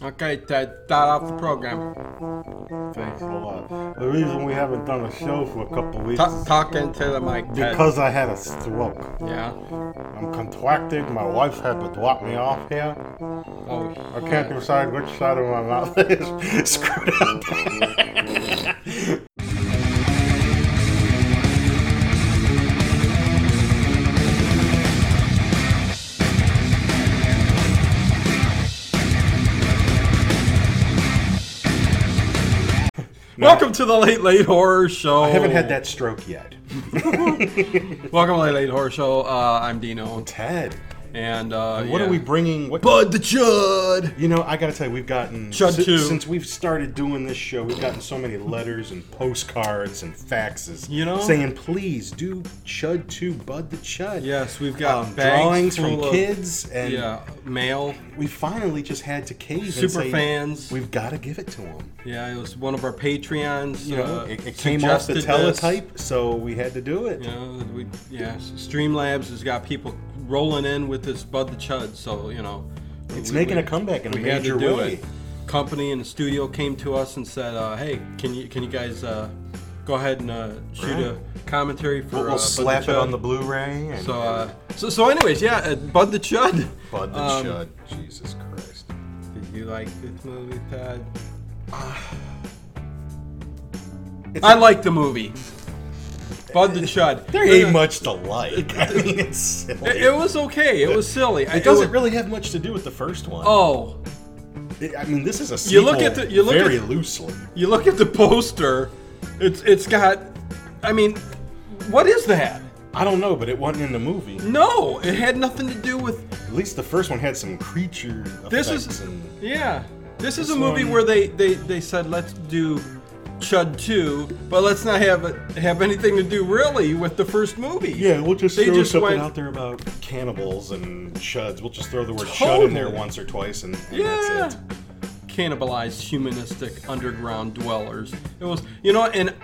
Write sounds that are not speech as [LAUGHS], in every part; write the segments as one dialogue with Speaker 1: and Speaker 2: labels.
Speaker 1: Okay, Ted, start off the program.
Speaker 2: Thanks a lot. The reason we haven't done a show for a couple weeks
Speaker 1: Ta
Speaker 2: is
Speaker 1: talk into the mic, Ted.
Speaker 2: because I had a stroke.
Speaker 1: yeah.
Speaker 2: I'm contracted. My wife had to drop me off here.
Speaker 1: Oh,
Speaker 2: I can't decide which side of my mouth [LAUGHS] is screwed up.
Speaker 1: Welcome to the Late Late Horror Show.
Speaker 2: I haven't had that stroke yet.
Speaker 1: Welcome to Late Late Horror Show. Uh, I'm Dino,
Speaker 2: Ted,
Speaker 1: and uh,
Speaker 2: what
Speaker 1: yeah.
Speaker 2: are we bringing? What
Speaker 1: Bud the Chud.
Speaker 2: You know, I gotta tell you, we've gotten
Speaker 1: Chud
Speaker 2: si-
Speaker 1: too.
Speaker 2: since we've started doing this show, we've gotten so many letters and postcards and faxes.
Speaker 1: You know?
Speaker 2: saying please do Chud two, Bud the Chud.
Speaker 1: Yes, we've got
Speaker 2: Um,
Speaker 1: bags
Speaker 2: drawings from
Speaker 1: full of-
Speaker 2: kids, and
Speaker 1: Yeah, male.
Speaker 2: we finally just had to cave. and
Speaker 1: Super
Speaker 2: say,
Speaker 1: fans.
Speaker 2: We've got to give it to them.
Speaker 1: Yeah, it was one of our Patreons.
Speaker 2: You know,
Speaker 1: uh,
Speaker 2: it, it came off the
Speaker 1: suggested this.
Speaker 2: teletype, so we had to do it.
Speaker 1: You know, we, yeah, Streamlabs has got people rolling in with this Bud the Chud, so, you know.
Speaker 2: It's making a comeback in a
Speaker 1: we had to
Speaker 2: major
Speaker 1: do
Speaker 2: way.
Speaker 1: it. Company and the studio came to us and said, uh, hey, can you can you guys uh, go ahead and uh, shoot
Speaker 2: Right.
Speaker 1: a commentary for
Speaker 2: We'll
Speaker 1: uh, Bud
Speaker 2: slap
Speaker 1: the
Speaker 2: it
Speaker 1: Chud?
Speaker 2: on the Blu-ray. And
Speaker 1: So, uh, so, so anyways, yeah, uh, Bud the Chud.
Speaker 2: Bud the
Speaker 1: Um,
Speaker 2: Chud. Jesus Christ.
Speaker 1: Did you like this movie, Todd?
Speaker 2: Ah. It's
Speaker 1: I like the movie. Bud the Chud.
Speaker 2: There
Speaker 1: The-
Speaker 2: ain't much to like. [LAUGHS] I mean, it's silly.
Speaker 1: It, it was okay. It was silly. I-
Speaker 2: It doesn't
Speaker 1: was-
Speaker 2: really have much to do with the first one.
Speaker 1: Oh,
Speaker 2: It- I mean, this is a
Speaker 1: You
Speaker 2: sequel
Speaker 1: look at the- you look
Speaker 2: very
Speaker 1: at-
Speaker 2: loosely.
Speaker 1: you look at the poster. It's it's got. I mean, what is that?
Speaker 2: I don't know, but it wasn't in the movie.
Speaker 1: No, it had nothing to do with.
Speaker 2: At least the first one had some creature
Speaker 1: This
Speaker 2: effects
Speaker 1: is
Speaker 2: and
Speaker 1: yeah. This is a
Speaker 2: This
Speaker 1: movie
Speaker 2: one-
Speaker 1: where they, they, they said let's do Chud two, but let's not have it have anything to do really with the first movie.
Speaker 2: yeah, we'll just
Speaker 1: They
Speaker 2: throw
Speaker 1: just
Speaker 2: something
Speaker 1: went-
Speaker 2: out there about cannibals and chuds. We'll just throw the word chud in
Speaker 1: Totally.
Speaker 2: there once or twice, and, and
Speaker 1: Yeah.
Speaker 2: that's it.
Speaker 1: Cannibalized humanistic underground dwellers. It was you know, and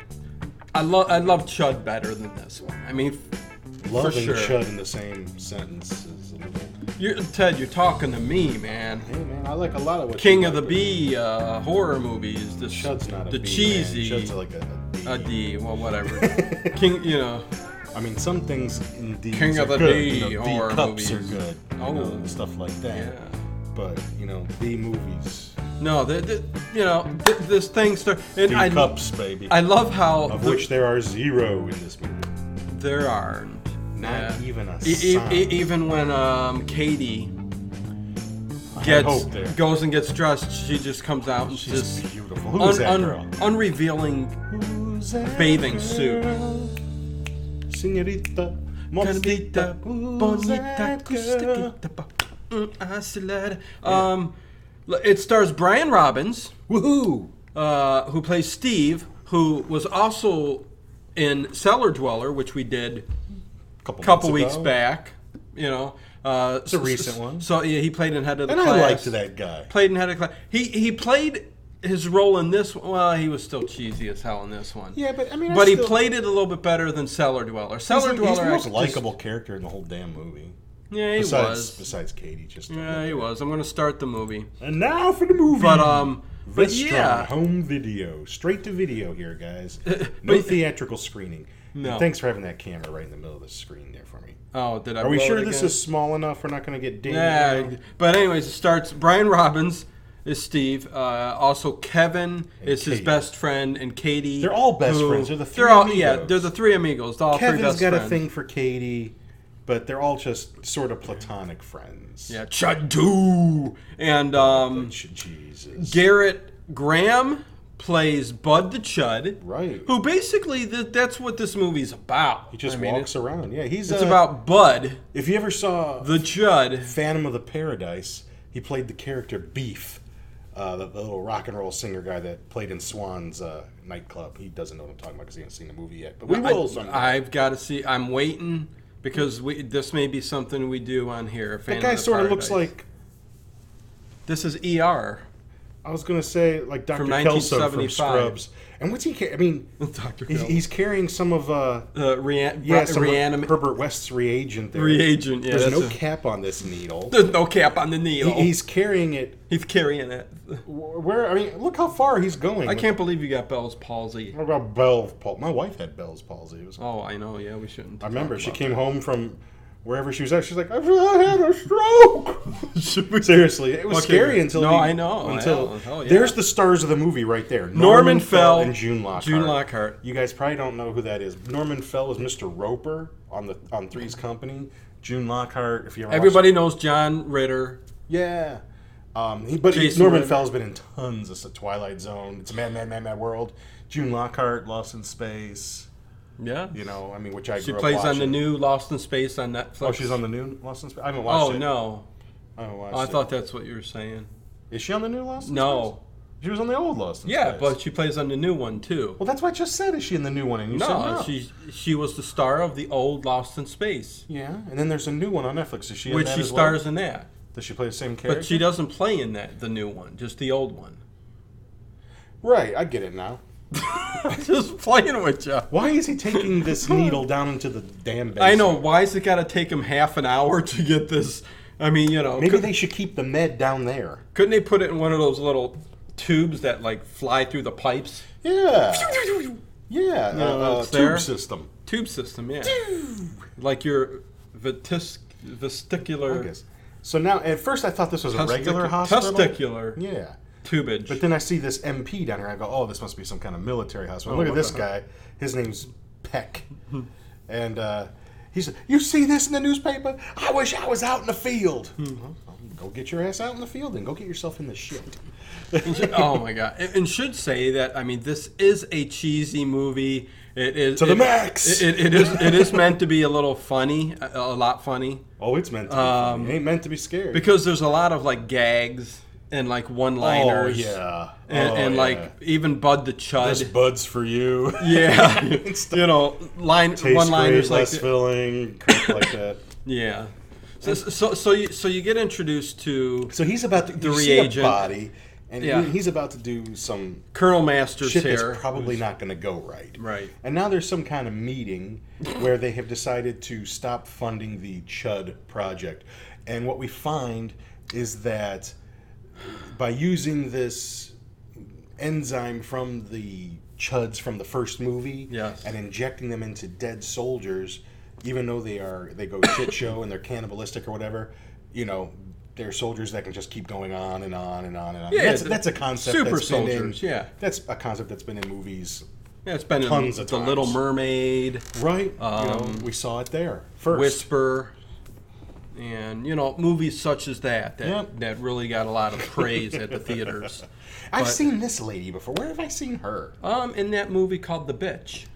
Speaker 1: I love I love Chud better than this one. I mean, f-
Speaker 2: Love
Speaker 1: for
Speaker 2: and
Speaker 1: sure.
Speaker 2: chud in the same sentence is a little.
Speaker 1: You're, Ted, you're talking to me, man.
Speaker 2: Hey man, I like a lot of what.
Speaker 1: King
Speaker 2: you
Speaker 1: of the
Speaker 2: like, but
Speaker 1: Bee uh, horror movies. The
Speaker 2: Chud's not a
Speaker 1: the
Speaker 2: B, man.
Speaker 1: cheesy
Speaker 2: Chud's like a, a D.
Speaker 1: a D, well,
Speaker 2: [LAUGHS]
Speaker 1: whatever. King, you know,
Speaker 2: I mean, some things indeed.
Speaker 1: King
Speaker 2: are
Speaker 1: of the
Speaker 2: good.
Speaker 1: D
Speaker 2: you know,
Speaker 1: horror
Speaker 2: D cups
Speaker 1: movies.
Speaker 2: are good. You
Speaker 1: Oh.
Speaker 2: know, and stuff like that.
Speaker 1: Yeah.
Speaker 2: But you know, B movies,
Speaker 1: no, the, the, you know, th- this thing starts. And
Speaker 2: D
Speaker 1: I,
Speaker 2: cups, baby.
Speaker 1: I love how
Speaker 2: of
Speaker 1: the-
Speaker 2: which there are zero in this movie.
Speaker 1: there are
Speaker 2: Not even a
Speaker 1: E- e-
Speaker 2: sign.
Speaker 1: e- even when um, Katie gets
Speaker 2: hope there.
Speaker 1: goes and gets dressed, she just comes out and
Speaker 2: She's
Speaker 1: just
Speaker 2: beautiful. Who's that
Speaker 1: un-
Speaker 2: girl?
Speaker 1: un- unrevealing.
Speaker 2: Who's that
Speaker 1: bathing
Speaker 2: girl?
Speaker 1: suit.
Speaker 2: Senorita,
Speaker 1: Bonita,
Speaker 2: mostita, who's
Speaker 1: bonita,
Speaker 2: that girl?
Speaker 1: acústica, pa- mm, isolada. Um, l- it stars Brian Robbins.
Speaker 2: Woohoo!
Speaker 1: uh, who plays Steve, who was also in Cellar Dweller, which we did
Speaker 2: Couple,
Speaker 1: a couple
Speaker 2: months
Speaker 1: weeks
Speaker 2: ago.
Speaker 1: back. You know, uh, it's
Speaker 2: a recent one.
Speaker 1: So yeah, he played in Head of the
Speaker 2: And
Speaker 1: Class.
Speaker 2: I liked that guy.
Speaker 1: Played in Head of the Class. He he played his role in this. Well, he was still cheesy as hell in this one.
Speaker 2: Yeah, but I mean, I
Speaker 1: But he
Speaker 2: still-
Speaker 1: played it a little bit better than Cellar Dweller.
Speaker 2: He's
Speaker 1: Cellar
Speaker 2: the,
Speaker 1: Dweller,
Speaker 2: he's the
Speaker 1: I
Speaker 2: most
Speaker 1: just-
Speaker 2: likable character in the whole damn movie.
Speaker 1: Yeah, he
Speaker 2: besides,
Speaker 1: was.
Speaker 2: besides Katie, just
Speaker 1: Yeah, he was. I'm gonna start the movie,
Speaker 2: And now for the movie.
Speaker 1: but um, but
Speaker 2: Restaurant,
Speaker 1: yeah,
Speaker 2: home video, straight to video here,
Speaker 1: [LAUGHS]
Speaker 2: guys. No
Speaker 1: But-
Speaker 2: theatrical screening.
Speaker 1: No.
Speaker 2: And Thanks for having that camera right in the middle of the screen there for me.
Speaker 1: oh, did I?
Speaker 2: Are we
Speaker 1: blow it
Speaker 2: sure this
Speaker 1: again?
Speaker 2: is small enough? We're not going to get dinged.
Speaker 1: Yeah,
Speaker 2: now?
Speaker 1: but anyways, it starts. Brian Robbins is Steve. Uh, also, Kevin is his
Speaker 2: Katie.
Speaker 1: best friend, and Katie.
Speaker 2: They're all best friends. They're the three
Speaker 1: They're all yeah.
Speaker 2: amigos.
Speaker 1: They're the three amigos. All three
Speaker 2: Kevin's
Speaker 1: best
Speaker 2: got
Speaker 1: friends.
Speaker 2: a thing for Katie, but they're all just sort of platonic friends.
Speaker 1: Yeah, Chadu and um,
Speaker 2: Ch- Jesus.
Speaker 1: Garrett Graham plays Bud the Chud,
Speaker 2: right.
Speaker 1: who basically th- that's what this movie's about.
Speaker 2: He just
Speaker 1: I mean,
Speaker 2: walks around. Yeah, he's.
Speaker 1: It's
Speaker 2: uh,
Speaker 1: about Bud
Speaker 2: If you ever saw
Speaker 1: the Chud.
Speaker 2: Phantom of the Paradise, he played the character Beef, uh, the, the little rock and roll singer guy that played in Swan's uh, nightclub. He doesn't know what I'm talking about because he hasn't seen the movie yet. But we will someday.
Speaker 1: I, have got to see. I'm waiting because we this may be something we do on here.
Speaker 2: That guy sort of looks like
Speaker 1: [LAUGHS] This is ER.
Speaker 2: I was gonna say like Dr.
Speaker 1: From
Speaker 2: Kelso from
Speaker 1: 1975.
Speaker 2: Scrubs. And what's he? Ca- I mean,
Speaker 1: Dr.
Speaker 2: he's,
Speaker 1: Phil.
Speaker 2: he's carrying some of uh,
Speaker 1: uh, rea-
Speaker 2: yeah,
Speaker 1: re-
Speaker 2: some of
Speaker 1: reanimate-
Speaker 2: Herbert West's reagent. There.
Speaker 1: reagent. Yeah,
Speaker 2: There's
Speaker 1: that's
Speaker 2: no
Speaker 1: a-
Speaker 2: cap on this needle.
Speaker 1: there's no cap on [LAUGHS] the
Speaker 2: He-
Speaker 1: needle.
Speaker 2: he's carrying it.
Speaker 1: He's carrying it.
Speaker 2: wh- Where I mean, look how far he's going.
Speaker 1: I can't believe you got Bell's palsy.
Speaker 2: What about Bell's palsy? My wife had Bell's palsy. It was
Speaker 1: Oh, I know. Yeah, we shouldn't.
Speaker 2: I remember she came home from wherever she was at. She's like, I feel I had a
Speaker 1: [LAUGHS]
Speaker 2: stroke. [LAUGHS] Seriously, it was
Speaker 1: Okay.
Speaker 2: scary until
Speaker 1: No,
Speaker 2: the-
Speaker 1: I know.
Speaker 2: Until
Speaker 1: Hell, hell yeah.
Speaker 2: there's the stars of the movie right there. Norman,
Speaker 1: Norman
Speaker 2: Fell
Speaker 1: Fell,
Speaker 2: and June Lockhart.
Speaker 1: June Lockhart.
Speaker 2: You guys probably don't know who that is. Norman Fell was Mr. Roper on the on Three's Company. June Lockhart, if you ever watched-
Speaker 1: Everybody knows John Ritter.
Speaker 2: yeah. Um, he, but he-
Speaker 1: Jason
Speaker 2: Norman
Speaker 1: Ritter.
Speaker 2: Fell's been in tons. It's a Twilight Zone. It's a Mad, Mad, Mad, Mad World. June Lockhart, Lost in Space.
Speaker 1: Yeah,
Speaker 2: You know, I mean, which I
Speaker 1: she
Speaker 2: grew
Speaker 1: plays
Speaker 2: up
Speaker 1: on the
Speaker 2: watching.
Speaker 1: new Lost in Space on Netflix.
Speaker 2: Oh, she's on the new Lost in Space. I haven't watched
Speaker 1: Oh
Speaker 2: it.
Speaker 1: no,
Speaker 2: I haven't watched
Speaker 1: Oh, I
Speaker 2: it.
Speaker 1: thought that's what you were saying.
Speaker 2: Is she on the new Lost? In
Speaker 1: No.
Speaker 2: Space? She was on the old Lost. In
Speaker 1: Yeah,
Speaker 2: Space.
Speaker 1: but she plays on the new one too.
Speaker 2: well, that's what I just said. Is she in the new one? And you said
Speaker 1: No,
Speaker 2: no.
Speaker 1: she she was the star of the old Lost in Space,
Speaker 2: Yeah, and then there's a new one on Netflix. Is she? in
Speaker 1: which
Speaker 2: that
Speaker 1: she
Speaker 2: as well?
Speaker 1: stars in that.
Speaker 2: Does she play the same character?
Speaker 1: But she doesn't play in that the new one, just the old
Speaker 2: [LAUGHS]
Speaker 1: one.
Speaker 2: Right, I get it now.
Speaker 1: just playing with you.
Speaker 2: Why is he
Speaker 1: [LAUGHS]
Speaker 2: taking this needle down into the damn basement?
Speaker 1: I know. Why is it got to take him half an hour to get this? I mean, you know,
Speaker 2: Maybe
Speaker 1: could,
Speaker 2: they should keep the med down there.
Speaker 1: couldn't they put it in one of those little tubes that like fly through the pipes?
Speaker 2: Yeah. Yeah.
Speaker 1: No,
Speaker 2: uh, uh,
Speaker 1: it's
Speaker 2: tube
Speaker 1: there.
Speaker 2: system.
Speaker 1: Tube system, yeah. like your vitis- vesticular
Speaker 2: I guess. So now, at first, I thought this was a
Speaker 1: testic-
Speaker 2: regular hospital.
Speaker 1: testicular
Speaker 2: Yeah.
Speaker 1: tubage.
Speaker 2: But then I see this MP down here. I go, oh, this must be some kind of military hospital. Look at
Speaker 1: what
Speaker 2: this
Speaker 1: the
Speaker 2: guy. His name's Peck. and uh, he said, you see this in the newspaper? I wish I was out in the field. Well, well, go get your ass out in the field and go get yourself in the shit.
Speaker 1: oh my god! And- And should say that I mean this is a cheesy movie. It is
Speaker 2: To the
Speaker 1: it-
Speaker 2: max!
Speaker 1: It, it is it is meant to be a little funny, a, a lot funny,
Speaker 2: Oh, it's meant to be funny. It ain't meant to be scary.
Speaker 1: because there's a lot of like gags and like
Speaker 2: oh,
Speaker 1: one-liners.
Speaker 2: yeah.
Speaker 1: And,
Speaker 2: Oh,
Speaker 1: and
Speaker 2: yeah.
Speaker 1: like even Bud the [LAUGHS]
Speaker 2: this
Speaker 1: Chud.
Speaker 2: bud's for [LAUGHS] you.
Speaker 1: yeah, [LAUGHS] you know, line
Speaker 2: Tastes
Speaker 1: one-liners
Speaker 2: great,
Speaker 1: like
Speaker 2: less
Speaker 1: th-
Speaker 2: filling, crap like that.
Speaker 1: yeah. So, so so you so you get introduced to
Speaker 2: [COUGHS] So he's about to
Speaker 1: The
Speaker 2: you see a
Speaker 1: reagent.
Speaker 2: body, and
Speaker 1: Yeah.
Speaker 2: he- he's about to do some
Speaker 1: Colonel Masters
Speaker 2: shit
Speaker 1: here.
Speaker 2: that's probably not going to go right.
Speaker 1: Right.
Speaker 2: And now there's some kind of meeting where they have decided to stop funding the Chud project. And what we find is that by using this enzyme from the Chuds from the first movie
Speaker 1: Yes.
Speaker 2: and injecting them into dead soldiers, even though they are they
Speaker 1: [COUGHS]
Speaker 2: go shit show and they're cannibalistic or whatever, you know, they're soldiers that can just keep going on and on and on and on.
Speaker 1: Yeah,
Speaker 2: that's,
Speaker 1: the
Speaker 2: that's a concept.
Speaker 1: super
Speaker 2: that's been in-
Speaker 1: soldiers, yeah.
Speaker 2: that's a concept that's been in movies,
Speaker 1: yeah, it's been in
Speaker 2: tons of
Speaker 1: The Little
Speaker 2: times.
Speaker 1: Mermaid.
Speaker 2: right? you know,
Speaker 1: Um,
Speaker 2: we saw it there first.
Speaker 1: Whisper, and you know movies such as that that,
Speaker 2: Yep.
Speaker 1: that really got a lot of praise at
Speaker 2: [LAUGHS]
Speaker 1: the theaters.
Speaker 2: I've
Speaker 1: but-
Speaker 2: seen this lady before. Where have I seen her?
Speaker 1: Um, in that movie called The Bitch,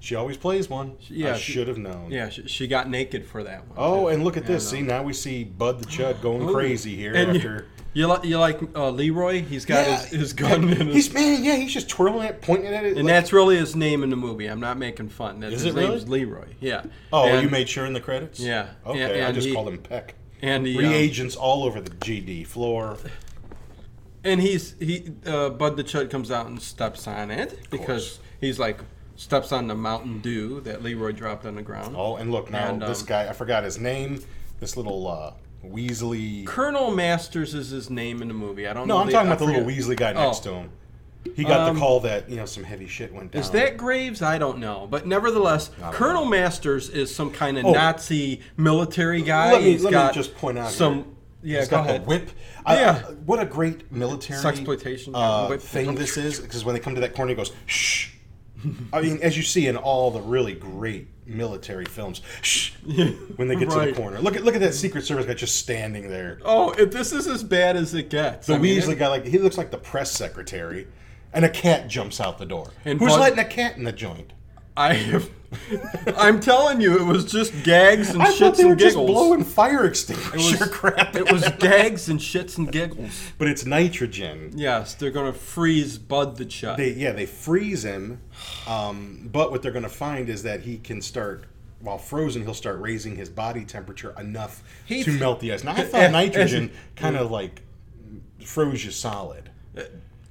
Speaker 2: She always plays one.
Speaker 1: yeah,
Speaker 2: I
Speaker 1: she-
Speaker 2: should have known.
Speaker 1: yeah, she, she got naked for that one.
Speaker 2: Oh,
Speaker 1: too.
Speaker 2: and look at this.
Speaker 1: I
Speaker 2: See, now we see Bud
Speaker 1: [GASPS]
Speaker 2: the Chud going crazy here
Speaker 1: And you-
Speaker 2: after.
Speaker 1: you like you like uh, Leroy? He's got
Speaker 2: Yeah.
Speaker 1: his, his gun in his.
Speaker 2: He's man, yeah, he's just twirling it, pointing it at it.
Speaker 1: and
Speaker 2: like-
Speaker 1: that's really his name in the movie. I'm not making fun. That's
Speaker 2: Is
Speaker 1: his
Speaker 2: it really?
Speaker 1: name's Leroy. Yeah.
Speaker 2: oh,
Speaker 1: and,
Speaker 2: you made sure in the credits.
Speaker 1: Yeah,
Speaker 2: Okay,
Speaker 1: and-
Speaker 2: I
Speaker 1: and
Speaker 2: just
Speaker 1: he-
Speaker 2: called him Peck.
Speaker 1: and the um,
Speaker 2: Reagents all over the
Speaker 1: [LAUGHS]
Speaker 2: GD floor.
Speaker 1: um, And he's he uh, Bud the Chud comes out and steps on it because he's like steps on the Mountain Dew that Leroy dropped on the ground.
Speaker 2: Oh, and look now,
Speaker 1: And,
Speaker 2: this
Speaker 1: um,
Speaker 2: guy I forgot his name. This little uh, Weasley.
Speaker 1: Colonel Masters is his name in the movie. I don't
Speaker 2: No,
Speaker 1: know.
Speaker 2: I'm talking about the
Speaker 1: I
Speaker 2: little
Speaker 1: forget.
Speaker 2: Weasley guy next
Speaker 1: Oh.
Speaker 2: to him. He got
Speaker 1: Um,
Speaker 2: the call that you know some heavy shit went down.
Speaker 1: Is that Graves? I don't know. But nevertheless, Colonel Masters is some kind of Nazi military guy.
Speaker 2: Oh. Let me-
Speaker 1: He's
Speaker 2: let me
Speaker 1: got
Speaker 2: just point out
Speaker 1: some. Yeah,
Speaker 2: He's
Speaker 1: go
Speaker 2: got the
Speaker 1: ahead.
Speaker 2: whip. I-
Speaker 1: Yeah.
Speaker 2: what a great military
Speaker 1: Sexploitation, yeah,
Speaker 2: uh,
Speaker 1: whip.
Speaker 2: thing this is. Because when they come to that corner, he goes shh. I mean, as you see in all the really great military films,
Speaker 1: [LAUGHS]
Speaker 2: shh. When they get to
Speaker 1: Right.
Speaker 2: the corner, look at look at that Secret Service guy just standing there.
Speaker 1: Oh, if this is as bad as it gets.
Speaker 2: The
Speaker 1: I mean,
Speaker 2: Weasley guy, like he looks like the press secretary, and a cat jumps out the door.
Speaker 1: And
Speaker 2: Who's
Speaker 1: Bud-
Speaker 2: letting a cat in the joint?
Speaker 1: I have. [LAUGHS] I'm telling you, it was just gags and
Speaker 2: I thought
Speaker 1: shits
Speaker 2: they were
Speaker 1: and
Speaker 2: just
Speaker 1: giggles.
Speaker 2: blowing fire extinguisher crap.
Speaker 1: It was gags and shits and giggles.
Speaker 2: [LAUGHS] but it's nitrogen.
Speaker 1: Yes, they're gonna freeze Bud the Chud.
Speaker 2: They yeah, they freeze him. Um, but what they're going to find is that he can start while frozen, he'll start raising his body temperature enough
Speaker 1: He-
Speaker 2: to melt the ice. Now I
Speaker 1: eh,
Speaker 2: thought nitrogen kind of like froze you solid.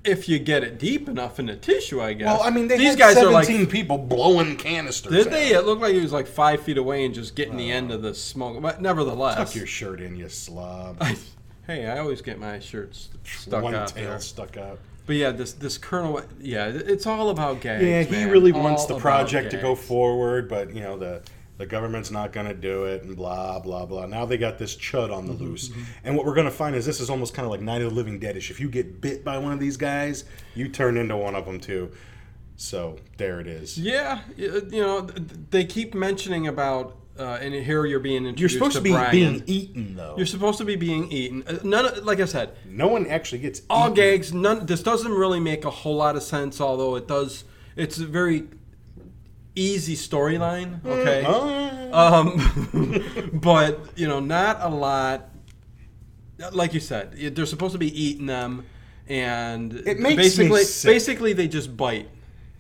Speaker 1: If you get it deep enough in the tissue, I guess.
Speaker 2: Well, I mean, they
Speaker 1: these
Speaker 2: had
Speaker 1: guys are like.
Speaker 2: seventeen people blowing canisters.
Speaker 1: Did
Speaker 2: at
Speaker 1: they? It looked like he was like five feet away and just getting the end of the smoke. But nevertheless,
Speaker 2: Tuck your shirt in, you [LAUGHS] slob.
Speaker 1: [LAUGHS] hey, I always get my shirts stuck
Speaker 2: One
Speaker 1: out
Speaker 2: tail
Speaker 1: there.
Speaker 2: stuck out.
Speaker 1: But yeah, this this Colonel, yeah, it's all about gags.
Speaker 2: Yeah, he
Speaker 1: man.
Speaker 2: really wants
Speaker 1: All
Speaker 2: the
Speaker 1: about
Speaker 2: project to go
Speaker 1: gags.
Speaker 2: forward, but you know the the government's not going to do it, and blah blah blah. Now they got this chud on
Speaker 1: Mm-hmm,
Speaker 2: the loose, and what we're going to find is this is almost kind of like Night of the Living Deadish. If you get bit by one of these guys, you turn into one of them too. So there it is.
Speaker 1: Yeah, y- uh, you know, th- th- they keep mentioning about uh, and here you're being introduced.
Speaker 2: You're supposed to be
Speaker 1: Brian.
Speaker 2: being eaten though.
Speaker 1: You're supposed to be being eaten. Uh, None, of, like I said,
Speaker 2: no one actually gets
Speaker 1: all
Speaker 2: eaten.
Speaker 1: gags. None. This doesn't really make a whole lot of sense, although it does. It's a very easy storyline. Okay.
Speaker 2: Oh,
Speaker 1: Um, [LAUGHS] but you know, not a lot. Like you said, y- they're supposed to be eating them, and
Speaker 2: It makes me
Speaker 1: basically,
Speaker 2: sick.
Speaker 1: basically, they just bite,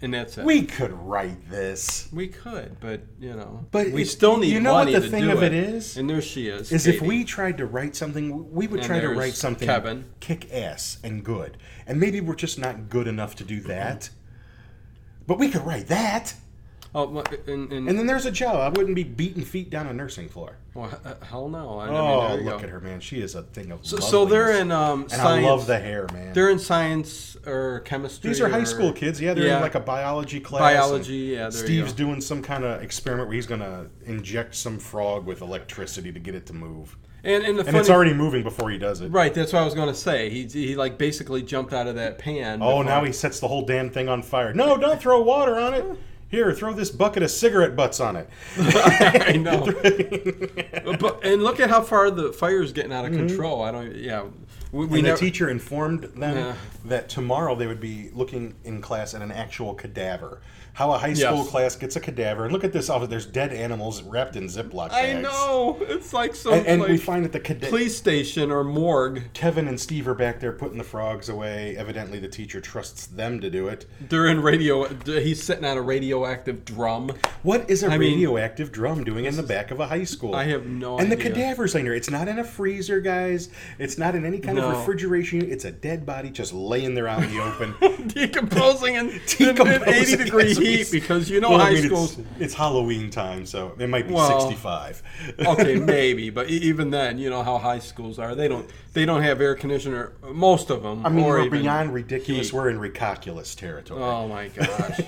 Speaker 1: and that's it.
Speaker 2: we could write this.
Speaker 1: We could, but you know,
Speaker 2: But
Speaker 1: we
Speaker 2: it-
Speaker 1: still need
Speaker 2: you know what
Speaker 1: money
Speaker 2: the
Speaker 1: to
Speaker 2: thing
Speaker 1: do
Speaker 2: of
Speaker 1: it
Speaker 2: it is?
Speaker 1: And there she is.
Speaker 2: is if
Speaker 1: Katie.
Speaker 2: we tried to write something, we would
Speaker 1: And
Speaker 2: try to
Speaker 1: there's
Speaker 2: write something
Speaker 1: Kevin.
Speaker 2: kick ass and good. And maybe we're just not good enough to do that. But we could write that.
Speaker 1: oh, well, and, and,
Speaker 2: And then there's a job. I wouldn't be beating feet down a nursing floor.
Speaker 1: well, he- uh, hell no! I, I
Speaker 2: Oh,
Speaker 1: mean, there you
Speaker 2: look
Speaker 1: go.
Speaker 2: at her, man. She is a thing of
Speaker 1: So, so they're
Speaker 2: loveliness.
Speaker 1: in um,
Speaker 2: And
Speaker 1: science.
Speaker 2: I love the hair, man.
Speaker 1: They're in science or chemistry.
Speaker 2: These are
Speaker 1: or-
Speaker 2: high school kids. Yeah, they're
Speaker 1: yeah.
Speaker 2: in like a biology class.
Speaker 1: Biology,
Speaker 2: and
Speaker 1: yeah, there you
Speaker 2: Steve's
Speaker 1: go.
Speaker 2: doing some kind of experiment where he's going to inject some frog with electricity to get it to move.
Speaker 1: and, and the
Speaker 2: And
Speaker 1: funny,
Speaker 2: it's already moving before he does it.
Speaker 1: right. That's what I was going to say. He he like basically jumped out of that pan.
Speaker 2: Oh,
Speaker 1: before-
Speaker 2: now he sets the whole damn thing on fire. No, don't throw water on it. Here, throw this bucket of cigarette butts on it. [LAUGHS]
Speaker 1: I know. [LAUGHS] but and look at how far the fire is getting out of control. I don't. Yeah, we, [LAUGHS] we
Speaker 2: Mm-hmm. and
Speaker 1: never.
Speaker 2: the teacher informed them
Speaker 1: Yeah.
Speaker 2: that tomorrow they would be looking in class at an actual cadaver. How a high school
Speaker 1: Yes.
Speaker 2: class gets a cadaver. And look at this office. There's dead animals wrapped in Ziploc bags.
Speaker 1: I know. It's like so.
Speaker 2: And, and we
Speaker 1: like-
Speaker 2: find that the cadaver.
Speaker 1: police station or morgue
Speaker 2: Kevin and Steve are back there putting the frogs away. Evidently, the teacher trusts them to do it.
Speaker 1: they're in radio he's sitting on a radioactive drum [LAUGHS]
Speaker 2: What is a
Speaker 1: I mean-
Speaker 2: radioactive drum doing in the back of a high school?
Speaker 1: I have no
Speaker 2: And the
Speaker 1: idea.
Speaker 2: cadavers in there. It's not in a freezer, guys. It's not in any kind
Speaker 1: No.
Speaker 2: of refrigeration. unit. It's a dead body just laying there out in
Speaker 1: [LAUGHS]
Speaker 2: the open. [LAUGHS]
Speaker 1: decomposing in, in- in
Speaker 2: Decomposing
Speaker 1: 80 degree
Speaker 2: as
Speaker 1: heat
Speaker 2: we s-
Speaker 1: because you know
Speaker 2: Well, I
Speaker 1: high
Speaker 2: mean, it's-
Speaker 1: schools
Speaker 2: It's, Halloween time, so it might be
Speaker 1: Well,
Speaker 2: 65.
Speaker 1: okay maybe but e- even then you know how high schools are they don't they don't have air conditioner most of them
Speaker 2: I mean,
Speaker 1: or
Speaker 2: we're
Speaker 1: even-
Speaker 2: beyond ridiculous.
Speaker 1: heat.
Speaker 2: We're in ridiculous territory.
Speaker 1: oh my gosh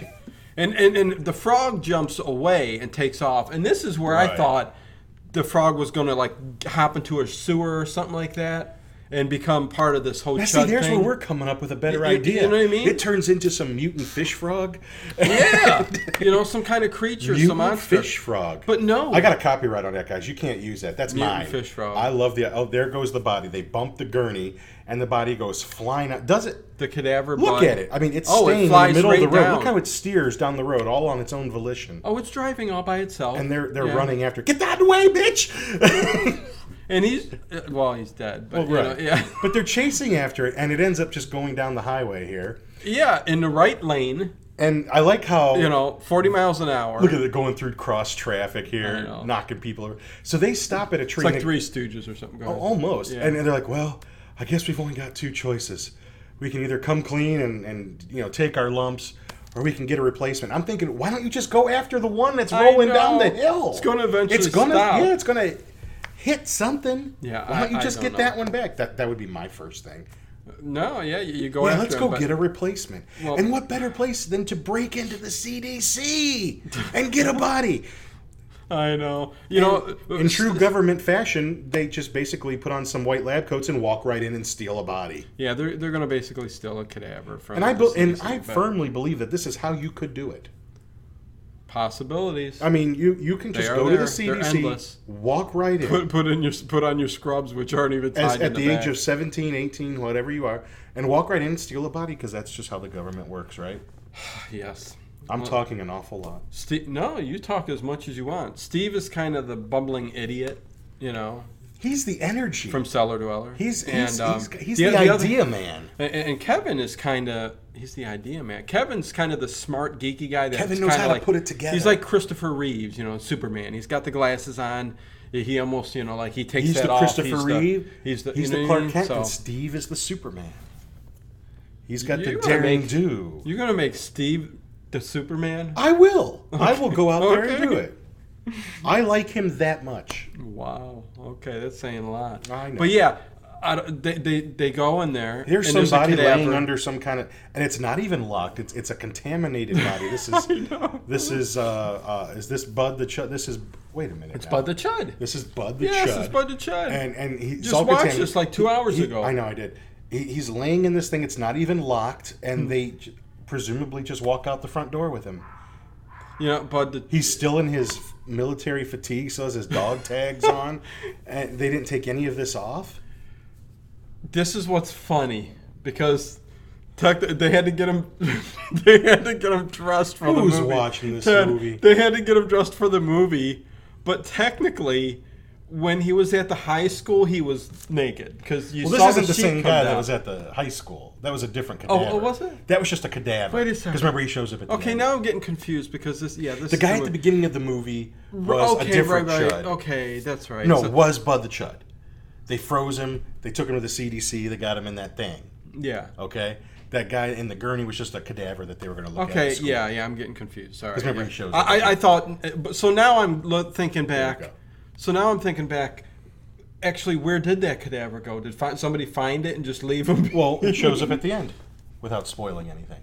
Speaker 1: and, and and the frog jumps away and takes off and this is where i
Speaker 2: Right.
Speaker 1: thought the frog was going to like hop into a sewer or something like that and become part of this whole
Speaker 2: Now, see,
Speaker 1: Chud
Speaker 2: there's
Speaker 1: thing.
Speaker 2: where we're coming up with a better
Speaker 1: You- you-
Speaker 2: idea.
Speaker 1: you know what I mean?
Speaker 2: It turns into some mutant fish frog.
Speaker 1: Yeah, you know, some kind of creature, some
Speaker 2: Mutant
Speaker 1: monster.
Speaker 2: fish frog.
Speaker 1: But no,
Speaker 2: I got a copyright on that, guys. You can't use that. That's
Speaker 1: Mutant
Speaker 2: mine.
Speaker 1: fish frog.
Speaker 2: I love the. Oh, there goes the body. They bump the gurney, and the body goes flying out. Does it?
Speaker 1: the cadaver.
Speaker 2: Look
Speaker 1: bun.
Speaker 2: at it. I mean, it's
Speaker 1: Oh, it
Speaker 2: staying in the
Speaker 1: flies
Speaker 2: middle
Speaker 1: right
Speaker 2: of the road.
Speaker 1: down.
Speaker 2: Look how it steers down the road, all on its own volition.
Speaker 1: Oh, it's driving all by itself.
Speaker 2: And they're they're
Speaker 1: Yeah.
Speaker 2: running after. Get that way,
Speaker 1: [LAUGHS]
Speaker 2: bitch!
Speaker 1: And he's uh, well, he's dead. But you
Speaker 2: right.
Speaker 1: know, yeah, [LAUGHS]
Speaker 2: but they're chasing after it, and it ends up just going down the highway here.
Speaker 1: yeah, in the right lane,
Speaker 2: And I like how
Speaker 1: you know, forty miles an hour.
Speaker 2: Look at it going through cross traffic
Speaker 1: I
Speaker 2: here,
Speaker 1: know.
Speaker 2: knocking people over. So they stop at a tree.
Speaker 1: it's like
Speaker 2: and they-
Speaker 1: Three Stooges or something. Go ahead.
Speaker 2: Almost.
Speaker 1: Yeah.
Speaker 2: And, and they're like, well, I guess we've only got two choices. We can either come clean and, and you know take our lumps, or we can get a replacement. I'm thinking, why don't you just go after the one that's
Speaker 1: I
Speaker 2: rolling down
Speaker 1: know.
Speaker 2: the hill?
Speaker 1: It's gonna eventually
Speaker 2: It's gonna
Speaker 1: stop.
Speaker 2: yeah, it's gonna hit something.
Speaker 1: Yeah,
Speaker 2: Why don't
Speaker 1: I-
Speaker 2: you
Speaker 1: I
Speaker 2: just
Speaker 1: don't
Speaker 2: get that
Speaker 1: know.
Speaker 2: one back? That that would be my first thing.
Speaker 1: no, yeah, you, you go.
Speaker 2: Yeah,
Speaker 1: after
Speaker 2: let's
Speaker 1: him,
Speaker 2: go
Speaker 1: but-
Speaker 2: get a replacement.
Speaker 1: Well-
Speaker 2: and what better place than to break into
Speaker 1: [LAUGHS]
Speaker 2: the CDC and get a body?
Speaker 1: I know. You know,
Speaker 2: In
Speaker 1: [LAUGHS]
Speaker 2: true government fashion, they just basically put on some white lab coats and walk right in and steal a body.
Speaker 1: yeah, they're they're gonna basically steal a cadaver from.
Speaker 2: And I
Speaker 1: the
Speaker 2: bel and
Speaker 1: CDC,
Speaker 2: I
Speaker 1: but
Speaker 2: firmly believe that this is how you could do it.
Speaker 1: possibilities.
Speaker 2: I mean, you you can just
Speaker 1: are
Speaker 2: go to the
Speaker 1: there. They're endless.
Speaker 2: CDC, walk right in
Speaker 1: put put in your put on your scrubs, which aren't even tied
Speaker 2: as,
Speaker 1: in
Speaker 2: at the, age
Speaker 1: back.
Speaker 2: of 17, 18, whatever you are, and walk right in and steal a body because that's just how the government works, right?
Speaker 1: yes.
Speaker 2: I'm talking an awful lot.
Speaker 1: Steve, no, you talk as much as you want. Steve is kind of the bumbling idiot, you know,
Speaker 2: He's the energy.
Speaker 1: from Cellar Dweller.
Speaker 2: he's he's,
Speaker 1: um,
Speaker 2: he's, he's the, idea man.
Speaker 1: Other, and, and Kevin is kind of he's the idea man. Kevin's kind of the smart geeky guy that
Speaker 2: Kevin knows how to
Speaker 1: like,
Speaker 2: put it together.
Speaker 1: He's like Christopher Reeves, you know, Superman. He's got the glasses on. He almost, you know, like he takes
Speaker 2: He's
Speaker 1: that
Speaker 2: the
Speaker 1: off.
Speaker 2: Christopher
Speaker 1: he's
Speaker 2: Reeve.
Speaker 1: The, he's the,
Speaker 2: he's
Speaker 1: you know
Speaker 2: the
Speaker 1: what I
Speaker 2: Clark
Speaker 1: mean?
Speaker 2: Kent, and
Speaker 1: So
Speaker 2: Steve is the Superman. He's got
Speaker 1: You
Speaker 2: the
Speaker 1: gotta
Speaker 2: daring
Speaker 1: make-
Speaker 2: do.
Speaker 1: you're gonna make Steve the Superman?
Speaker 2: I will. I will go out there and
Speaker 1: Okay.
Speaker 2: do it. I like him that much.
Speaker 1: Wow. Okay, that's saying a lot.
Speaker 2: I know.
Speaker 1: But yeah, I don't- they, they they go in there.
Speaker 2: Here's
Speaker 1: and there's a
Speaker 2: somebody laying
Speaker 1: cadaver.
Speaker 2: under some kind of, and it's not even locked. It's it's
Speaker 1: [LAUGHS]
Speaker 2: a contaminated body. This is this is uh, uh, is this Bud the Chud? This is wait a minute.
Speaker 1: It's Bud the Chud.
Speaker 2: This is Bud the
Speaker 1: Yes,
Speaker 2: Chud.
Speaker 1: it's Bud the Chud.
Speaker 2: and and he
Speaker 1: Just watched this, like, two hours
Speaker 2: he-
Speaker 1: ago.
Speaker 2: I know I did. He, he's laying in this thing. It's not even locked,
Speaker 1: Hmm.
Speaker 2: and they j- presumably just walk out the front door with him.
Speaker 1: you know, Bud the
Speaker 2: He's still in his military fatigue, so has his
Speaker 1: [LAUGHS]
Speaker 2: dog tags on, and they didn't take any of this off.
Speaker 1: this is what's funny because tech, they had to get him [LAUGHS] they had to get him dressed for
Speaker 2: Who's
Speaker 1: the movie.
Speaker 2: watching this movie?
Speaker 1: They had to get him dressed for the movie, but technically when he was at the high school he was naked because you
Speaker 2: Well,
Speaker 1: saw
Speaker 2: this isn't the,
Speaker 1: sheet
Speaker 2: same
Speaker 1: come
Speaker 2: guy that
Speaker 1: down.
Speaker 2: was at the high school. That was a different
Speaker 1: Oh, oh,
Speaker 2: cadaver.
Speaker 1: was it?
Speaker 2: That was just a cadaver.
Speaker 1: Wait a second.
Speaker 2: Because remember, he shows up at the
Speaker 1: Okay,
Speaker 2: end.
Speaker 1: now I'm getting confused because this yeah, this
Speaker 2: The
Speaker 1: is
Speaker 2: guy at
Speaker 1: what-
Speaker 2: the beginning of the movie
Speaker 1: R-
Speaker 2: was
Speaker 1: okay,
Speaker 2: a different
Speaker 1: right, right.
Speaker 2: Chud.
Speaker 1: Okay, that's right.
Speaker 2: No,
Speaker 1: So-
Speaker 2: was Bud the Chud. They froze him. They took him to the CDC. They got him in that thing.
Speaker 1: yeah.
Speaker 2: Okay? That guy in the gurney was just a cadaver that they were going to look at.
Speaker 1: Okay,
Speaker 2: at school.
Speaker 1: yeah, yeah, I'm getting confused. Sorry.
Speaker 2: 'Cause remember
Speaker 1: yeah.
Speaker 2: he shows up.
Speaker 1: I, I, I thought, but so now I'm lo- thinking
Speaker 2: go.
Speaker 1: back. So now I'm thinking back. Actually, where did that cadaver go? Did fi- somebody find it and just leave him?
Speaker 2: [LAUGHS] Well, it shows up at the end without spoiling anything.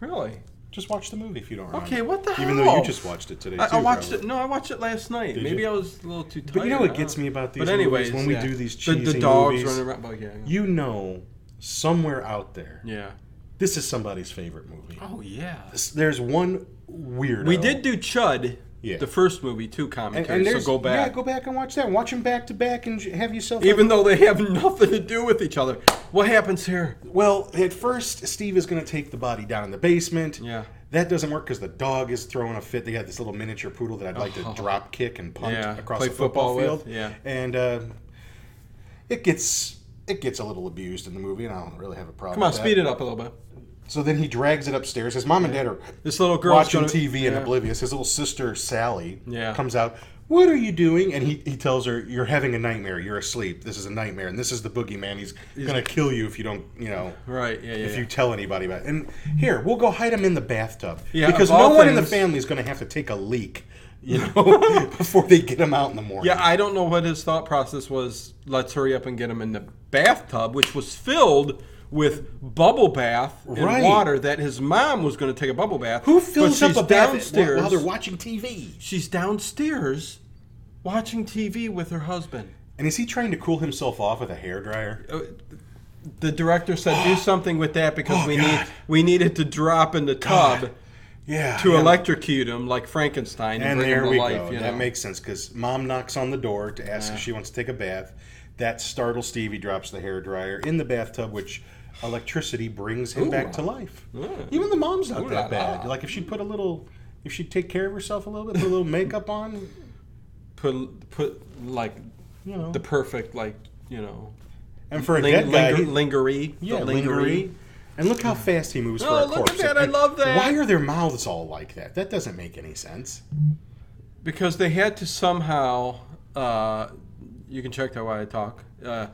Speaker 1: really?
Speaker 2: Just watch the movie if you don't remember.
Speaker 1: Okay, what the hell?
Speaker 2: Even though you just watched it today,
Speaker 1: I, I
Speaker 2: too,
Speaker 1: watched
Speaker 2: probably.
Speaker 1: it. No, I watched it last night.
Speaker 2: Did
Speaker 1: Maybe
Speaker 2: you?
Speaker 1: I was a little too tired.
Speaker 2: But you know what
Speaker 1: I
Speaker 2: gets
Speaker 1: don't-
Speaker 2: me about these
Speaker 1: But anyways,
Speaker 2: movies? When we
Speaker 1: yeah.
Speaker 2: do these
Speaker 1: the,
Speaker 2: cheesy
Speaker 1: the dogs
Speaker 2: movies,
Speaker 1: running around. But yeah,
Speaker 2: you know somewhere out there
Speaker 1: yeah.
Speaker 2: this is somebody's favorite movie
Speaker 1: Oh yeah.
Speaker 2: This- there's one weirdo
Speaker 1: We did do Chud,
Speaker 2: Yeah.
Speaker 1: the first movie too.
Speaker 2: and,
Speaker 1: Commentary.
Speaker 2: and there's
Speaker 1: so go back.
Speaker 2: yeah go back and watch that watch them back to back and j- have yourself a-
Speaker 1: Even though they have [LAUGHS] nothing to do with each other. What happens here?
Speaker 2: well at first steve is going to take the body down in the basement
Speaker 1: Yeah.
Speaker 2: that doesn't work because the dog is throwing a fit they got this little miniature poodle that i'd like to drop kick and punt
Speaker 1: Yeah,
Speaker 2: across
Speaker 1: play
Speaker 2: the Oh. football,
Speaker 1: football
Speaker 2: field
Speaker 1: with, yeah.
Speaker 2: and uh, it gets it gets a little abused in the movie and i don't really have a problem
Speaker 1: Come on,
Speaker 2: with that.
Speaker 1: speed it up a little bit.
Speaker 2: So then he drags it upstairs. His mom and dad are
Speaker 1: This little girl's
Speaker 2: watching
Speaker 1: gonna-
Speaker 2: TV and
Speaker 1: yeah.
Speaker 2: oblivious. His little sister Sally
Speaker 1: Yeah.
Speaker 2: comes out. What are you doing? And he, he tells her, "You're having a nightmare. You're asleep. This is a nightmare, and this is the boogeyman. He's, gonna kill you if you don't, you know,
Speaker 1: Right, yeah, yeah.
Speaker 2: if
Speaker 1: yeah.
Speaker 2: you tell anybody about it. And here, we'll go hide him in the bathtub
Speaker 1: Yeah,
Speaker 2: because
Speaker 1: of all
Speaker 2: no one in the
Speaker 1: things-
Speaker 2: family is gonna have to take
Speaker 1: [LAUGHS]
Speaker 2: a leak, you know, [LAUGHS] before they get him out in the morning.
Speaker 1: yeah, I don't know what his thought process was. Let's hurry up and get him in the bathtub, which was filled with bubble bath and
Speaker 2: Right.
Speaker 1: water that his mom was going to take a bubble bath.
Speaker 2: Who
Speaker 1: but
Speaker 2: fills up
Speaker 1: she's
Speaker 2: a downstairs
Speaker 1: downstairs?
Speaker 2: while they're watching TV?
Speaker 1: she's downstairs watching TV with her husband.
Speaker 2: And is he trying to cool himself off with a hair dryer?
Speaker 1: Uh, The director said,
Speaker 2: [GASPS]
Speaker 1: "Do something with that because
Speaker 2: Oh,
Speaker 1: we need
Speaker 2: God.
Speaker 1: we need it to drop in the tub."
Speaker 2: God. Yeah.
Speaker 1: To
Speaker 2: yeah.
Speaker 1: electrocute him like Frankenstein and,
Speaker 2: And
Speaker 1: bring him
Speaker 2: there
Speaker 1: to
Speaker 2: we
Speaker 1: life,
Speaker 2: go.
Speaker 1: you
Speaker 2: That
Speaker 1: know?
Speaker 2: makes sense because mom knocks on the door to ask if she wants to take a bath. That startles Steve. He drops the hair dryer in the bathtub, which electricity brings him back to life. Even the mom's not
Speaker 1: Ooh la
Speaker 2: that bad.
Speaker 1: la.
Speaker 2: Like if she'd put a little, if she'd take care of herself a little bit, put a little makeup on,
Speaker 1: put put like
Speaker 2: you know.
Speaker 1: the perfect like you know
Speaker 2: and for a
Speaker 1: ling-
Speaker 2: dead guy,
Speaker 1: linger-
Speaker 2: he-
Speaker 1: lingerie. the
Speaker 2: yeah,
Speaker 1: lingerie.
Speaker 2: lingerie. And look how fast he moves
Speaker 1: Oh,
Speaker 2: for a
Speaker 1: look at
Speaker 2: corpse.
Speaker 1: that. I
Speaker 2: And
Speaker 1: love that.
Speaker 2: Why are their mouths all like that? That doesn't make any sense.
Speaker 1: because they had to somehow. Uh, you can check that while I talk. Uh,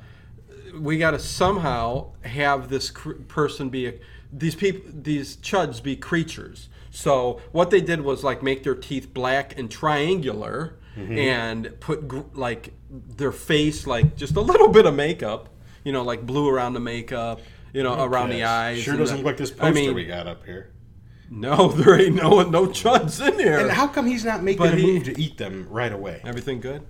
Speaker 1: we got to somehow have this cr- person be a, these people these chuds be creatures. So what they did was like make their teeth black and triangular,
Speaker 2: Mm-hmm.
Speaker 1: and put gr- like their face like just a little bit of makeup. You know, like blue around the makeup. You know, around the
Speaker 2: Yes.
Speaker 1: eyes.
Speaker 2: Sure
Speaker 1: and
Speaker 2: doesn't
Speaker 1: the-
Speaker 2: look like this poster
Speaker 1: I mean,
Speaker 2: we got up here.
Speaker 1: No, [LAUGHS] there ain't no no chuds in here.
Speaker 2: And how come he's not making
Speaker 1: But
Speaker 2: a
Speaker 1: he-
Speaker 2: move to eat them right away?
Speaker 1: Everything good?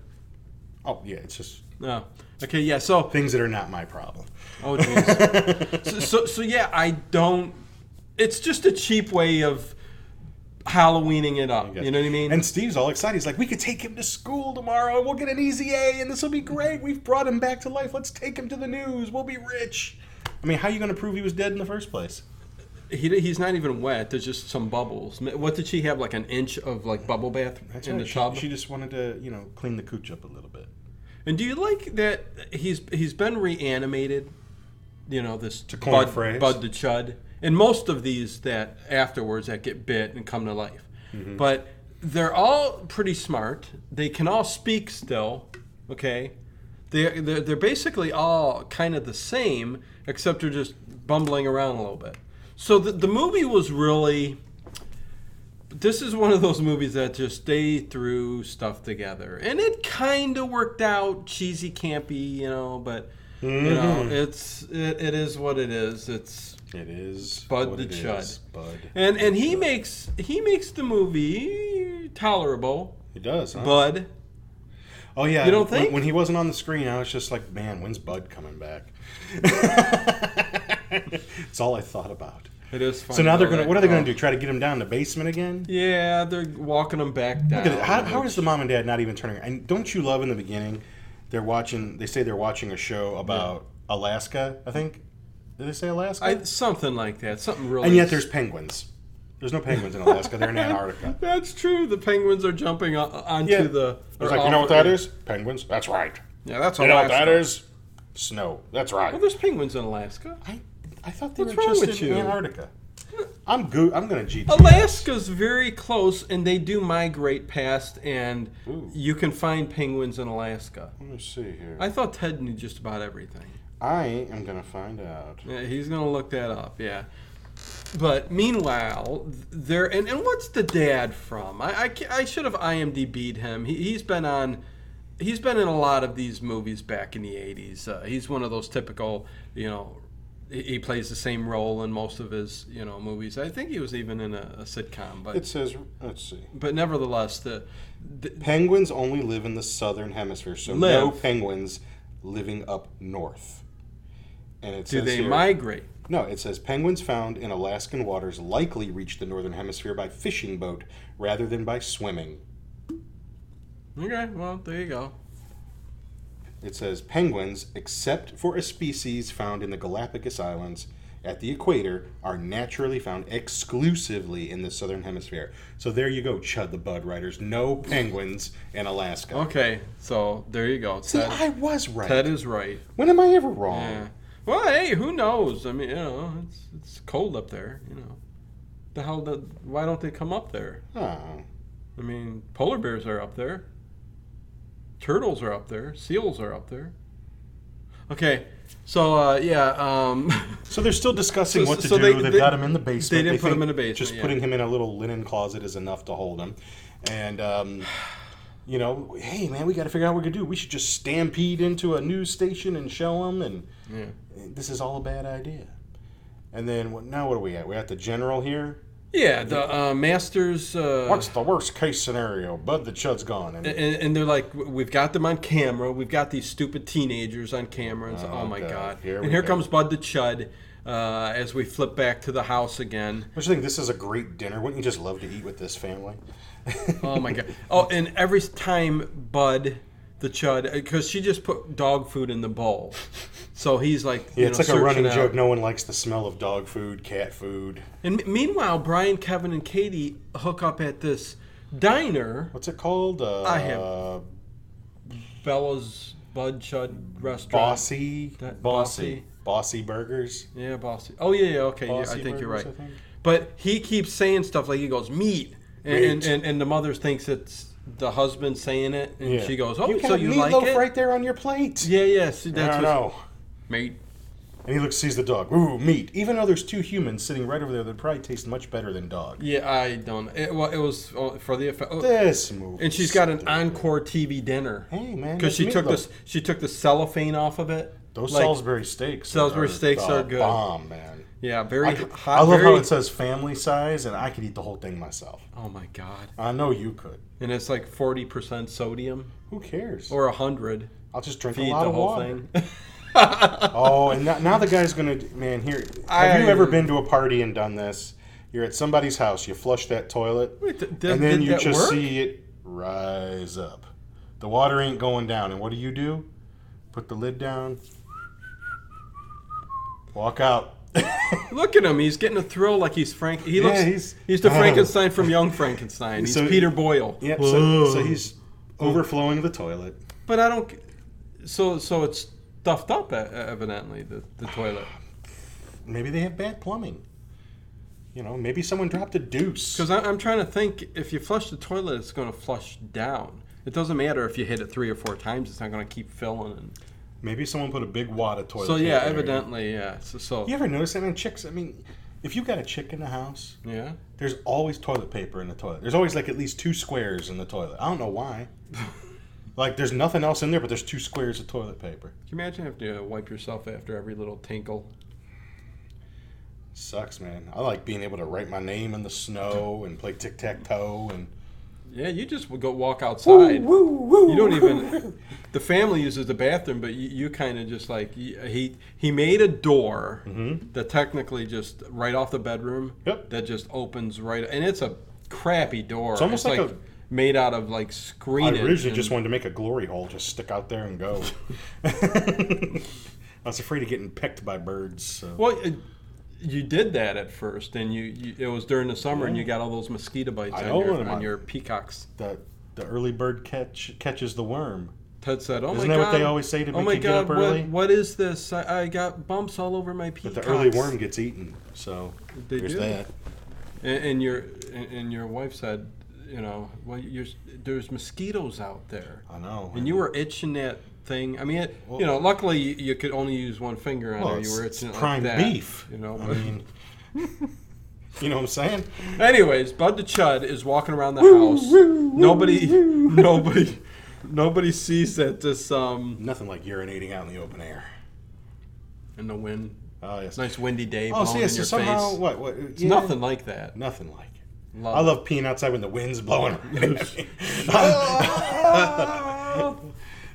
Speaker 2: Oh yeah, it's just
Speaker 1: No. Okay. Yeah. So.
Speaker 2: things that are not my problem.
Speaker 1: Oh jeez. so, so so yeah, I don't. It's just a cheap way of Halloweening it up. You know what I mean?
Speaker 2: And Steve's all excited. He's like, "We could take him to school tomorrow, and we'll get an easy A, and this will be great. We've brought him back to life. Let's take him to the news. We'll be rich." I mean, how are you going to prove he was dead in the first place?
Speaker 1: he, he's not even wet. There's just some bubbles. Ma- What did she have? Like an inch of like bubble bath in
Speaker 2: right.
Speaker 1: the
Speaker 2: She-
Speaker 1: tub.
Speaker 2: She, just wanted to, you know, clean the cooch up a little bit.
Speaker 1: and do you like that he's he's been reanimated? You know this to
Speaker 2: coin a
Speaker 1: Bud,
Speaker 2: phrase.
Speaker 1: Bud the
Speaker 2: Mm-hmm.
Speaker 1: Chud, and most of these that afterwards that get bit and come to life, but. they're all pretty smart. They can all speak still, okay? They they're, they're basically all kind of the same, except they're just bumbling around a little bit. So the, the movie was really. This is one of those movies that just they threw stuff together, and it kind of worked out, cheesy, campy, you know. But you know,
Speaker 2: Mm-hmm.
Speaker 1: it's it, it is what it is. It's
Speaker 2: It is
Speaker 1: Bud
Speaker 2: what
Speaker 1: the
Speaker 2: it
Speaker 1: Chud.
Speaker 2: is, Bud.
Speaker 1: and and he makes he makes the movie tolerable.
Speaker 2: It does. Huh?
Speaker 1: Bud,
Speaker 2: oh yeah.
Speaker 1: You don't
Speaker 2: when-
Speaker 1: think?
Speaker 2: when he wasn't on the screen, I was just like, man, when's Bud coming back? [LAUGHS] it's all I thought about.
Speaker 1: it is funny.
Speaker 2: So now they're
Speaker 1: though,
Speaker 2: gonna.
Speaker 1: that
Speaker 2: What are they gonna
Speaker 1: girl-
Speaker 2: do? Try to get him down in the basement again?
Speaker 1: Yeah, they're walking them back down.
Speaker 2: Look at it. How, how is the mom and dad not even turning? And don't you love in the beginning? They're watching. They say they're watching a show about Alaska. I think. Did they say Alaska?
Speaker 1: I, something like that? Something really.
Speaker 2: and yet there's penguins. There's no penguins in Alaska.
Speaker 1: [LAUGHS]
Speaker 2: They're in Antarctica.
Speaker 1: That's true. The penguins are jumping o- onto
Speaker 2: Yeah.
Speaker 1: the.
Speaker 2: It's
Speaker 1: or
Speaker 2: like you
Speaker 1: off-
Speaker 2: know what that is? Penguins. That's right.
Speaker 1: Yeah, that's
Speaker 2: You know what
Speaker 1: Alaska.
Speaker 2: that is? Snow. That's right.
Speaker 1: Well, there's penguins in Alaska.
Speaker 2: I, I thought they
Speaker 1: What's
Speaker 2: were
Speaker 1: wrong
Speaker 2: just
Speaker 1: with
Speaker 2: in
Speaker 1: you? Oh.
Speaker 2: Antarctica. I'm goo. I'm gonna GPS.
Speaker 1: Alaska's very close, and they do migrate past, and
Speaker 2: Ooh.
Speaker 1: you can find penguins in Alaska.
Speaker 2: Let me see here.
Speaker 1: I thought Ted knew just about everything.
Speaker 2: I am gonna find out.
Speaker 1: Yeah, he's gonna look that up. Yeah. But meanwhile, there and, and what's the dad from? I I, ca- I should have IMDb'd him. He, he's been on, he's been in a lot of these movies back in the '80s. Uh, he's one of those typical, you know, he, he plays the same role in most of his you know movies. I think he was even in a, a sitcom, but
Speaker 2: It says. Let's see.
Speaker 1: but nevertheless, the, the
Speaker 2: Penguins only live in the southern hemisphere, so no
Speaker 1: Live.
Speaker 2: penguins living up north. And it
Speaker 1: do
Speaker 2: says
Speaker 1: they
Speaker 2: here-
Speaker 1: migrate?
Speaker 2: No, it says penguins found in Alaskan waters likely reach the northern hemisphere by fishing boat rather than by swimming.
Speaker 1: Okay, well there you go.
Speaker 2: It says penguins, except for a species found in the Galapagos Islands at the equator, are naturally found exclusively in the southern hemisphere. So there you go, Chud the Bud Riders. No penguins in Alaska.
Speaker 1: Okay, so there you go.
Speaker 2: See,
Speaker 1: Ted,
Speaker 2: I Oh. was right.
Speaker 1: Ted is right.
Speaker 2: when am I ever wrong?
Speaker 1: Yeah. Well, hey, who knows? I mean, you know, it's it's cold up there. You know, the hell? The, why don't they come up there?
Speaker 2: Oh.
Speaker 1: I mean, polar bears are up there. Turtles are up there. Seals are up there. Okay, so uh, yeah, um, [LAUGHS]
Speaker 2: So they're still discussing
Speaker 1: So-
Speaker 2: what to
Speaker 1: so
Speaker 2: do.
Speaker 1: they-
Speaker 2: They, have
Speaker 1: they-
Speaker 2: got him in the basement.
Speaker 1: they didn't put
Speaker 2: think
Speaker 1: him in the basement,
Speaker 2: Just
Speaker 1: yeah.
Speaker 2: putting him in a little linen closet is enough to hold him. And um, you know, hey man, we got to figure out what we could do. We should just stampede into a news station and show him. And
Speaker 1: yeah.
Speaker 2: this is all a bad idea. And then what, now what are we at? We're at the general here.
Speaker 1: yeah, the uh, masters. Uh,
Speaker 2: What's the worst case scenario? Bud the Chud's gone. And,
Speaker 1: and, and they're like, we've got them on camera. We've got these stupid teenagers on camera. And so, oh,
Speaker 2: Oh,
Speaker 1: my
Speaker 2: God.
Speaker 1: God!
Speaker 2: Here we
Speaker 1: and here
Speaker 2: go.
Speaker 1: comes Bud the Chud uh, as we flip back to the house again.
Speaker 2: don't you think this is a great dinner? Wouldn't you just love to eat with this family?
Speaker 1: Oh my god! [LAUGHS] Oh, and every time Bud, the Chud, because she just put dog food in the bowl, so he's like, you
Speaker 2: Yeah, it's
Speaker 1: know,
Speaker 2: like a running
Speaker 1: searching out.
Speaker 2: joke. No one likes the smell of dog food, cat food.
Speaker 1: And m- meanwhile, Brian, Kevin, and Katie hook up at this diner,
Speaker 2: What's it called? Uh,
Speaker 1: I have- Bella's Bud Chud Restaurant.
Speaker 2: Bossy,
Speaker 1: That-
Speaker 2: bossy,
Speaker 1: Bossy.
Speaker 2: bossy burgers.
Speaker 1: Yeah, Bossy. Oh yeah, yeah. Okay, yeah, I
Speaker 2: Bossy
Speaker 1: think you're
Speaker 2: burgers,
Speaker 1: right.
Speaker 2: I think.
Speaker 1: But he keeps saying stuff like he goes meat, and
Speaker 2: Meat.
Speaker 1: and, and, and the mother thinks it's the husband saying it, and she goes, "Oh,
Speaker 2: you got
Speaker 1: so you like
Speaker 2: meatloaf
Speaker 1: it?"
Speaker 2: right there on your plate.
Speaker 1: Yeah, yeah. See,
Speaker 2: I
Speaker 1: that's
Speaker 2: don't
Speaker 1: what,
Speaker 2: know.
Speaker 1: meat.
Speaker 2: And he looks, sees the dog. Ooh, meat. Even though there's two humans sitting right over there, that probably taste much better than dog.
Speaker 1: Yeah, I don't. It, well, it was uh, for the effect. Oh,
Speaker 2: This movie.
Speaker 1: and she's got an encore TV dinner
Speaker 2: Hey man,
Speaker 1: because
Speaker 2: that's
Speaker 1: she took
Speaker 2: meatloaf.
Speaker 1: this. She took the cellophane off of it.
Speaker 2: Those
Speaker 1: like-
Speaker 2: Salisbury steaks.
Speaker 1: Salisbury
Speaker 2: are
Speaker 1: steaks
Speaker 2: the
Speaker 1: are good.
Speaker 2: Bomb, man.
Speaker 1: Yeah,
Speaker 2: I,
Speaker 1: very
Speaker 2: could-
Speaker 1: hot.
Speaker 2: I love
Speaker 1: very,
Speaker 2: how it says family size, and I could eat the whole thing myself.
Speaker 1: Oh my god!
Speaker 2: I know you could.
Speaker 1: And it's like forty percent sodium
Speaker 2: Who cares?
Speaker 1: or hundred.
Speaker 2: I'll just drink a
Speaker 1: Feed
Speaker 2: lot
Speaker 1: the
Speaker 2: of
Speaker 1: whole
Speaker 2: water.
Speaker 1: thing.
Speaker 2: Oh, and now, now the guy's gonna man here. Have you
Speaker 1: I-
Speaker 2: ever been to a party and done this? You're at somebody's house. You flush that toilet,
Speaker 1: Wait, th- th-
Speaker 2: and then
Speaker 1: did
Speaker 2: you
Speaker 1: that
Speaker 2: just
Speaker 1: work?
Speaker 2: see it rise up. The water ain't going down, and what do you do? Put the lid down, walk out. [LAUGHS]
Speaker 1: Look at him. He's getting a thrill like he's Frank. He
Speaker 2: Yeah,
Speaker 1: looks.
Speaker 2: he's-
Speaker 1: He's, the
Speaker 2: Oh.
Speaker 1: Frankenstein from Young Frankenstein. He's
Speaker 2: So-
Speaker 1: Peter Boyle.
Speaker 2: yeah, so, so he's overflowing the toilet.
Speaker 1: But I don't. So so it's stuffed e, up e- evidently the the toilet.
Speaker 2: Maybe they have bad plumbing. You know, maybe someone dropped a deuce.
Speaker 1: Because I'm trying to think if you flush the toilet, it's going to flush down. It doesn't matter if you hit it three or four times; it's not going to keep filling. And,
Speaker 2: Maybe someone put a big wad of toilet.
Speaker 1: so yeah,
Speaker 2: paper.
Speaker 1: evidently, yeah. So, so
Speaker 2: You ever notice that? I mean, chicks. I mean, if you got a chick in the house,
Speaker 1: yeah.
Speaker 2: there's always toilet paper in the toilet. There's always like at least two squares in the toilet. I don't know [LAUGHS] why. like there's nothing else in there, but there's two squares of toilet paper.
Speaker 1: Can you imagine having to wipe yourself after every little tinkle?
Speaker 2: Sucks, man. I like being able to write my name in the snow and play tic tac toe and.
Speaker 1: Yeah, you just would go walk outside.
Speaker 2: woo,
Speaker 1: You don't even. The family uses the bathroom, but you, you kind of just like y- he he made a door that technically just right off the bedroom.
Speaker 2: [LAUGHS] Mm-hmm. Yep.
Speaker 1: That just opens right, and it's a crappy door. It's
Speaker 2: almost like a-
Speaker 1: made out of like
Speaker 2: I
Speaker 1: screenage.
Speaker 2: originally
Speaker 1: and-
Speaker 2: just wanted to make a glory hole, just stick out there
Speaker 1: [LAUGHS]
Speaker 2: and go. [LAUGHS] I was afraid of getting pecked by birds. So.
Speaker 1: Well, it, you did that at first, and you, you it was during the summer, and you got all those mosquito bites
Speaker 2: I
Speaker 1: on
Speaker 2: know
Speaker 1: your,
Speaker 2: what I'm
Speaker 1: on
Speaker 2: on.
Speaker 1: your peacocks.
Speaker 2: the the early bird catch catches the worm.
Speaker 1: Ted said, "Oh
Speaker 2: Isn't
Speaker 1: my
Speaker 2: that
Speaker 1: god,
Speaker 2: what they always say to
Speaker 1: oh
Speaker 2: make
Speaker 1: my
Speaker 2: you get
Speaker 1: god,
Speaker 2: up
Speaker 1: what-
Speaker 2: early?
Speaker 1: what is this? I, I got bumps all over my
Speaker 2: But
Speaker 1: peacocks."
Speaker 2: the early worm gets eaten, so
Speaker 1: They
Speaker 2: there's
Speaker 1: do.
Speaker 2: that.
Speaker 1: And, and your and, and your wife said, you know, well, you're, there's mosquitoes out there,
Speaker 2: I know.
Speaker 1: and you were itching that thing. I mean, it, you
Speaker 2: Well-
Speaker 1: know, luckily you, you could only use one finger on
Speaker 2: Well,
Speaker 1: her. You
Speaker 2: it's-
Speaker 1: were
Speaker 2: it's
Speaker 1: itching it
Speaker 2: prime
Speaker 1: like that,
Speaker 2: beef.
Speaker 1: you know.
Speaker 2: I
Speaker 1: but-
Speaker 2: mean, you know what I'm saying?
Speaker 1: [LAUGHS] Anyways, Bud the Chud is walking around the house. nobody, [LAUGHS] nobody, nobody sees that this um
Speaker 2: Nothing like urinating out in the open air.
Speaker 1: in the wind.
Speaker 2: Oh yes.
Speaker 1: It's a nice windy day.
Speaker 2: Oh,
Speaker 1: blowing
Speaker 2: see,
Speaker 1: in
Speaker 2: so
Speaker 1: your
Speaker 2: somehow
Speaker 1: face.
Speaker 2: what? What?
Speaker 1: It's nothing like that.
Speaker 2: Nothing like it.
Speaker 1: Love [LAUGHS]
Speaker 2: I
Speaker 1: it.
Speaker 2: love peeing outside when the wind's blowing.
Speaker 1: [LAUGHS]
Speaker 2: [LAUGHS]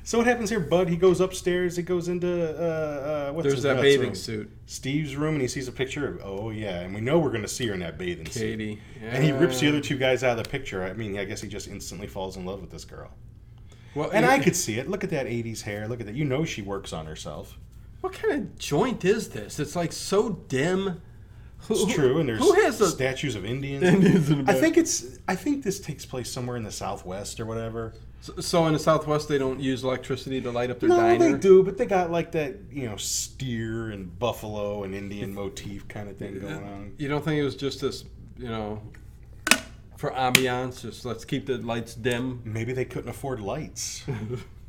Speaker 2: so what happens here, Bud? He goes upstairs. He goes into uh, uh, what's
Speaker 1: There's
Speaker 2: his
Speaker 1: that
Speaker 2: nuts
Speaker 1: bathing
Speaker 2: room?
Speaker 1: suit,
Speaker 2: Steve's room, and he sees a picture of oh yeah, and we know we're gonna see her in that bathing suit.
Speaker 1: Katie.
Speaker 2: And he rips the
Speaker 1: Yeah.
Speaker 2: other two guys out of the picture. I mean, I guess he just instantly falls in love with this girl.
Speaker 1: Well,
Speaker 2: And
Speaker 1: you-
Speaker 2: I could see it. Look at that '80s hair. Look at that. You know she works on herself.
Speaker 1: What kind of joint is this? It's like so dim. Who,
Speaker 2: It's
Speaker 1: who-
Speaker 2: true. And there's
Speaker 1: who has [LAUGHS] a
Speaker 2: statues of Indians.
Speaker 1: Indians in the
Speaker 2: I
Speaker 1: back?
Speaker 2: think it's. I think this takes place somewhere in the Southwest or whatever.
Speaker 1: S- So in the Southwest, they don't use electricity to light up their
Speaker 2: no,
Speaker 1: diner.
Speaker 2: they do, but they got like that you know steer and buffalo
Speaker 1: [LAUGHS]
Speaker 2: and Indian motif kind of thing going on.
Speaker 1: You don't think it was just this, you know, for ambiance? Just let's keep the lights dim.
Speaker 2: Maybe they couldn't
Speaker 1: [LAUGHS]
Speaker 2: afford lights.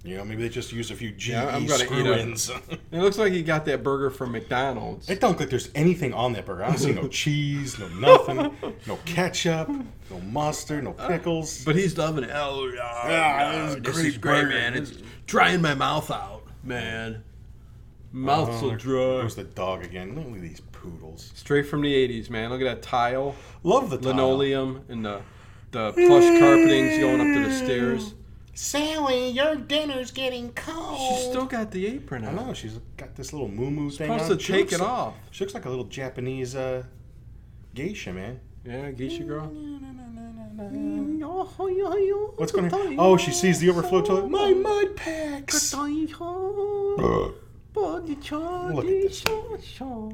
Speaker 2: You know, maybe they just used a few GE
Speaker 1: Yeah, I'm gonna eat a-
Speaker 2: screw-ins. [LAUGHS]
Speaker 1: It looks like he got that burger from McDonald's.
Speaker 2: It don't look like there's anything on that burger. I don't see
Speaker 1: [LAUGHS]
Speaker 2: no cheese, no nothing, no ketchup, no mustard, no
Speaker 1: Uh,
Speaker 2: pickles.
Speaker 1: But he's loving it. Oh, yeah,
Speaker 2: Yeah,
Speaker 1: yeah,
Speaker 2: this is
Speaker 1: this
Speaker 2: great
Speaker 1: is great,
Speaker 2: burger.
Speaker 1: man. It's drying my mouth out, man. Mouth
Speaker 2: Oh,
Speaker 1: so
Speaker 2: there
Speaker 1: dry.
Speaker 2: There's the dog again. Look at these poodles.
Speaker 1: Straight from the 80s, man. Look at that tile,
Speaker 2: Love the tile.
Speaker 1: linoleum, and the, the plush carpetings going up to the stairs.
Speaker 2: Sally, your dinner's getting cold.
Speaker 1: She's still got the apron
Speaker 2: I
Speaker 1: on.
Speaker 2: know she's got this little moo moo thing.
Speaker 1: Supposed
Speaker 2: on.
Speaker 1: to
Speaker 2: She
Speaker 1: take
Speaker 2: looks
Speaker 1: it
Speaker 2: like-
Speaker 1: off.
Speaker 2: She looks like a little Japanese uh, geisha, man.
Speaker 1: Yeah, geisha girl.
Speaker 2: What's going on? Oh, she sees the overflow toilet. My mud packs.
Speaker 1: Look
Speaker 2: Look at this.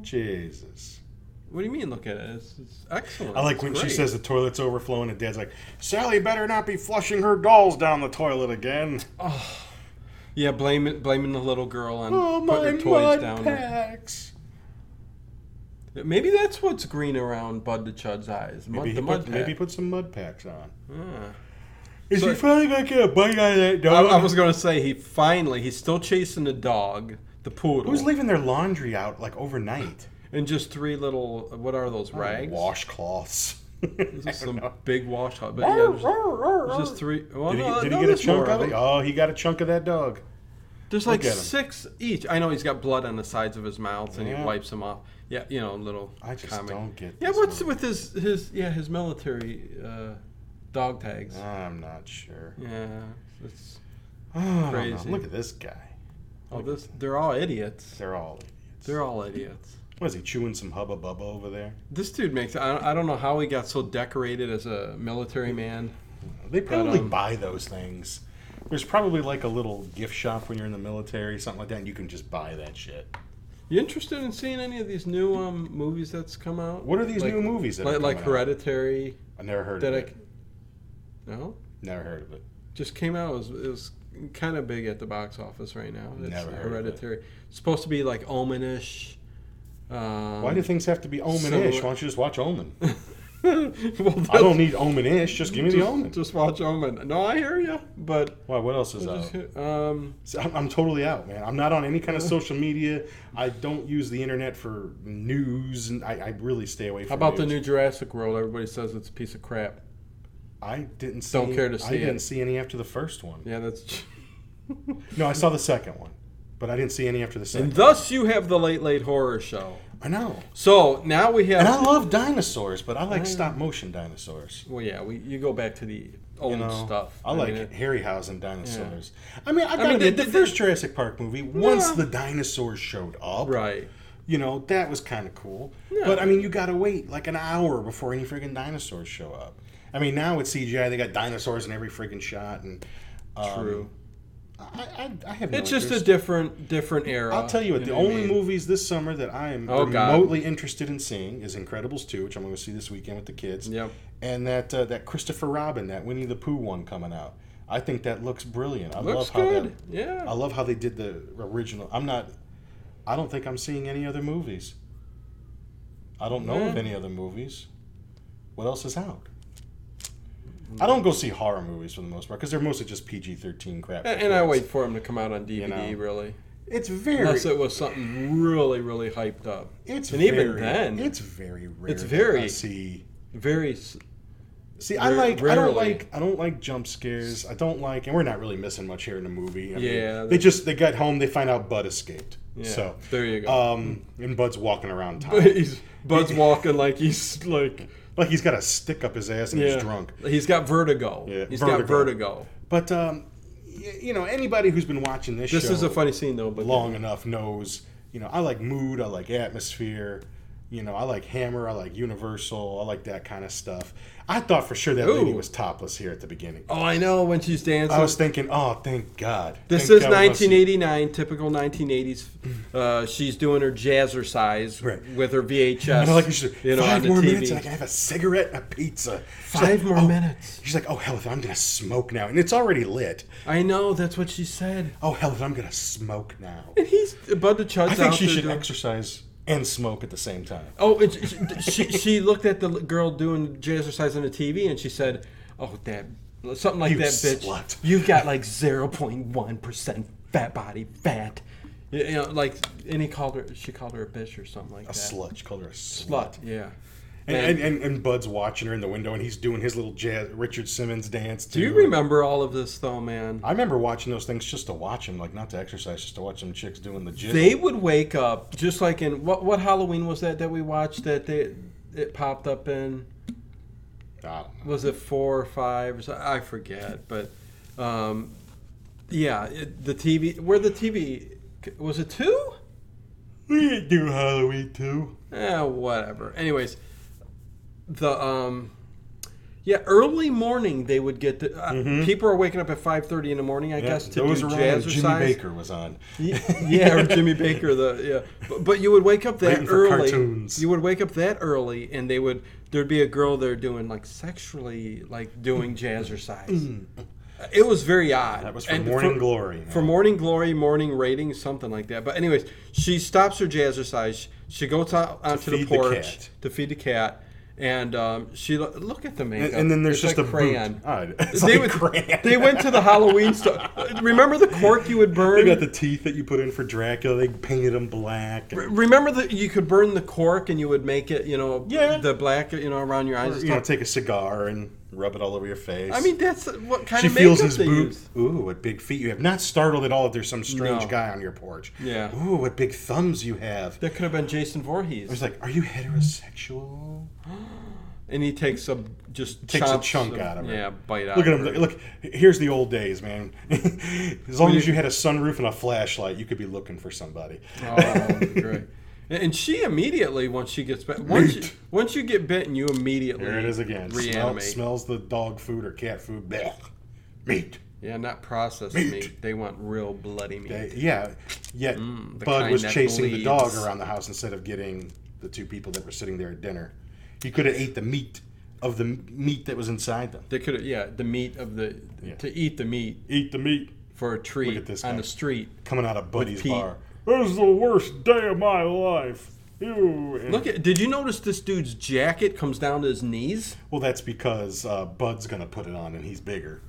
Speaker 2: Jesus.
Speaker 1: What do you mean? Look at it. It's, it's excellent.
Speaker 2: I like
Speaker 1: It's
Speaker 2: when she
Speaker 1: great.
Speaker 2: says the toilet's overflowing and Dad's like, Sally better not be flushing her dolls down the toilet again.
Speaker 1: "Yeah, blame it, blaming the little girl on
Speaker 2: Oh, my
Speaker 1: putting her toys
Speaker 2: mud
Speaker 1: down." there.
Speaker 2: packs.
Speaker 1: Maybe that's what's green around Bud the Chud's eyes. Mud,
Speaker 2: Maybe he,
Speaker 1: the mud
Speaker 2: put, maybe he
Speaker 1: pack.
Speaker 2: put some mud packs on.
Speaker 1: Yeah.
Speaker 2: Is
Speaker 1: So-
Speaker 2: he finally going to get a bite out of that
Speaker 1: I,
Speaker 2: dog?
Speaker 1: I was gonna say he finally he's still chasing the dog, the poodle,
Speaker 2: Who's leaving their laundry out like overnight?
Speaker 1: and just three little what are those rags?
Speaker 2: Washcloths. [LAUGHS]
Speaker 1: This is some big wash hot. But yeah, there's, there's just three. Well,
Speaker 2: Did he,
Speaker 1: no,
Speaker 2: did
Speaker 1: no,
Speaker 2: he get a
Speaker 1: there's
Speaker 2: chunk
Speaker 1: more
Speaker 2: of it? Oh, he got a chunk of that dog.
Speaker 1: There's like
Speaker 2: Look at him.
Speaker 1: six each. I know he's got blood on the sides of his mouth, and he
Speaker 2: Yeah.
Speaker 1: wipes them off. Yeah, you know, little.
Speaker 2: I just
Speaker 1: comic.
Speaker 2: don't get
Speaker 1: Yeah,
Speaker 2: this
Speaker 1: what's
Speaker 2: one.
Speaker 1: with his his yeah his military uh, dog tags?
Speaker 2: I'm not sure. [SIGHS]
Speaker 1: Yeah, it's
Speaker 2: I don't know.
Speaker 1: Crazy.
Speaker 2: Look at this guy.
Speaker 1: oh this they're all idiots.
Speaker 2: They're all idiots.
Speaker 1: They're all idiots.
Speaker 2: What is he chewing some hubba bubba over there?
Speaker 1: This dude makes. I, I don't know how he got so decorated as a military man.
Speaker 2: They probably
Speaker 1: um,
Speaker 2: buy those things. There's probably like a little gift shop when you're in the military, something like that, and you can just buy that shit.
Speaker 1: You interested in seeing any of these new um, movies that's come out?
Speaker 2: What are these
Speaker 1: Like-
Speaker 2: new movies that
Speaker 1: Like,
Speaker 2: are
Speaker 1: like
Speaker 2: coming out?
Speaker 1: Hereditary.
Speaker 2: I never heard
Speaker 1: That
Speaker 2: of
Speaker 1: I
Speaker 2: it.
Speaker 1: c- no.
Speaker 2: Never heard of it.
Speaker 1: just came out. It was, it was kind of big at the box office right now. It's
Speaker 2: Never heard of it.
Speaker 1: Hereditary. Supposed to be like Omanish, Um, [LAUGHS]
Speaker 2: Why do things have to be Omen ish? Why don't you just watch Omen?
Speaker 1: well,
Speaker 2: I don't need Omen ish. Just give me
Speaker 1: just,
Speaker 2: the
Speaker 1: [LAUGHS]
Speaker 2: Omen.
Speaker 1: Just watch Omen. No, I hear you, but
Speaker 2: Why? What else is out?
Speaker 1: just, um,
Speaker 2: So I'm, I'm totally out, man. I'm not on any kind of social media. I don't use the internet for news, and I, I really stay away from.
Speaker 1: how about the new Jurassic World? Everybody says it's a piece of crap.
Speaker 2: I didn't see.
Speaker 1: Don't care to
Speaker 2: I
Speaker 1: see
Speaker 2: didn't
Speaker 1: it.
Speaker 2: see any after the first one.
Speaker 1: Yeah, that's. [LAUGHS]
Speaker 2: No, I saw the second one, but I didn't see any after the second.
Speaker 1: And thus you have the late late horror show.
Speaker 2: I know,
Speaker 1: So now we have.
Speaker 2: and I love dinosaurs, but I like stop motion dinosaurs.
Speaker 1: well, yeah, we, you go back to the old
Speaker 2: You know,
Speaker 1: stuff.
Speaker 2: I like
Speaker 1: mean, it-
Speaker 2: Harryhausen dinosaurs. I mean, I got
Speaker 1: mean,
Speaker 2: to admit,
Speaker 1: they-
Speaker 2: the
Speaker 1: they-
Speaker 2: first Jurassic Park movie, once
Speaker 1: Yeah.
Speaker 2: the dinosaurs showed up,
Speaker 1: Right.
Speaker 2: You know, that was kind of cool.
Speaker 1: Yeah.
Speaker 2: But I mean, you got to wait like an hour before any friggin' dinosaurs show up. I mean, now with CGI, they got dinosaurs in every friggin' shot, and um,
Speaker 1: True.
Speaker 2: I, I, I have. No
Speaker 1: It's just a
Speaker 2: interest.
Speaker 1: different different era.
Speaker 2: I'll tell you what. The
Speaker 1: know I
Speaker 2: only
Speaker 1: mean?
Speaker 2: movies this summer that I am
Speaker 1: Oh, God.
Speaker 2: remotely interested in seeing is Incredibles two, which I'm going to see this weekend with the kids.
Speaker 1: Yep.
Speaker 2: And that uh, that Christopher Robin, that Winnie the Pooh one coming out. I think that looks brilliant. I
Speaker 1: Looks
Speaker 2: love how
Speaker 1: good.
Speaker 2: that I
Speaker 1: yeah.
Speaker 2: love how they did the original. I'm not. I don't think I'm seeing any other movies. I don't know of
Speaker 1: Yeah.
Speaker 2: any other movies. What else is out? I don't go see horror movies for the most part because they're mostly just PG-13 crap.
Speaker 1: And, and I wait for them to come out on DVD.
Speaker 2: know.
Speaker 1: really,
Speaker 2: It's very.
Speaker 1: unless it was something really really hyped up.
Speaker 2: It's
Speaker 1: and
Speaker 2: very,
Speaker 1: even then-
Speaker 2: It's very rare.
Speaker 1: It's
Speaker 2: that
Speaker 1: very-
Speaker 2: I see.
Speaker 1: Very. s-
Speaker 2: See, I
Speaker 1: Rare-
Speaker 2: like. I
Speaker 1: rarely.
Speaker 2: don't like. I don't like jump scares. I don't like, and we're not really missing much here in the movie. I mean,
Speaker 1: Yeah,
Speaker 2: they just they got home. They find out Bud escaped.
Speaker 1: Yeah,
Speaker 2: So
Speaker 1: there you go.
Speaker 2: Um, and Bud's walking around
Speaker 1: [LAUGHS]
Speaker 2: town.
Speaker 1: he's Bud's walking like he's like
Speaker 2: Like he's got a stick up his ass and he's drunk.
Speaker 1: He's got vertigo.
Speaker 2: Yeah,
Speaker 1: He's got
Speaker 2: vertigo.
Speaker 1: vertigo.
Speaker 2: But um, y- you know, anybody who's been watching this,
Speaker 1: This
Speaker 2: show
Speaker 1: is a funny scene though, but
Speaker 2: long enough knows. You know, I like mood. I like atmosphere. You know, I like Hammer. I like Universal. I like that kind of stuff. I thought for sure that lady
Speaker 1: Ooh.
Speaker 2: was topless here at the beginning.
Speaker 1: Oh, I know when she's dancing.
Speaker 2: I was thinking, oh, thank God.
Speaker 1: This
Speaker 2: Thank
Speaker 1: is
Speaker 2: God we don't see-
Speaker 1: 1989, typical 1980s. Uh, she's doing her jazzercise
Speaker 2: Right.
Speaker 1: with her VHS.
Speaker 2: And I like you should,
Speaker 1: you know,
Speaker 2: five
Speaker 1: on the
Speaker 2: more
Speaker 1: TV.
Speaker 2: minutes and I can have a cigarette and a pizza. She's
Speaker 1: Five
Speaker 2: like,
Speaker 1: more
Speaker 2: oh.
Speaker 1: minutes.
Speaker 2: She's like, oh, hell, if I'm going to smoke now. And it's already lit.
Speaker 1: I know that's what she said.
Speaker 2: Oh, hell, if I'm going to smoke now.
Speaker 1: And he's Bud the Chud's
Speaker 2: I think
Speaker 1: out
Speaker 2: she
Speaker 1: there
Speaker 2: should
Speaker 1: doing-
Speaker 2: exercise and smoke at the same time.
Speaker 1: Oh, and she, she she looked at the girl doing jazzercise on the TV and she said, "Oh, that something like
Speaker 2: You
Speaker 1: that, bitch.
Speaker 2: slut."
Speaker 1: You've got like 0.1 percent fat body fat. You, you know, like and he called her. She called her a bitch or something like
Speaker 2: A
Speaker 1: that.
Speaker 2: slut. She called her a slut.
Speaker 1: Slut. Yeah.
Speaker 2: And, and, and, and Bud's watching her in the window and he's doing his little jazz, Richard Simmons dance.
Speaker 1: Do you remember all of this though, man?
Speaker 2: I remember watching those things just to watch him, like not to exercise, just to watch some chicks doing the jiggle.
Speaker 1: They would wake up just like in what what Halloween was that that we watched that they it popped up in
Speaker 2: I don't know.
Speaker 1: was it four or five or so, I forget but um, yeah it, the TV where the TV was it two
Speaker 2: We didn't do Halloween too.
Speaker 1: eh, whatever anyways the um yeah early morning they would get the uh,
Speaker 2: Mm-hmm.
Speaker 1: people are waking up at five thirty in the morning I guess to
Speaker 2: those
Speaker 1: do
Speaker 2: were around when
Speaker 1: jazzercise.
Speaker 2: Jimmy Baker was on.
Speaker 1: Y- yeah, or Jimmy Baker. The yeah, but, but you would wake up that
Speaker 2: Waiting for
Speaker 1: early.
Speaker 2: cartoons.
Speaker 1: You would wake up that early, and they would there'd be a girl there doing like sexually like doing jazzercise. it was very odd.
Speaker 2: Mm. That was for
Speaker 1: And
Speaker 2: Morning Glory.
Speaker 1: For
Speaker 2: man.
Speaker 1: morning glory, morning ratings, something like that. But anyways, she stops her jazzercise. She goes out onto the
Speaker 2: feed the
Speaker 1: porch
Speaker 2: cat.
Speaker 1: to feed the cat, and um, she lo- look at the makeup.
Speaker 2: and, and then there's
Speaker 1: It's
Speaker 2: just
Speaker 1: like
Speaker 2: a
Speaker 1: crayon.
Speaker 2: boot. [LAUGHS] All right. It's
Speaker 1: They,
Speaker 2: like crayon.
Speaker 1: would, they went to the Halloween stuff. Remember the cork you would burn?
Speaker 2: [LAUGHS] They got the teeth that you put in for Dracula. They painted them black. and-
Speaker 1: Remember that you could burn the cork and you would make it, you know,
Speaker 2: Yeah.
Speaker 1: the black, you know, around your eyes. and
Speaker 2: you know,
Speaker 1: stuff.
Speaker 2: take a cigar and rub it all over your face.
Speaker 1: I mean, that's what kind
Speaker 2: she
Speaker 1: of
Speaker 2: feels
Speaker 1: makeup
Speaker 2: his
Speaker 1: they
Speaker 2: boob.
Speaker 1: use.
Speaker 2: Ooh, what big feet you have! Not startled at all if there's some strange
Speaker 1: No.
Speaker 2: guy on your porch.
Speaker 1: Yeah.
Speaker 2: Ooh, what big thumbs you have! I
Speaker 1: That could have been Jason
Speaker 2: was
Speaker 1: Voorhees,
Speaker 2: like, are you heterosexual?
Speaker 1: and he takes a just
Speaker 2: Takes a
Speaker 1: chomps
Speaker 2: chunk out of her.
Speaker 1: Yeah, bite out.
Speaker 2: Look at
Speaker 1: of
Speaker 2: him!
Speaker 1: her.
Speaker 2: Look, here's the old days, man. [LAUGHS] as long as you had a sunroof and a flashlight, you could be looking for somebody.
Speaker 1: Oh, great. And and she immediately, once she gets bit, once you,
Speaker 2: Meat.
Speaker 1: once you get bitten, you immediately
Speaker 2: There it is again. Smell-
Speaker 1: Reanimate.
Speaker 2: smells the dog food or cat food. Blech. Meat.
Speaker 1: yeah, not processed meat.
Speaker 2: Meat.
Speaker 1: They want real bloody meat.
Speaker 2: They- Uh, yeah. Yet
Speaker 1: Mm, the
Speaker 2: Bud
Speaker 1: kind
Speaker 2: was
Speaker 1: that
Speaker 2: chasing the dog
Speaker 1: bleeds.
Speaker 2: around the house instead of getting the two people that were sitting there at dinner. He could have ate the meat of the m- meat that was inside them.
Speaker 1: They could have, yeah, the meat of the
Speaker 2: Yeah.
Speaker 1: to eat the meat
Speaker 2: Eat the meat
Speaker 1: for a treat
Speaker 2: at this
Speaker 1: on
Speaker 2: guy.
Speaker 1: the street.
Speaker 2: coming out of Buddy's
Speaker 1: Pete.
Speaker 2: bar. This is the worst day of my life. Ew. and-
Speaker 1: Look at. Did you notice this dude's jacket comes down to his knees?
Speaker 2: Well, that's because uh, Bud's going to put it on and he's bigger.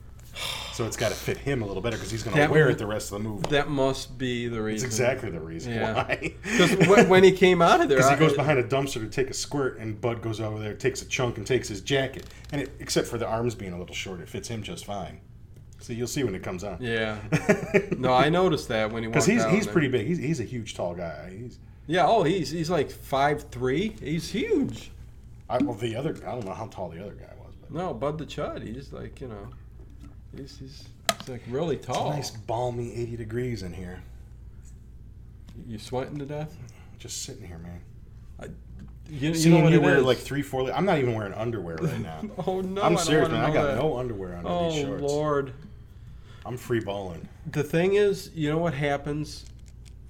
Speaker 2: So it's got to fit him a little better because he's going to
Speaker 1: That
Speaker 2: wear
Speaker 1: would-
Speaker 2: it the rest of the movie.
Speaker 1: That must be the
Speaker 2: That's
Speaker 1: reason.
Speaker 2: exactly the reason
Speaker 1: Yeah.
Speaker 2: why. [LAUGHS]
Speaker 1: Because when he came out of there,
Speaker 2: Because he
Speaker 1: I-
Speaker 2: goes behind a dumpster to take a squirt, and Bud goes over there, takes a chunk, and takes his jacket. And it, except for the arms being a little short, it fits him just fine. So you'll see when it comes on.
Speaker 1: Yeah.
Speaker 2: [LAUGHS] Because
Speaker 1: No, I noticed that when he walked
Speaker 2: he's
Speaker 1: out
Speaker 2: he's
Speaker 1: there.
Speaker 2: pretty big. He's, he's a huge, tall guy. He's
Speaker 1: Yeah. Oh, he's he's like five three. He's huge.
Speaker 2: I, well, the other. I don't know how tall the other guy was, but
Speaker 1: No, Bud the Chud. He's like you know, he's he's, he's like really
Speaker 2: it's
Speaker 1: tall.
Speaker 2: nice balmy eighty degrees in here.
Speaker 1: You sweating to death?
Speaker 2: Just sitting here, man.
Speaker 1: You,
Speaker 2: You know when you
Speaker 1: it
Speaker 2: wear
Speaker 1: is.
Speaker 2: like three, four. Li- I'm not even wearing underwear right now.
Speaker 1: Oh [LAUGHS] no! I
Speaker 2: I'm
Speaker 1: don't
Speaker 2: serious,
Speaker 1: wanna
Speaker 2: man. I
Speaker 1: know
Speaker 2: got
Speaker 1: that.
Speaker 2: no underwear under
Speaker 1: Oh
Speaker 2: these shorts.
Speaker 1: lord!
Speaker 2: I'm free balling.
Speaker 1: The thing is, you know what happens?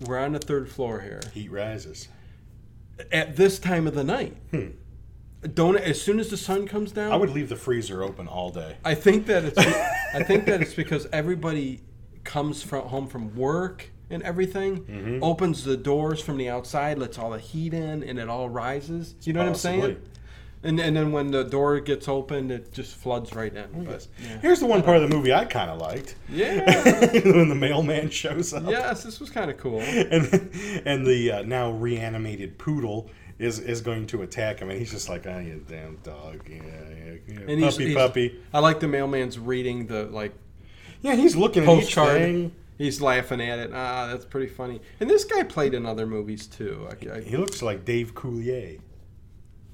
Speaker 1: We're on the third floor here.
Speaker 2: Heat rises.
Speaker 1: At this time of the night,
Speaker 2: Hmm.
Speaker 1: don't. As soon as the sun comes down,
Speaker 2: I would leave the freezer open all day.
Speaker 1: I think that it's. I think that it's because everybody comes from home from work and everything,
Speaker 2: Mm-hmm.
Speaker 1: opens the doors from the outside, lets all the heat in, and it all rises. You know what I'm saying?
Speaker 2: Possibly.
Speaker 1: And and then when the door gets opened, it just floods right in. But, yeah.
Speaker 2: Here's the one part of the movie I kind of liked. [LAUGHS]
Speaker 1: Yeah.
Speaker 2: when the mailman shows up.
Speaker 1: Yes, this was kind of cool.
Speaker 2: And and the uh, now reanimated poodle is is going to attack him, and he's just like, "Ah, you damn dog, yeah, yeah, yeah. puppy,
Speaker 1: And he's- he's-
Speaker 2: puppy."
Speaker 1: I like the mailman's reading the like
Speaker 2: Yeah, he's looking at each
Speaker 1: postcard.
Speaker 2: thing.
Speaker 1: He's laughing at it. Ah, that's pretty funny. And this guy played in other movies too, I, I,
Speaker 2: He looks like Dave Coulier,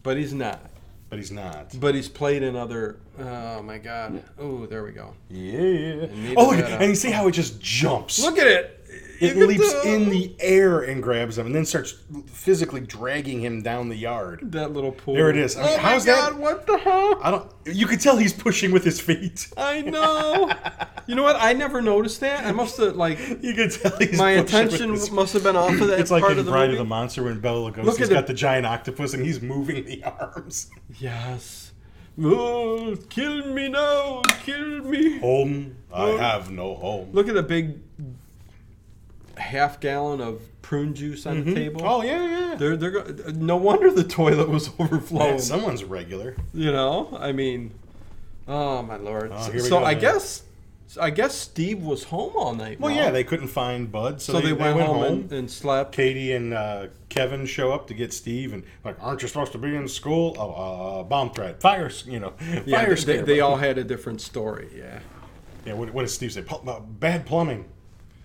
Speaker 1: but he's not.
Speaker 2: but he's not.
Speaker 1: But he's played in other. Oh my God. Oh, there we go.
Speaker 2: Yeah.
Speaker 1: neither
Speaker 2: Oh, look,
Speaker 1: did I.
Speaker 2: and you see how it just jumps.
Speaker 1: Look at it.
Speaker 2: it
Speaker 1: You get
Speaker 2: leaps in the air and grabs him, and then starts physically dragging him down the yard.
Speaker 1: [LAUGHS] that little pool.
Speaker 2: There it is. I mean,
Speaker 1: oh
Speaker 2: how's
Speaker 1: my God!
Speaker 2: that-
Speaker 1: What the hell?
Speaker 2: I don't. You could tell he's pushing with his feet.
Speaker 1: I know. [LAUGHS] you know what? I never noticed that. I must have
Speaker 2: [LAUGHS]
Speaker 1: like
Speaker 2: You could tell he's
Speaker 1: my
Speaker 2: pushing with
Speaker 1: attention
Speaker 2: his-
Speaker 1: must have been off of that
Speaker 2: It's like
Speaker 1: part
Speaker 2: in
Speaker 1: of the
Speaker 2: Bride
Speaker 1: movie.
Speaker 2: of the Monster when Bela
Speaker 1: Look
Speaker 2: Lugosi's
Speaker 1: at
Speaker 2: got
Speaker 1: it.
Speaker 2: the giant octopus and he's moving the arms.
Speaker 1: Yes. Oh, kill me now! Kill me!
Speaker 2: Home, I
Speaker 1: Oh.
Speaker 2: have no home.
Speaker 1: Look at a big half gallon of prune juice on the table.
Speaker 2: Oh yeah, yeah.
Speaker 1: They're, they're go- no wonder the toilet was [LAUGHS] overflowing.
Speaker 2: Man, someone's regular.
Speaker 1: you know, I mean, oh my lord.
Speaker 2: Oh,
Speaker 1: so
Speaker 2: here we
Speaker 1: so
Speaker 2: go,
Speaker 1: I
Speaker 2: man.
Speaker 1: guess, so I guess Steve was home all night.
Speaker 2: Well,
Speaker 1: Mom.
Speaker 2: yeah, they couldn't find Bud, so,
Speaker 1: so they, went, home, And, and slept.
Speaker 2: Katie and uh, Kevin show up to get Steve, and like, aren't you supposed to be in school? Oh, uh, bomb threat, fire, s- you know, fire
Speaker 1: Yeah, they- they,
Speaker 2: scare.
Speaker 1: they all had a different story. Yeah.
Speaker 2: Yeah, what, what does Steve say? Pl- uh, bad plumbing.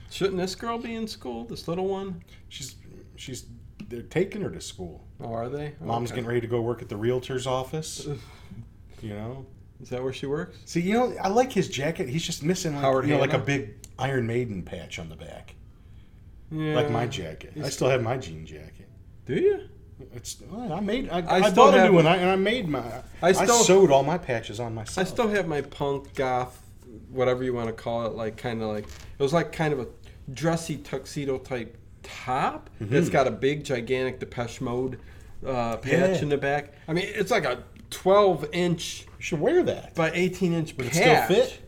Speaker 1: Shouldn't this girl be in school? This little one?
Speaker 2: She's, she's, they're taking her to school.
Speaker 1: Oh, are they?
Speaker 2: Mom's
Speaker 1: Okay.
Speaker 2: getting ready to go work at the realtor's office. you know.
Speaker 1: Is that where she works?
Speaker 2: See, you know, I like his jacket. He's just missing like
Speaker 1: Howard
Speaker 2: you know, like a
Speaker 1: Hanna?
Speaker 2: big Iron Maiden patch on the back,
Speaker 1: Yeah.
Speaker 2: like my jacket. I
Speaker 1: He's-
Speaker 2: still have my jean jacket.
Speaker 1: Do you?
Speaker 2: It's well, I made I,
Speaker 1: I
Speaker 2: I,
Speaker 1: still
Speaker 2: bought a
Speaker 1: have-
Speaker 2: new one I, and I made my I,
Speaker 1: I still-
Speaker 2: sewed all my patches on
Speaker 1: I
Speaker 2: myself.
Speaker 1: still have my punk goth, whatever you want to call it, like kind of like it was like kind of a dressy tuxedo type top
Speaker 2: Mm-hmm.
Speaker 1: that's got a big gigantic Depeche Mode uh, patch
Speaker 2: Yeah.
Speaker 1: in the back. I mean, it's like a 12 inch
Speaker 2: you should wear that.
Speaker 1: by 18 inch
Speaker 2: Would it
Speaker 1: patch.
Speaker 2: still fit?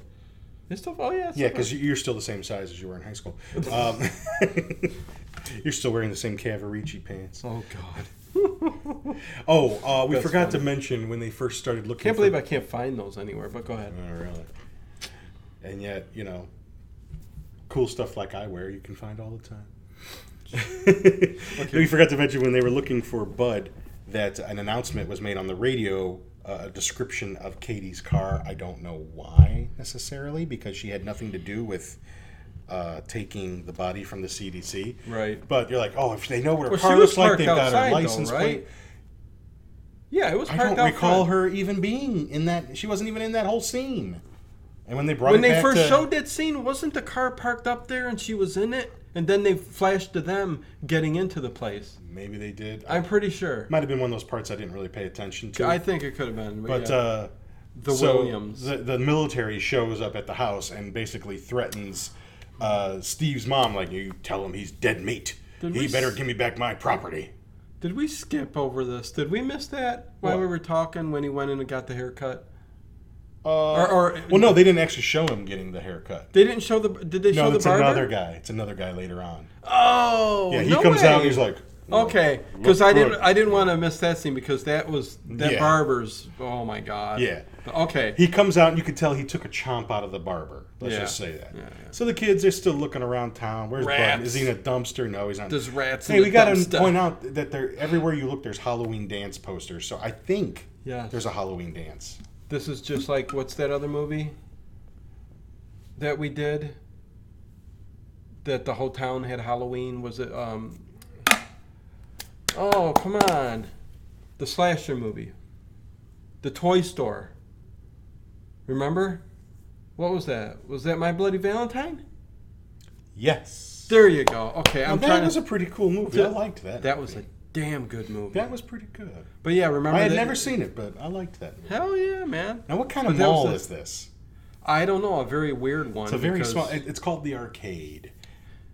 Speaker 1: It's still oh yeah. it's
Speaker 2: Yeah,
Speaker 1: still
Speaker 2: because you're still the same size as you were in high school. Um, [LAUGHS] you're still wearing the same Cavaricci pants.
Speaker 1: fit. oh god,
Speaker 2: Oh, uh, we
Speaker 1: That's
Speaker 2: forgot to
Speaker 1: funny.
Speaker 2: mention when they first started looking.
Speaker 1: can't
Speaker 2: for-
Speaker 1: believe I can't find those anywhere. But go ahead.
Speaker 2: Oh, really? And yet, you know, cool stuff like I wear you can find all the time.
Speaker 1: [LAUGHS]
Speaker 2: We forgot to mention when they were looking for Bud that an announcement was made on the radio, uh, a description of Katie's car. I don't know why necessarily, because she had nothing to do with. Uh, taking the body from the CDC,
Speaker 1: Right.
Speaker 2: But you're like, oh, if they know what her
Speaker 1: Well, she
Speaker 2: car
Speaker 1: was
Speaker 2: looks like,
Speaker 1: parked
Speaker 2: they've got
Speaker 1: outside,
Speaker 2: her
Speaker 1: though,
Speaker 2: license plate.
Speaker 1: right? Yeah, it was
Speaker 2: I
Speaker 1: parked
Speaker 2: don't
Speaker 1: out
Speaker 2: recall
Speaker 1: front.
Speaker 2: her even being in that. She wasn't even in that whole scene. And when they brought
Speaker 1: when
Speaker 2: it
Speaker 1: they
Speaker 2: back
Speaker 1: first
Speaker 2: to-
Speaker 1: showed that scene, wasn't the car parked up there and she was in it? And then they flashed to them getting into the place.
Speaker 2: maybe they did. I
Speaker 1: I'm pretty sure.
Speaker 2: might have been one of those parts I didn't really pay attention to.
Speaker 1: I think it could have been. But,
Speaker 2: but
Speaker 1: yeah.
Speaker 2: uh,
Speaker 1: The
Speaker 2: so
Speaker 1: Williams.
Speaker 2: the, the military shows up at the house and basically threatens uh, Steve's mom, like you tell him he's dead meat.
Speaker 1: Did
Speaker 2: he
Speaker 1: we
Speaker 2: better
Speaker 1: s-
Speaker 2: give me back my property.
Speaker 1: Did we skip over this? Did we miss that while
Speaker 2: What?
Speaker 1: we were talking when he went in and got the haircut?
Speaker 2: Uh,
Speaker 1: Or, or
Speaker 2: well, no, they didn't actually show him getting the haircut.
Speaker 1: they didn't show the. Did they show
Speaker 2: No,
Speaker 1: the
Speaker 2: it's
Speaker 1: barber?
Speaker 2: another guy. It's another guy later on.
Speaker 1: Oh,
Speaker 2: Yeah, he
Speaker 1: no
Speaker 2: comes out
Speaker 1: way.
Speaker 2: and he's like,
Speaker 1: Okay, because I didn't
Speaker 2: good.
Speaker 1: I didn't want to miss that scene because that was that
Speaker 2: Yeah.
Speaker 1: barber's. Oh my god.
Speaker 2: Yeah.
Speaker 1: Okay.
Speaker 2: He comes out and you can tell he took a chomp out of the barber. Let's
Speaker 1: Yeah.
Speaker 2: just say that.
Speaker 1: Yeah, yeah.
Speaker 2: So the kids are still looking around town. Where's Bud?
Speaker 1: Rats.
Speaker 2: Is he in a dumpster? No, he's not.
Speaker 1: There's rats.
Speaker 2: hey,
Speaker 1: in
Speaker 2: we
Speaker 1: the
Speaker 2: got to
Speaker 1: dumpster.
Speaker 2: point out that there everywhere you look, there's Halloween dance posters. So I think
Speaker 1: Yes.
Speaker 2: there's a Halloween dance.
Speaker 1: This is just like what's that other movie that we did? That the whole town had Halloween. Was it? Um, oh come on, the slasher movie, the toy store. Remember, what was that? Was that My Bloody Valentine?
Speaker 2: Yes.
Speaker 1: There you go. Okay, I'm
Speaker 2: And
Speaker 1: trying
Speaker 2: that was
Speaker 1: to.
Speaker 2: a pretty cool movie. I liked
Speaker 1: [LAUGHS]
Speaker 2: that.
Speaker 1: that was a
Speaker 2: movie.
Speaker 1: damn good movie.
Speaker 2: that was pretty good.
Speaker 1: but yeah, remember
Speaker 2: I had
Speaker 1: that-
Speaker 2: never seen it, but I liked that. Movie.
Speaker 1: Hell yeah, man!
Speaker 2: Now, what kind
Speaker 1: But
Speaker 2: of
Speaker 1: that was
Speaker 2: mall
Speaker 1: a-
Speaker 2: is this?
Speaker 1: I don't know a very weird one.
Speaker 2: It's a very
Speaker 1: because-
Speaker 2: small. it- It's called the arcade.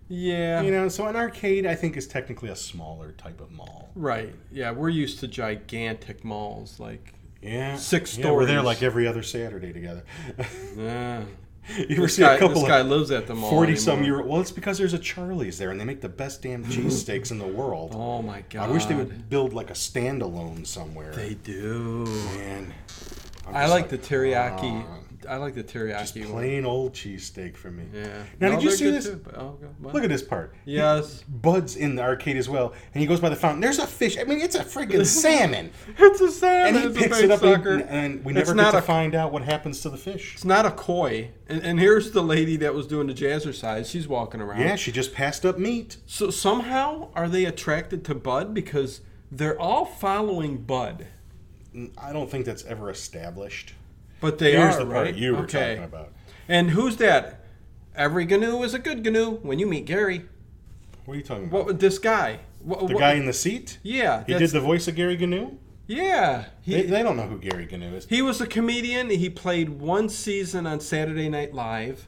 Speaker 1: Yeah.
Speaker 2: You know, so an arcade I think is technically a smaller type of mall.
Speaker 1: Right. Yeah, we're used to gigantic malls. Like,
Speaker 2: Yeah,
Speaker 1: Six
Speaker 2: yeah, We're there
Speaker 1: stories.
Speaker 2: like every other Saturday together. [LAUGHS]
Speaker 1: yeah.
Speaker 2: you ever
Speaker 1: eh. This
Speaker 2: see
Speaker 1: guy,
Speaker 2: a couple
Speaker 1: this guy
Speaker 2: of
Speaker 1: lives at the mall.
Speaker 2: forty some
Speaker 1: anymore.
Speaker 2: year? Well, it's because there's a Charlie's there, and they make the best damn
Speaker 1: [LAUGHS]
Speaker 2: cheesesteaks in the world.
Speaker 1: Oh my god.
Speaker 2: I wish they would build like a standalone somewhere.
Speaker 1: They do.
Speaker 2: Man, I'm
Speaker 1: I
Speaker 2: just
Speaker 1: like the teriyaki.
Speaker 2: "Ah,
Speaker 1: I like the
Speaker 2: just
Speaker 1: teriyaki one.
Speaker 2: plain old cheesesteak for me.
Speaker 1: Yeah.
Speaker 2: Now,
Speaker 1: No,
Speaker 2: did you
Speaker 1: they're
Speaker 2: see
Speaker 1: good
Speaker 2: this?
Speaker 1: too, but- oh, God, what?
Speaker 2: Look at this part. [LAUGHS]
Speaker 1: Yes.
Speaker 2: Bud's in the arcade as well, and he goes by the fountain. There's a fish. I mean, it's a
Speaker 1: [LAUGHS]
Speaker 2: freaking salmon.
Speaker 1: It's a salmon.
Speaker 2: and he
Speaker 1: it's
Speaker 2: picks
Speaker 1: a big
Speaker 2: it up and,
Speaker 1: sucker.
Speaker 2: and we
Speaker 1: It's
Speaker 2: never
Speaker 1: not
Speaker 2: get to
Speaker 1: a-
Speaker 2: find out what happens to the fish.
Speaker 1: it's not a koi. And, and here's the lady that was doing the jazzercise. She's walking around.
Speaker 2: Yeah, she just passed up meat.
Speaker 1: So somehow are they attracted to Bud because they're all following Bud.
Speaker 2: I don't think that's ever established.
Speaker 1: But they
Speaker 2: Here's
Speaker 1: are
Speaker 2: the part
Speaker 1: right?
Speaker 2: you were
Speaker 1: okay.
Speaker 2: talking about.
Speaker 1: And who's that? Every gnu is a good gnu when you meet Gary.
Speaker 2: What are you talking about?
Speaker 1: What would this guy? What,
Speaker 2: the
Speaker 1: what-
Speaker 2: guy in the seat?
Speaker 1: Yeah,
Speaker 2: He did
Speaker 1: that's-
Speaker 2: the voice of Gary Gnu?
Speaker 1: Yeah,
Speaker 2: They,
Speaker 1: he
Speaker 2: they don't know who Gary Gnu is.
Speaker 1: he was a comedian. He played one season on Saturday Night Live,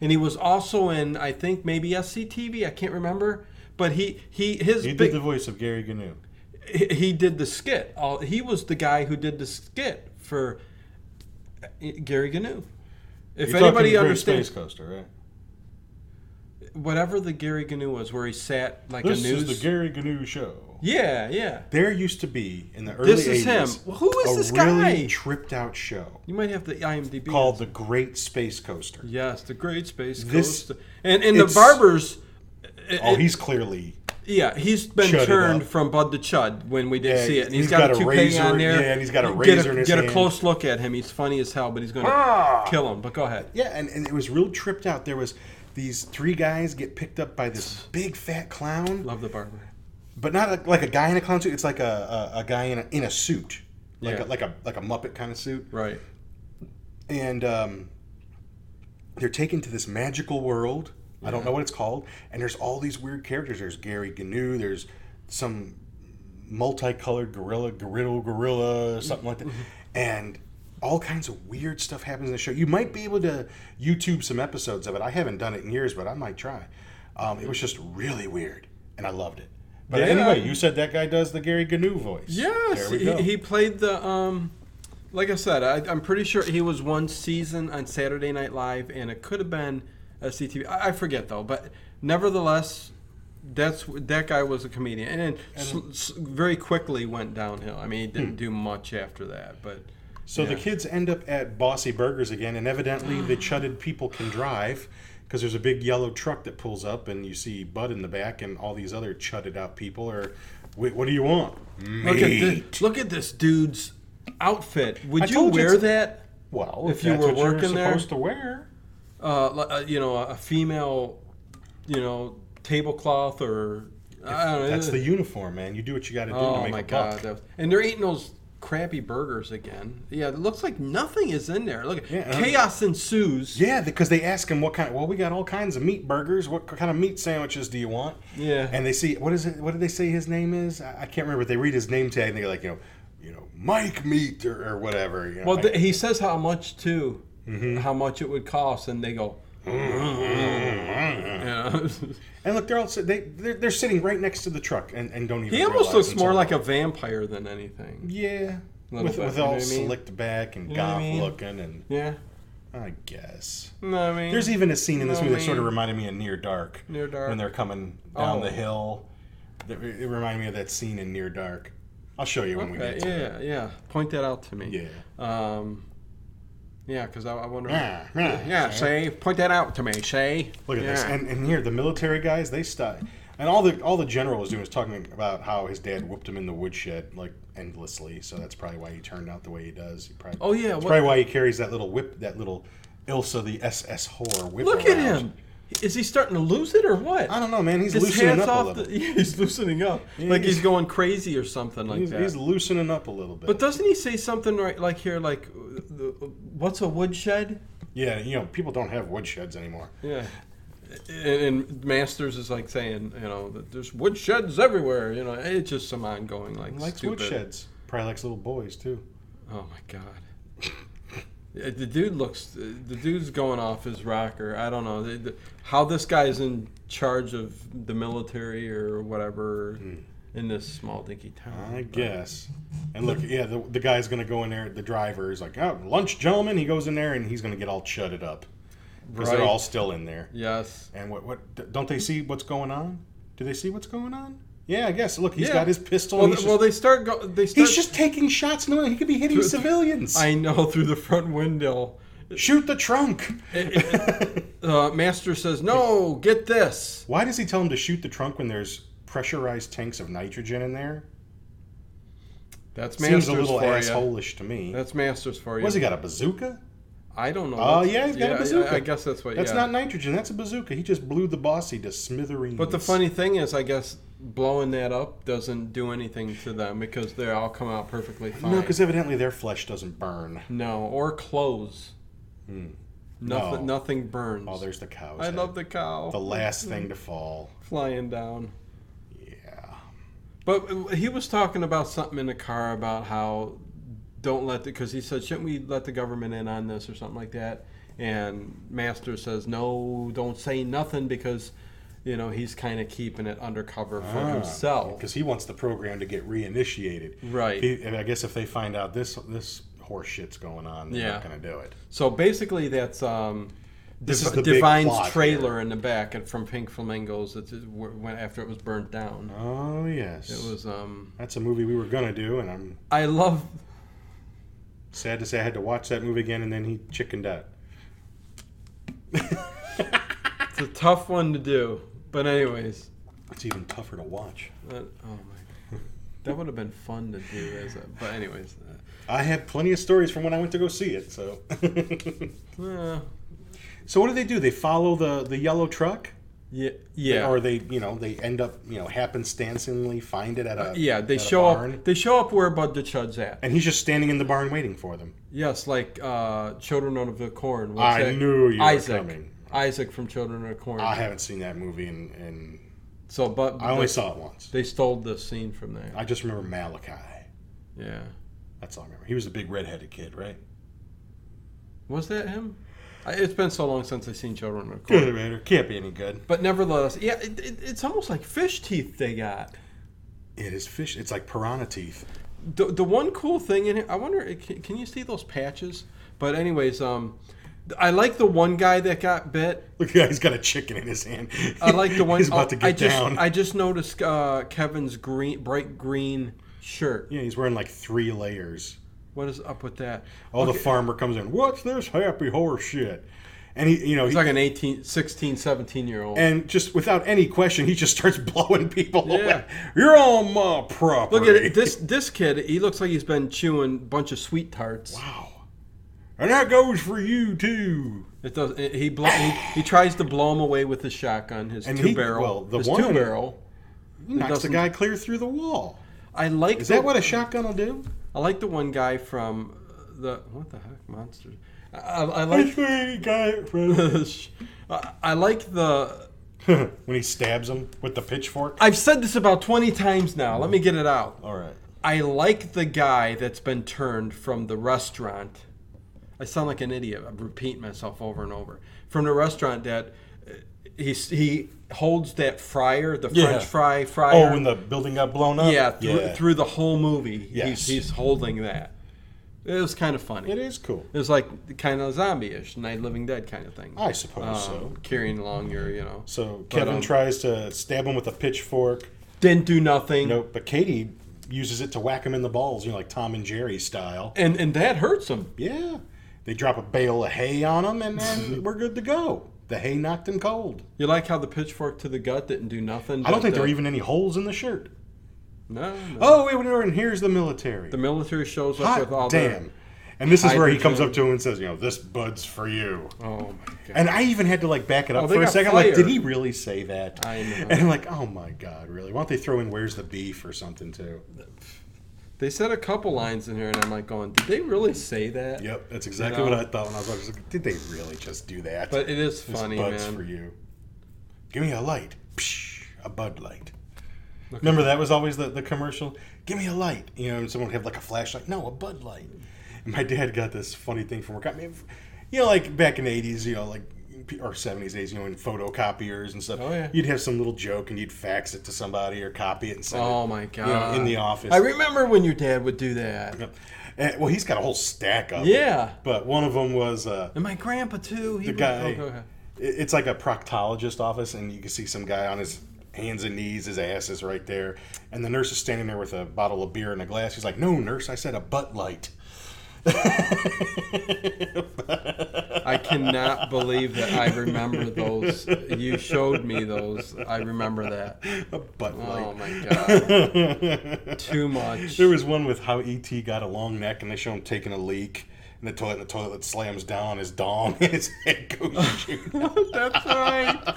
Speaker 1: and he was also in I think maybe SCTV. I can't remember, but he he his
Speaker 2: He
Speaker 1: big,
Speaker 2: did the voice of Gary Gnu.
Speaker 1: he- he did the skit. All he was the guy who did the skit for uh, Gary Gnu. If
Speaker 2: You're talking
Speaker 1: anybody
Speaker 2: Great
Speaker 1: understands
Speaker 2: Space Coaster, right?
Speaker 1: whatever the Gary Gnu was, where he sat like
Speaker 2: This
Speaker 1: a news.
Speaker 2: is the Gary Gnu show.
Speaker 1: yeah, yeah.
Speaker 2: There used to be in the early
Speaker 1: This is
Speaker 2: 80s,
Speaker 1: him. Well, who is
Speaker 2: a
Speaker 1: this
Speaker 2: really
Speaker 1: guy?
Speaker 2: tripped out show
Speaker 1: You might have the IMDb
Speaker 2: called The Great Space Coaster.
Speaker 1: Yes, the Great Space
Speaker 2: This-
Speaker 1: Coast, and and the
Speaker 2: it's-
Speaker 1: Barbers. it-
Speaker 2: Oh,
Speaker 1: it-
Speaker 2: he's clearly
Speaker 1: yeah, he's been
Speaker 2: Chudded
Speaker 1: turned
Speaker 2: up.
Speaker 1: from Bud to Chud when we did
Speaker 2: Yeah,
Speaker 1: see it, and
Speaker 2: he's
Speaker 1: he's got,
Speaker 2: got a
Speaker 1: a toupee
Speaker 2: razor-
Speaker 1: on there.
Speaker 2: yeah, and he's got a
Speaker 1: Get
Speaker 2: razor in his
Speaker 1: Get
Speaker 2: hand.
Speaker 1: a close look at him. He's funny as hell, but he's going to
Speaker 2: Ah!
Speaker 1: kill him. But go ahead.
Speaker 2: Yeah, and, and it was real tripped out. There was these three guys get picked up by this big fat clown,
Speaker 1: Love the barber.
Speaker 2: but not like, like a guy in a clown suit. It's like a, a, a guy in a, in a suit, like
Speaker 1: Yeah.
Speaker 2: a, like a like a Muppet kind of suit.
Speaker 1: Right.
Speaker 2: And um, they're taken to this magical world. I don't know what it's called. And there's all these weird characters. There's Gary Gnu. There's some multicolored gorilla, gorilla, gorilla, or something like that.
Speaker 1: Mm-hmm.
Speaker 2: And all kinds of weird stuff happens in the show. You might be able to YouTube some episodes of it. I haven't done it in years, but I might try. Um, it was just really weird, and I loved it. But
Speaker 1: Yeah.
Speaker 2: anyway, you said that guy does the Gary Gnu voice.
Speaker 1: Yes,
Speaker 2: there we go.
Speaker 1: he, he played the. Um, like I said, I, I'm pretty sure he was one season on Saturday Night Live, and it could have been a CTV. I, I forget though, but nevertheless, that's that guy was a comedian, and then s s- very quickly went downhill. I mean, he
Speaker 2: Hmm.
Speaker 1: didn't do much after that, but
Speaker 2: So the kids end up at Bossy Burgers again, and evidently the chudded people can drive because there's a big yellow truck that pulls up, and you see Bud in the back, and all these other chudded out people are. Wait, what do you want?
Speaker 1: look at
Speaker 2: Meat.
Speaker 1: this. Look at this dude's outfit. Would
Speaker 2: I
Speaker 1: you
Speaker 2: told you
Speaker 1: wear
Speaker 2: it's-
Speaker 1: that?
Speaker 2: Well,
Speaker 1: If you were working
Speaker 2: you
Speaker 1: there-
Speaker 2: supposed to wear.
Speaker 1: Uh, li- uh, you know, a, a female, you know, tablecloth or. I don't know,
Speaker 2: That's
Speaker 1: it-
Speaker 2: the uniform, man. You do what you got to do to
Speaker 1: Oh
Speaker 2: make
Speaker 1: my
Speaker 2: a
Speaker 1: god!
Speaker 2: buck.
Speaker 1: that was- and they're eating those crappy burgers again. Yeah, it looks like nothing is in there. Look,
Speaker 2: Yeah, I don't-
Speaker 1: chaos ensues.
Speaker 2: Yeah, because they ask him what kind. Well, we got all kinds of meat burgers. What kind of meat sandwiches do you want?
Speaker 1: Yeah.
Speaker 2: And they see what is it? What did they say his name is? I, I can't remember. They read his name tag and they're like, you know, you know, Mike Meat or, or whatever. You know,
Speaker 1: Well, th- he says how much too,
Speaker 2: Mm-hmm.
Speaker 1: how much it would cost, and they go.
Speaker 2: [LAUGHS]
Speaker 1: Yeah.
Speaker 2: "Mm-hmm." And look, they're all sit- they they're, they're sitting right next to the truck and, and don't even.
Speaker 1: he almost
Speaker 2: realize
Speaker 1: looks
Speaker 2: it's
Speaker 1: more
Speaker 2: on.
Speaker 1: like a vampire than anything.
Speaker 2: yeah,
Speaker 1: Little
Speaker 2: with,
Speaker 1: bit,
Speaker 2: with
Speaker 1: you know
Speaker 2: all
Speaker 1: what I mean?
Speaker 2: slicked back and
Speaker 1: You know what I
Speaker 2: goth
Speaker 1: mean?
Speaker 2: looking, and
Speaker 1: Yeah,
Speaker 2: I guess
Speaker 1: no, I mean,
Speaker 2: there's even a scene in this
Speaker 1: No,
Speaker 2: movie that sort of
Speaker 1: man.
Speaker 2: reminded me of Near Dark.
Speaker 1: Near Dark.
Speaker 2: when they're coming down
Speaker 1: Oh.
Speaker 2: the hill, That re- It reminded me of that scene in Near Dark. I'll show you when we
Speaker 1: Okay,
Speaker 2: get to it.
Speaker 1: yeah, yeah. Point that out to me.
Speaker 2: Yeah.
Speaker 1: Um, yeah, because I, I wonder.
Speaker 2: Yeah, yeah,
Speaker 1: yeah,
Speaker 2: see?
Speaker 1: Shay, point that out to me, Shay.
Speaker 2: Look at
Speaker 1: yeah.
Speaker 2: this. And, and here, the military guys, they stop. And all the all the general was doing was talking about how his dad whooped him in the woodshed like endlessly. So that's probably why he turned out the way he does. He probably,
Speaker 1: Oh, yeah,
Speaker 2: that's
Speaker 1: what-
Speaker 2: probably why he carries that little whip, that little Ilsa the SS whore whip.
Speaker 1: Look at
Speaker 2: around.
Speaker 1: him. Is he starting to lose it or what?
Speaker 2: I don't know, man. He's
Speaker 1: His
Speaker 2: loosening
Speaker 1: hands
Speaker 2: up a
Speaker 1: off
Speaker 2: little.
Speaker 1: the, [LAUGHS] yeah, he's loosening up. like he's,
Speaker 2: he's-
Speaker 1: going crazy or something like
Speaker 2: he's,
Speaker 1: that.
Speaker 2: he's loosening up a little bit.
Speaker 1: but doesn't he say something right like here, like, uh, the- what's a woodshed?
Speaker 2: yeah, you know, people don't have woodsheds anymore.
Speaker 1: Yeah. And, and Masters is like saying, you know, that there's woodsheds everywhere. You know, it's just some ongoing like
Speaker 2: He likes
Speaker 1: stupid.
Speaker 2: woodsheds. Probably likes little boys too.
Speaker 1: Oh my god. Yeah, The dude looks. The dude's going off his rocker. I don't know the, the, how this guy's in charge of the military or whatever in this small dinky town.
Speaker 2: Hmm. I guess. And
Speaker 1: [LAUGHS]
Speaker 2: look, yeah, the, the guy's gonna go in there. The driver is like, "Oh, lunch, gentlemen." He goes in there and he's gonna get all chudded up because
Speaker 1: Right.
Speaker 2: they're all still in there.
Speaker 1: Yes.
Speaker 2: And what? What? Don't they see what's going on? Do they see what's going on? Yeah, I guess. Look, he's
Speaker 1: Yeah.
Speaker 2: got his pistol.
Speaker 1: Well,
Speaker 2: and he's,
Speaker 1: th- well, they
Speaker 2: just,
Speaker 1: start. Go, they start.
Speaker 2: he's just taking shots. No, he could be hitting
Speaker 1: Through-
Speaker 2: civilians.
Speaker 1: I know [LAUGHS] through the front window.
Speaker 2: Shoot the trunk.
Speaker 1: Uh, Master says, "No, get this."
Speaker 2: [LAUGHS] Why does he tell him to shoot the trunk when there's pressurized tanks of nitrogen in there?
Speaker 1: That's
Speaker 2: Seems
Speaker 1: Masters
Speaker 2: a little
Speaker 1: for ya.
Speaker 2: assholeish to me.
Speaker 1: That's Masters for you.
Speaker 2: What's he got? A bazooka?
Speaker 1: I don't know.
Speaker 2: Oh
Speaker 1: That's-
Speaker 2: yeah, he's got
Speaker 1: I-
Speaker 2: a bazooka.
Speaker 1: I, I guess that's what.
Speaker 2: That's
Speaker 1: yeah.
Speaker 2: not nitrogen. That's a bazooka. He just blew the bossy to smithereens.
Speaker 1: But the funny thing is, I guess blowing that up doesn't do anything to them because they all come out perfectly fine.
Speaker 2: no, because evidently their flesh doesn't burn.
Speaker 1: No, or clothes.
Speaker 2: Hmm.
Speaker 1: Nothing.
Speaker 2: No.
Speaker 1: Nothing burns.
Speaker 2: Oh, there's the cows.
Speaker 1: I love the cow
Speaker 2: the last thing to fall.
Speaker 1: flying down.
Speaker 2: Yeah.
Speaker 1: But he was talking about something in the car about how don't let the because he said shouldn't we let the government in on this or something like that. And Master says no, don't say nothing because you know he's kind of keeping it undercover for
Speaker 2: Ah.
Speaker 1: himself.
Speaker 2: Because he wants the program to get reinitiated.
Speaker 1: Right.
Speaker 2: He, and I guess if they find out this this horse shit's going on, they're not
Speaker 1: Yeah.
Speaker 2: going to do it.
Speaker 1: So basically, that's um,
Speaker 2: This
Speaker 1: Div-
Speaker 2: is the big
Speaker 1: Divine's
Speaker 2: plot
Speaker 1: trailer in the back, and from Pink Flamingos, it's it w- went after it was burnt down.
Speaker 2: Oh yes.
Speaker 1: It was. Um,
Speaker 2: That's a movie we were gonna do, and I'm
Speaker 1: I love.
Speaker 2: sad to say I had to watch that movie again, and then he chickened out.
Speaker 1: It's a tough one to do, but anyways,
Speaker 2: It's even tougher to watch.
Speaker 1: uh, oh my, that would have been fun to do as a. But anyways,
Speaker 2: I had plenty of stories from when I went to go see it. So, [LAUGHS]
Speaker 1: uh, uh,
Speaker 2: so what do they do? They follow the the yellow truck,
Speaker 1: yeah, yeah.
Speaker 2: or they you know they end up you know happenstancingly find it at a
Speaker 1: Uh, yeah, they
Speaker 2: at a
Speaker 1: show
Speaker 2: barn.
Speaker 1: up. They show up where Bud the Chud's at.
Speaker 2: and he's just standing in the barn waiting for them.
Speaker 1: Yes, like uh, Children of the Corn. What's
Speaker 2: I
Speaker 1: that?
Speaker 2: knew you were
Speaker 1: Isaac.
Speaker 2: coming.
Speaker 1: Isaac from Children of the Corn.
Speaker 2: I haven't seen that movie, and, and
Speaker 1: so, but
Speaker 2: I only saw it once.
Speaker 1: They stole the scene from there.
Speaker 2: I just remember Malachi.
Speaker 1: Yeah.
Speaker 2: That's all I remember. He was a big redheaded kid, right?
Speaker 1: Was that him? I, it's been so long since I've seen Children of Corn.
Speaker 2: Good man, can't be any good.
Speaker 1: But nevertheless, yeah, it, it, it's almost like fish teeth they got.
Speaker 2: It is fish. It's like piranha teeth. [LAUGHS]
Speaker 1: The, the one cool thing in it, I wonder, eh, can, can you see those patches? But anyways, um, I like the one guy that got bit.
Speaker 2: Look, he's got a chicken in his hand. [LAUGHS]
Speaker 1: I like the one. oh,
Speaker 2: he's about to get
Speaker 1: I just,
Speaker 2: down.
Speaker 1: I just noticed uh, Kevin's green, bright green shirt.
Speaker 2: yeah, he's wearing like three layers.
Speaker 1: What is up with that?
Speaker 2: All the farmer comes in. What's this happy horse shit? And he, you know, he,
Speaker 1: He's like an 18, 16, 17 year old.
Speaker 2: and just without any question, he just [LAUGHS] starts blowing people
Speaker 1: Yeah.
Speaker 2: away. You're on my property.
Speaker 1: Look at it. This this kid, he looks like he's been chewing a bunch of sweet tarts.
Speaker 2: [LAUGHS] Wow. And that goes for you too.
Speaker 1: It does. It, he, blow, he he tries to blow him away with his shotgun, his
Speaker 2: And
Speaker 1: two
Speaker 2: he-
Speaker 1: barrel.
Speaker 2: well, the
Speaker 1: his
Speaker 2: one-
Speaker 1: two barrel.
Speaker 2: He knocks the
Speaker 1: doesn't-
Speaker 2: guy clear through the wall.
Speaker 1: I like
Speaker 2: Is
Speaker 1: the,
Speaker 2: that what a shotgun will do?
Speaker 1: I like the one guy from the what the heck monster. I, I
Speaker 2: [LAUGHS]
Speaker 1: I like
Speaker 2: where he got it from.
Speaker 1: I, I like the.
Speaker 2: [LAUGHS] when he stabs him with the pitchfork.
Speaker 1: I've said this about twenty times now. Let me get it out.
Speaker 2: All right.
Speaker 1: I like the guy that's been turned from the restaurant. I sound like an idiot. I repeat myself over and over. From the restaurant that uh, he he holds that fryer, the
Speaker 2: Yeah.
Speaker 1: French fry fryer.
Speaker 2: Oh, when the building got blown up.
Speaker 1: yeah, thr- through the whole movie, he's,
Speaker 2: Yes.
Speaker 1: he's holding that. It was kind of funny.
Speaker 2: it
Speaker 1: It,
Speaker 2: is cool.
Speaker 1: was like kind of zombie-ish, Night Living Dead kind of thing.
Speaker 2: I suppose
Speaker 1: Um,
Speaker 2: so.
Speaker 1: Carrying along your, you know.
Speaker 2: So Kevin
Speaker 1: um,
Speaker 2: tries to stab him with a pitchfork.
Speaker 1: didn't do nothing.
Speaker 2: No, but Katie uses it to whack him in the balls, you know, like Tom and Jerry style.
Speaker 1: And and that hurts him.
Speaker 2: Yeah, they drop a bale of hay on him,
Speaker 1: [LAUGHS]
Speaker 2: and then we're good to go. The hay knocked him cold.
Speaker 1: You like how the pitchfork to the gut didn't do nothing?
Speaker 2: I don't
Speaker 1: but uh,
Speaker 2: think there
Speaker 1: the-
Speaker 2: were even any holes in the shirt.
Speaker 1: No. no.
Speaker 2: Oh, wait, wait, wait, and here's the military.
Speaker 1: The military shows up with all
Speaker 2: Hot damn. And this is where he comes
Speaker 1: hydrogen.
Speaker 2: up to him and says, you know, this bud's for you.
Speaker 1: their. Oh my god.
Speaker 2: And I even had to like back it up
Speaker 1: Oh, they
Speaker 2: for a
Speaker 1: got
Speaker 2: second. Like,
Speaker 1: fired.
Speaker 2: did he really say that?
Speaker 1: I know.
Speaker 2: And I'm like, oh my god, really? Why don't they throw in "Where's the beef" or something too?
Speaker 1: They said a couple lines in here, and I'm like going, did they really say that?
Speaker 2: Yep, that's exactly
Speaker 1: You know.
Speaker 2: what I thought when I was watching. I was Like, did they really just do that?
Speaker 1: But it is
Speaker 2: This
Speaker 1: funny,
Speaker 2: bud's
Speaker 1: man.
Speaker 2: for you. Give me a light. Psh, a Bud Light. Remember that was always the, the commercial. Give me a light. You know, and someone would have like a flashlight. No, a Bud Light. And my dad got this funny thing from work. I mean, you know, like back in the eighties, you know, like or seventies, eighties, you know, in photocopiers and stuff.
Speaker 1: Oh, yeah.
Speaker 2: You'd have some little joke and you'd fax it to somebody or copy it and send
Speaker 1: Oh
Speaker 2: it.
Speaker 1: my
Speaker 2: You
Speaker 1: god.
Speaker 2: know, in the office.
Speaker 1: I remember when your dad would do that.
Speaker 2: And- well, he's got a whole stack of. 'em.
Speaker 1: Yeah.
Speaker 2: But one of them was. Uh,
Speaker 1: And my grandpa too. He
Speaker 2: the
Speaker 1: would-
Speaker 2: guy
Speaker 1: oh, go ahead.
Speaker 2: it- it's like a proctologist office and you can see some guy on his hands and knees his ass is right there and the nurse is standing there with a bottle of beer and a glass he's like no nurse i said a butt light
Speaker 1: I cannot believe that I remember those. You showed me those. I remember that.
Speaker 2: a butt
Speaker 1: Oh
Speaker 2: light
Speaker 1: my god. Too much.
Speaker 2: [LAUGHS] there was one with how et got a long neck and they show him taking a leak in the toilet and the toilet slams down on his dong [LAUGHS] and his head goes
Speaker 1: Oh,
Speaker 2: [LAUGHS] shooting out.
Speaker 1: That's right.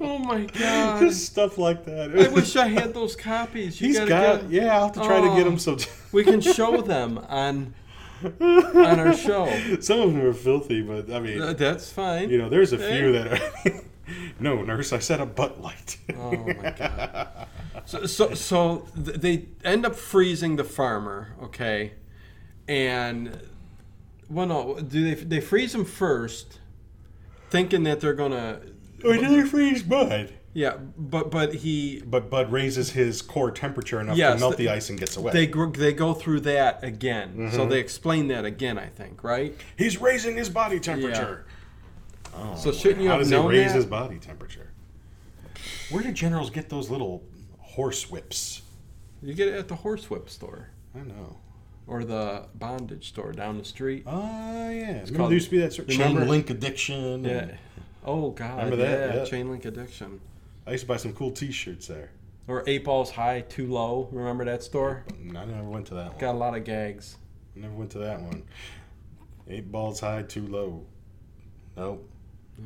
Speaker 1: Oh my god.
Speaker 2: just stuff like that
Speaker 1: I wish I had those copies. You
Speaker 2: he's
Speaker 1: gotta
Speaker 2: got
Speaker 1: get-
Speaker 2: yeah i'll have to try to get
Speaker 1: Oh.
Speaker 2: him some
Speaker 1: We can show them on on our [LAUGHS] show.
Speaker 2: [LAUGHS] some of them are filthy but i mean
Speaker 1: Uh, That's fine.
Speaker 2: You know, there's a
Speaker 1: Hey.
Speaker 2: few that are. [LAUGHS] no, nurse, I said a butt light.
Speaker 1: Oh my god. So so, so th- they end up freezing the farmer, okay? And well, no, do they they freeze him first, thinking that they're gonna
Speaker 2: [LAUGHS] Wait, did they freeze Bud?
Speaker 1: yeah, but but he
Speaker 2: But Bud raises his core temperature enough
Speaker 1: Yes,
Speaker 2: to melt
Speaker 1: the-
Speaker 2: the, ice and gets away.
Speaker 1: they gr- they go through that again. So they explain that again, I think, right?
Speaker 2: He's raising his body temperature.
Speaker 1: Oh. so shouldn't you
Speaker 2: How
Speaker 1: have
Speaker 2: does he
Speaker 1: known
Speaker 2: raise
Speaker 1: that?
Speaker 2: his body temperature? Where do generals get those little horse whips?
Speaker 1: You get it at the horsewhip store
Speaker 2: I know.
Speaker 1: or the bondage store down the street.
Speaker 2: Oh, yeah. remember
Speaker 1: called-
Speaker 2: there used to be that sort of
Speaker 1: remember-
Speaker 2: chain link addiction.
Speaker 1: Yeah.
Speaker 2: and
Speaker 1: Oh God.
Speaker 2: Remember that?
Speaker 1: Yeah.
Speaker 2: Yeah.
Speaker 1: Chain link addiction.
Speaker 2: I used to buy some cool T-shirts there.
Speaker 1: Or eight balls high, too low. Remember that store?
Speaker 2: I never went to that one.
Speaker 1: Got a lot of gags.
Speaker 2: I never went to that one. Eight balls high, too low. Nope.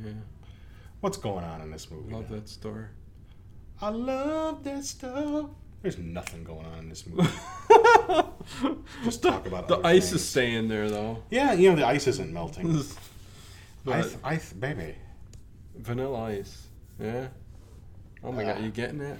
Speaker 1: Yeah.
Speaker 2: What's going on in this movie?
Speaker 1: Love that [LAUGHS] store.
Speaker 2: I love that stuff. There's nothing going on in
Speaker 1: [LAUGHS]
Speaker 2: this movie. Just talk about
Speaker 1: The
Speaker 2: other
Speaker 1: ice
Speaker 2: things.
Speaker 1: is staying there though.
Speaker 2: Yeah, you know the ice isn't melting.
Speaker 1: But
Speaker 2: ice, ice, baby.
Speaker 1: vanilla ice. Yeah. Oh my God. You getting it?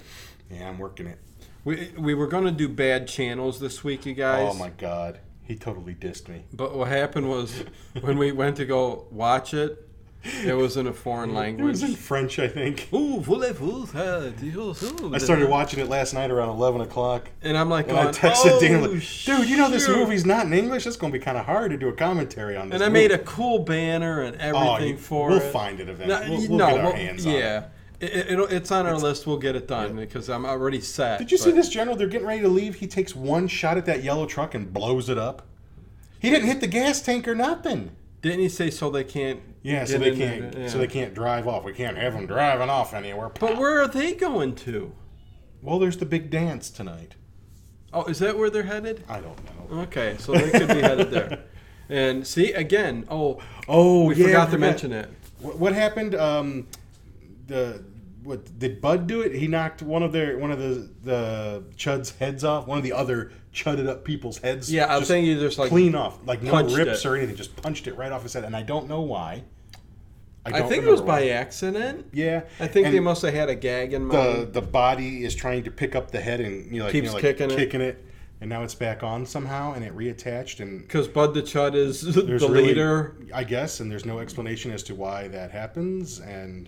Speaker 2: Yeah, I'm working it.
Speaker 1: We we were gonna do bad channels this week, you guys.
Speaker 2: Oh my god, he totally dissed me.
Speaker 1: But what happened was when we went to go watch it, it was in a [LAUGHS] foreign
Speaker 2: It was
Speaker 1: language.
Speaker 2: in French, I think.
Speaker 1: Ooh, voulez-vous, uh, Dios, ooh,
Speaker 2: I started watching it last night around 11 o'clock,
Speaker 1: and I'm like,
Speaker 2: and I
Speaker 1: going,
Speaker 2: texted
Speaker 1: oh,
Speaker 2: Dana, like, "Dude, you know this
Speaker 1: shoot."
Speaker 2: movie's not in English. It's going to be kind of hard to do a commentary on this."
Speaker 1: And I
Speaker 2: movie."
Speaker 1: made a cool banner and
Speaker 2: Oh,
Speaker 1: everything
Speaker 2: you-
Speaker 1: for
Speaker 2: we'll
Speaker 1: it.
Speaker 2: find it eventually.
Speaker 1: No,
Speaker 2: we'll
Speaker 1: you-
Speaker 2: we'll
Speaker 1: no,
Speaker 2: get our
Speaker 1: well,
Speaker 2: hands on it.
Speaker 1: yeah. It. It, will it's on our list. We'll get it done because I'm already set.
Speaker 2: Did you see
Speaker 1: but-
Speaker 2: this general? They're getting ready to leave. He takes one shot at that yellow truck and blows it up. He didn't hit the gas tank or nothing.
Speaker 1: Didn't he say so they can't?
Speaker 2: Yeah, so
Speaker 1: get
Speaker 2: they
Speaker 1: in
Speaker 2: can't.
Speaker 1: there?
Speaker 2: So
Speaker 1: Yeah.
Speaker 2: they can't drive off. We can't have them driving off anywhere.
Speaker 1: But where are they going to?
Speaker 2: well, there's the big dance tonight.
Speaker 1: Oh, is that where they're headed?
Speaker 2: I don't know.
Speaker 1: Okay, so they could be headed
Speaker 2: [LAUGHS]
Speaker 1: there. And see again. Oh,
Speaker 2: Oh,
Speaker 1: we forgot to mention it.
Speaker 2: What, what happened? Um, the what did Bud do it? He knocked one of their one of the the Chud's heads off. One of the other chudded up people's heads.
Speaker 1: Yeah, I was
Speaker 2: Just
Speaker 1: thinking just like
Speaker 2: clean off, like no
Speaker 1: punched
Speaker 2: rips
Speaker 1: it.
Speaker 2: or anything. Just punched it right off his head, and I don't know why.
Speaker 1: I
Speaker 2: don't
Speaker 1: think it was
Speaker 2: remember
Speaker 1: by
Speaker 2: why.
Speaker 1: accident.
Speaker 2: Yeah,
Speaker 1: I think they
Speaker 2: and
Speaker 1: must have had a gag in
Speaker 2: The
Speaker 1: mind.
Speaker 2: the body is trying to pick up the head and you know, like, you
Speaker 1: Keeps
Speaker 2: know, like
Speaker 1: kicking it.
Speaker 2: kicking it, and now it's back on somehow, and it reattached, and
Speaker 1: Because Bud the Chud is [LAUGHS] the
Speaker 2: there's really-
Speaker 1: leader.
Speaker 2: I guess, and there's no explanation as to why that happens, and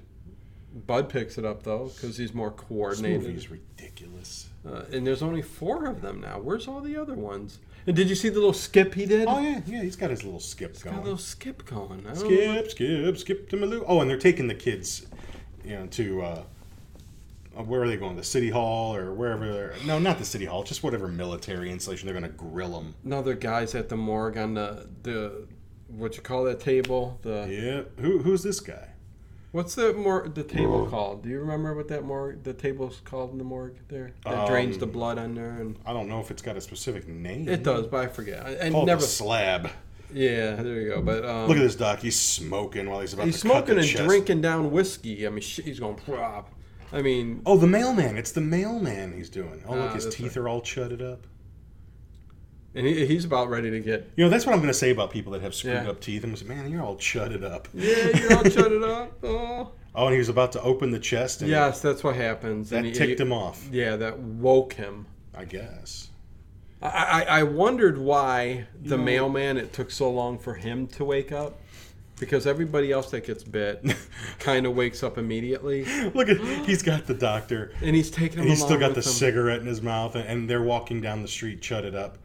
Speaker 1: Bud picks it up though because he's more
Speaker 2: this
Speaker 1: coordinated.
Speaker 2: movie is ridiculous.
Speaker 1: Uh, and there's only four of them now. Where's all the other ones? And did you see the little skip he did?
Speaker 2: Oh yeah, yeah, he's got his little skip
Speaker 1: Got a
Speaker 2: going.
Speaker 1: little skip going. I don't know.
Speaker 2: Skip, skip, skip to Maloo. Oh, and they're taking the kids, you know, to uh, uh, where are they going? The city hall or wherever? They're, no, not the city hall. Just whatever military installation. They're going to grill them.
Speaker 1: Another guy's at the morgue on the the what you call that table? The
Speaker 2: Yeah. Who who's this guy?
Speaker 1: what's the mor- the table called? Do you remember what that morgue the table's called in the morgue there that drains the
Speaker 2: Um,
Speaker 1: blood on there and
Speaker 2: I don't know if it's got a specific name.
Speaker 1: it does, but I forget. I, I
Speaker 2: Called
Speaker 1: never.
Speaker 2: the slab.
Speaker 1: Yeah, there you go. But um,
Speaker 2: Look at this doc. He's smoking while he's about
Speaker 1: he's
Speaker 2: to cut the
Speaker 1: smoking and
Speaker 2: chest.
Speaker 1: drinking down whiskey. I mean, shit, he's going prop. I mean,
Speaker 2: Oh, the mailman. It's the mailman he's doing. Oh,
Speaker 1: Ah,
Speaker 2: look, his
Speaker 1: that's
Speaker 2: teeth are all chudded up.
Speaker 1: and he, he's about ready to get.
Speaker 2: You know, that's what I'm going to say about people that have screwed
Speaker 1: Yeah.
Speaker 2: up teeth. I'm going to say, man, you're all chudded up.
Speaker 1: Yeah, you're [LAUGHS]
Speaker 2: [LAUGHS]
Speaker 1: all shut it up. Oh.
Speaker 2: Oh, and he was about to open the chest, and
Speaker 1: Yes, that's what happens.
Speaker 2: that
Speaker 1: and he-
Speaker 2: ticked
Speaker 1: he-
Speaker 2: him off,
Speaker 1: Yeah, that woke him.
Speaker 2: I guess.
Speaker 1: I, I, I wondered why the
Speaker 2: know-
Speaker 1: mailman it took so long for him to wake up, because everybody else that gets
Speaker 2: [LAUGHS]
Speaker 1: bit kind of wakes up immediately,
Speaker 2: [GASPS] Look at, he's got the doctor.
Speaker 1: and he's taking him.
Speaker 2: He's still
Speaker 1: along
Speaker 2: got the
Speaker 1: with him.
Speaker 2: cigarette in his mouth, and, and they're walking down the street, chudded up.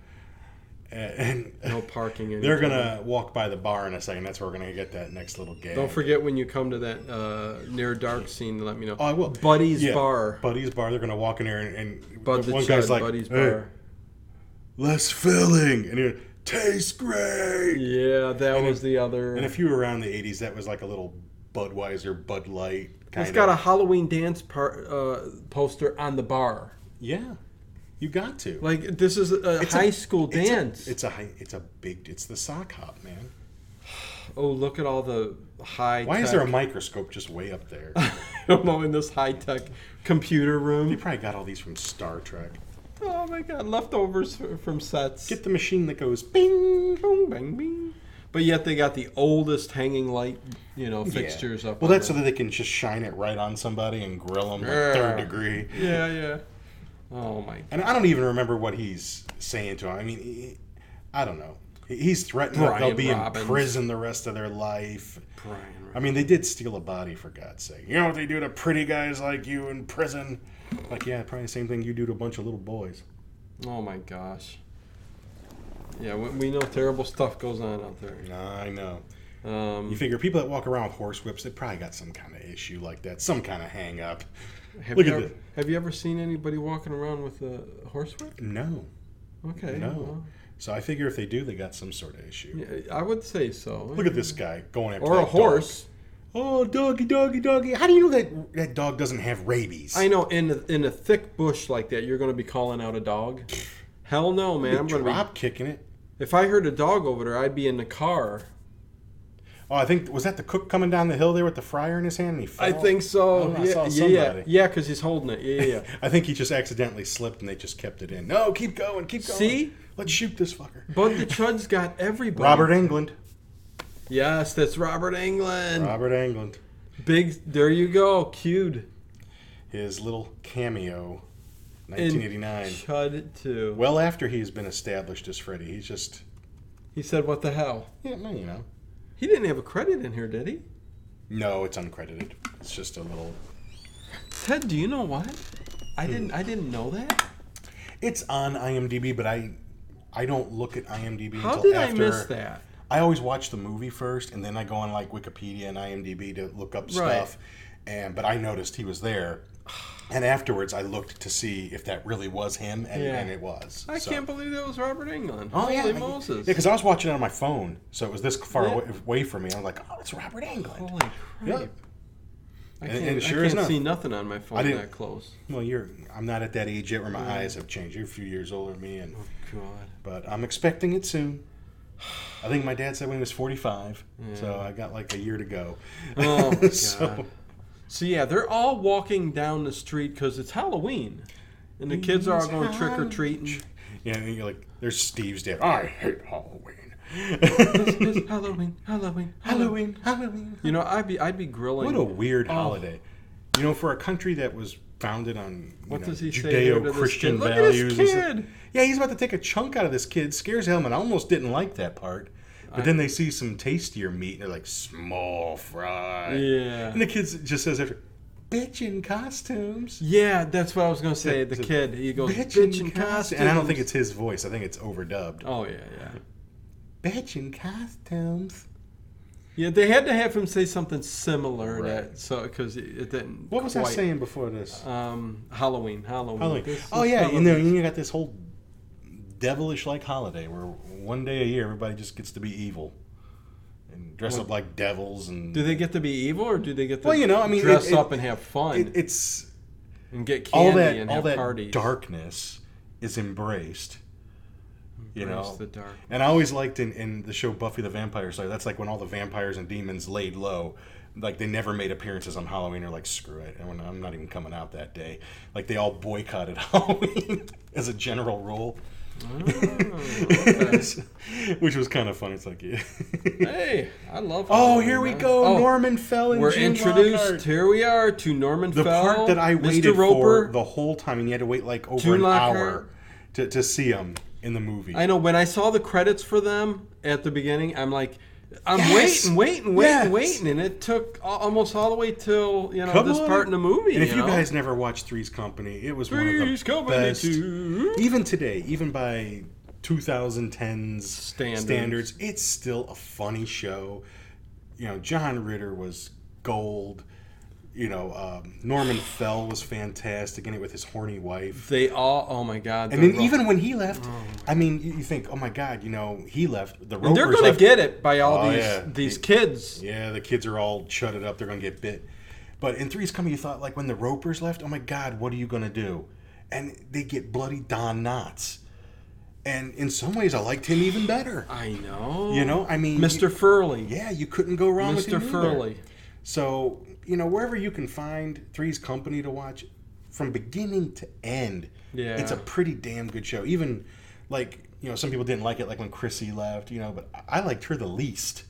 Speaker 2: And, [LAUGHS] and
Speaker 1: No parking.
Speaker 2: they're
Speaker 1: anywhere.
Speaker 2: going to walk by the bar in a second. That's where we're going to get that next little gag.
Speaker 1: Don't forget when you come to that uh, near dark scene. to Let me know.
Speaker 2: Oh, I will.
Speaker 1: Buddy's
Speaker 2: Yeah,
Speaker 1: bar.
Speaker 2: Buddy's bar. They're going to walk in there, and, and
Speaker 1: Bud
Speaker 2: the
Speaker 1: the
Speaker 2: one
Speaker 1: Chud,
Speaker 2: guy's like,
Speaker 1: Buddy's
Speaker 2: "Hey,
Speaker 1: bar.
Speaker 2: less filling. And you're, tastes great.
Speaker 1: Yeah, that
Speaker 2: And
Speaker 1: was
Speaker 2: if-
Speaker 1: the other.
Speaker 2: And if you were around the 80s, that was like a little Budweiser, Bud Light kind
Speaker 1: it's got a
Speaker 2: of.
Speaker 1: Halloween dance par- uh, poster on the bar.
Speaker 2: yeah. You got to.
Speaker 1: Like this is a
Speaker 2: It's a-
Speaker 1: high school
Speaker 2: it's a-
Speaker 1: dance.
Speaker 2: It's a, high, it's a big, it's the sock hop, man.
Speaker 1: oh, look at all the high.
Speaker 2: Why
Speaker 1: tech,
Speaker 2: is there a microscope just way
Speaker 1: [LAUGHS]
Speaker 2: up there?
Speaker 1: I don't know in this high tech computer
Speaker 2: you
Speaker 1: room.
Speaker 2: probably got all these from Star Trek.
Speaker 1: Oh my god, leftovers f- from sets.
Speaker 2: Get the machine that goes bing.
Speaker 1: Boom, bang, bing. But yet they got the oldest hanging light, you know, fixtures
Speaker 2: Yeah.
Speaker 1: up.
Speaker 2: Well,
Speaker 1: on
Speaker 2: that's so
Speaker 1: the-
Speaker 2: that they can just shine it right on somebody and grill them like
Speaker 1: Yeah.
Speaker 2: third degree.
Speaker 1: yeah, yeah. Oh my.
Speaker 2: And I don't even remember what he's saying to him. I mean, he- I don't know. He- He's threatening that they'll
Speaker 1: Brian
Speaker 2: be
Speaker 1: Robbins.
Speaker 2: in prison the rest of their life.
Speaker 1: Brian.
Speaker 2: I mean, they did steal a body for God's sake. You know what they do to pretty guys like you in prison? Like, yeah, probably the same thing you do to a bunch of little boys.
Speaker 1: Oh my gosh. Yeah, we, we know terrible stuff goes on out there.
Speaker 2: I know.
Speaker 1: Um,
Speaker 2: You figure people that walk around with horse whips, they probably got some kind of issue like that, some kind of hang up.
Speaker 1: have,
Speaker 2: look
Speaker 1: you
Speaker 2: at
Speaker 1: ever, have you ever seen anybody walking around with a horsewhip?
Speaker 2: No,
Speaker 1: Okay.
Speaker 2: no.
Speaker 1: well,
Speaker 2: So I figure if they do, they got some sort of issue.
Speaker 1: yeah, I would say so.
Speaker 2: Look at this guy going after
Speaker 1: Or
Speaker 2: that
Speaker 1: a
Speaker 2: dog.
Speaker 1: horse.
Speaker 2: Oh, doggy, doggy, doggy. How do you know that that dog doesn't have rabies?
Speaker 1: I know in a, in a thick bush like that, you're going to be calling out a dog. Hell no, man! I'm going to
Speaker 2: drop kicking it.
Speaker 1: be. If I heard a dog over there, I'd be in the car.
Speaker 2: Oh, I think was that the cook coming down the hill there with the fryer in his hand and he fell.
Speaker 1: I think so.
Speaker 2: Oh, I
Speaker 1: yeah,
Speaker 2: saw
Speaker 1: yeah,
Speaker 2: somebody.
Speaker 1: yeah, because he's holding it. Yeah, yeah.
Speaker 2: [LAUGHS]
Speaker 1: yeah.
Speaker 2: I think he just accidentally slipped and they just kept it in. No, keep going, keep going.
Speaker 1: See?
Speaker 2: Let's shoot this fucker.
Speaker 1: Bud the Chud's got everybody.
Speaker 2: Robert England.
Speaker 1: Yes, that's Robert England.
Speaker 2: Robert England.
Speaker 1: Big. There you go. Cued.
Speaker 2: His little cameo,
Speaker 1: in
Speaker 2: 1989.
Speaker 1: Chud too.
Speaker 2: Well after he's been established as Freddy, he's just
Speaker 1: he said, "What the hell."
Speaker 2: yeah, well, you know.
Speaker 1: He didn't have a credit in here, did he?
Speaker 2: No, it's uncredited. It's just a little.
Speaker 1: Ted, do you know what? I
Speaker 2: Hmm.
Speaker 1: didn't. I didn't know that.
Speaker 2: It's on IMDb, but I, I don't look at IMDb
Speaker 1: How
Speaker 2: until
Speaker 1: did
Speaker 2: after.
Speaker 1: I miss that?
Speaker 2: I always watch the movie first, and then I go on like Wikipedia and IMDb to look up stuff. And but I noticed he was there, and afterwards I looked to see if that really was him, and,
Speaker 1: Yeah.
Speaker 2: and it was.
Speaker 1: I
Speaker 2: so.
Speaker 1: can't believe that was Robert England.
Speaker 2: Oh
Speaker 1: Holy
Speaker 2: yeah,
Speaker 1: Moses!
Speaker 2: because I was watching it on my phone, so it was this far
Speaker 1: Yeah.
Speaker 2: away, away from me. I'm like, oh, it's Robert England.
Speaker 1: Holy crap!
Speaker 2: Yep.
Speaker 1: I
Speaker 2: And-
Speaker 1: can't,
Speaker 2: and sure
Speaker 1: I
Speaker 2: as
Speaker 1: can't
Speaker 2: not-
Speaker 1: see nothing on my phone
Speaker 2: I didn't-
Speaker 1: that close.
Speaker 2: Well, you're. I'm not at that age yet where my eyes have changed. You're a few years older than me, and
Speaker 1: God.
Speaker 2: but I'm expecting it soon. I think my dad said when he was 45, so I got like a year to go. [LAUGHS]
Speaker 1: Oh my
Speaker 2: So-
Speaker 1: God. So yeah, they're all walking down the street because it's Halloween, and the kids are all
Speaker 2: It's
Speaker 1: going trick or treating.
Speaker 2: Yeah, and you're like, there's Steve's dad. I hate Halloween.
Speaker 1: [LAUGHS] It's Halloween, Halloween, Halloween.
Speaker 2: Halloween.
Speaker 1: You know, I'd be I'd be grilling.
Speaker 2: What a weird
Speaker 1: Oh.
Speaker 2: holiday. You know, for a country that was founded on you
Speaker 1: What
Speaker 2: know,
Speaker 1: does he say here to this
Speaker 2: Judeo-Christian
Speaker 1: kid? Look at this
Speaker 2: values. and stuff.
Speaker 1: kid!
Speaker 2: Yeah, he's about to take a chunk out of this kid. Scares him, and I almost didn't like that part. But then they see some tastier meat, and they're like, small fry.
Speaker 1: Yeah.
Speaker 2: And the kid just says after, bitch in costumes.
Speaker 1: Yeah, that's what I was gonna say. The
Speaker 2: It's a-
Speaker 1: kid, he goes,
Speaker 2: Bitch
Speaker 1: bitch
Speaker 2: in
Speaker 1: and Oh,
Speaker 2: costumes." Uh,
Speaker 1: costume.
Speaker 2: And I don't think it's his voice. I think it's overdubbed.
Speaker 1: Oh yeah, yeah.
Speaker 2: Bitch in costumes.
Speaker 1: Yeah, they had to have him say something similar
Speaker 2: Right.
Speaker 1: that so because it, it didn't.
Speaker 2: What was I
Speaker 1: quite-
Speaker 2: saying before this?
Speaker 1: Um, Halloween, Halloween.
Speaker 2: Halloween.
Speaker 1: This
Speaker 2: oh
Speaker 1: is
Speaker 2: yeah,
Speaker 1: Halloween.
Speaker 2: and then you got this whole devilish like holiday where one day a year everybody just gets to be evil and dress up like devils and
Speaker 1: do they get to be evil or do they get to
Speaker 2: Well, you know, I mean, it-
Speaker 1: dress
Speaker 2: it-
Speaker 1: up and have fun
Speaker 2: It, it's
Speaker 1: and get candy
Speaker 2: all that
Speaker 1: and
Speaker 2: all
Speaker 1: have
Speaker 2: that
Speaker 1: parties?
Speaker 2: darkness is embraced. You
Speaker 1: Embrace
Speaker 2: know,
Speaker 1: the dark.
Speaker 2: and I always liked in, in the show Buffy the Vampire Slayer. That's like when all the vampires and demons laid low. Like they never made appearances on Halloween. Or like screw it, I'm not- I'm not even coming out that day. Like they all boycotted [LAUGHS] Halloween as a general rule.
Speaker 1: Oh,
Speaker 2: [LAUGHS] Which was kind of funny. It's like, [LAUGHS] yeah.
Speaker 1: Hey, I love.
Speaker 2: oh,
Speaker 1: Halloween,
Speaker 2: here we
Speaker 1: man.
Speaker 2: go,
Speaker 1: Oh,
Speaker 2: Norman Fell and
Speaker 1: We're
Speaker 2: Jim
Speaker 1: introduced.
Speaker 2: Lockhart.
Speaker 1: Here we are to Norman
Speaker 2: The
Speaker 1: Fell,
Speaker 2: part that I waited
Speaker 1: Mr. Roper.
Speaker 2: for the whole time, and you had to wait like over
Speaker 1: June
Speaker 2: an
Speaker 1: Lockhart.
Speaker 2: hour to, to see him in the movie.
Speaker 1: I know when I saw the credits for them at the beginning, I'm like, I'm
Speaker 2: Yes!
Speaker 1: waiting, waiting, waiting,
Speaker 2: Yes!
Speaker 1: waiting, and it took al- almost all the way till you know
Speaker 2: Come
Speaker 1: this
Speaker 2: on.
Speaker 1: part in the movie.
Speaker 2: And if you
Speaker 1: know?
Speaker 2: guys never watched Three's Company, it was
Speaker 1: Three's
Speaker 2: one of the
Speaker 1: Company
Speaker 2: best.
Speaker 1: too.
Speaker 2: Even today, even by 2010's
Speaker 1: Standards.
Speaker 2: standards, it's still a funny show. You know, John Ritter was gold. You know, um, Norman Fell was fantastic in it with his horny wife.
Speaker 1: they all, oh my god,
Speaker 2: And
Speaker 1: the
Speaker 2: then
Speaker 1: ro-
Speaker 2: even when he left, I mean, you you think, oh my God, you know, he left. The
Speaker 1: And they're
Speaker 2: Ropers
Speaker 1: gonna
Speaker 2: left.
Speaker 1: get it by all
Speaker 2: Oh,
Speaker 1: these
Speaker 2: yeah.
Speaker 1: these
Speaker 2: They-
Speaker 1: kids.
Speaker 2: Yeah, the kids are all shutted up. They're gonna get bit. But in Three's Company, you thought like when the Ropers left, oh my God, what are you gonna do? And they get bloody Don Knotts. And in some ways, I liked him even better.
Speaker 1: I know,
Speaker 2: You know, I mean,
Speaker 1: Mr. Furley,
Speaker 2: Yeah, you couldn't go wrong with him
Speaker 1: Mr.
Speaker 2: either.
Speaker 1: Furley.
Speaker 2: So you know, wherever you can find Three's Company to watch from beginning to end,
Speaker 1: Yeah.
Speaker 2: it's a pretty damn good show. Even like you know, some people didn't like it, like when Chrissy left, you know, but I- I liked her the least.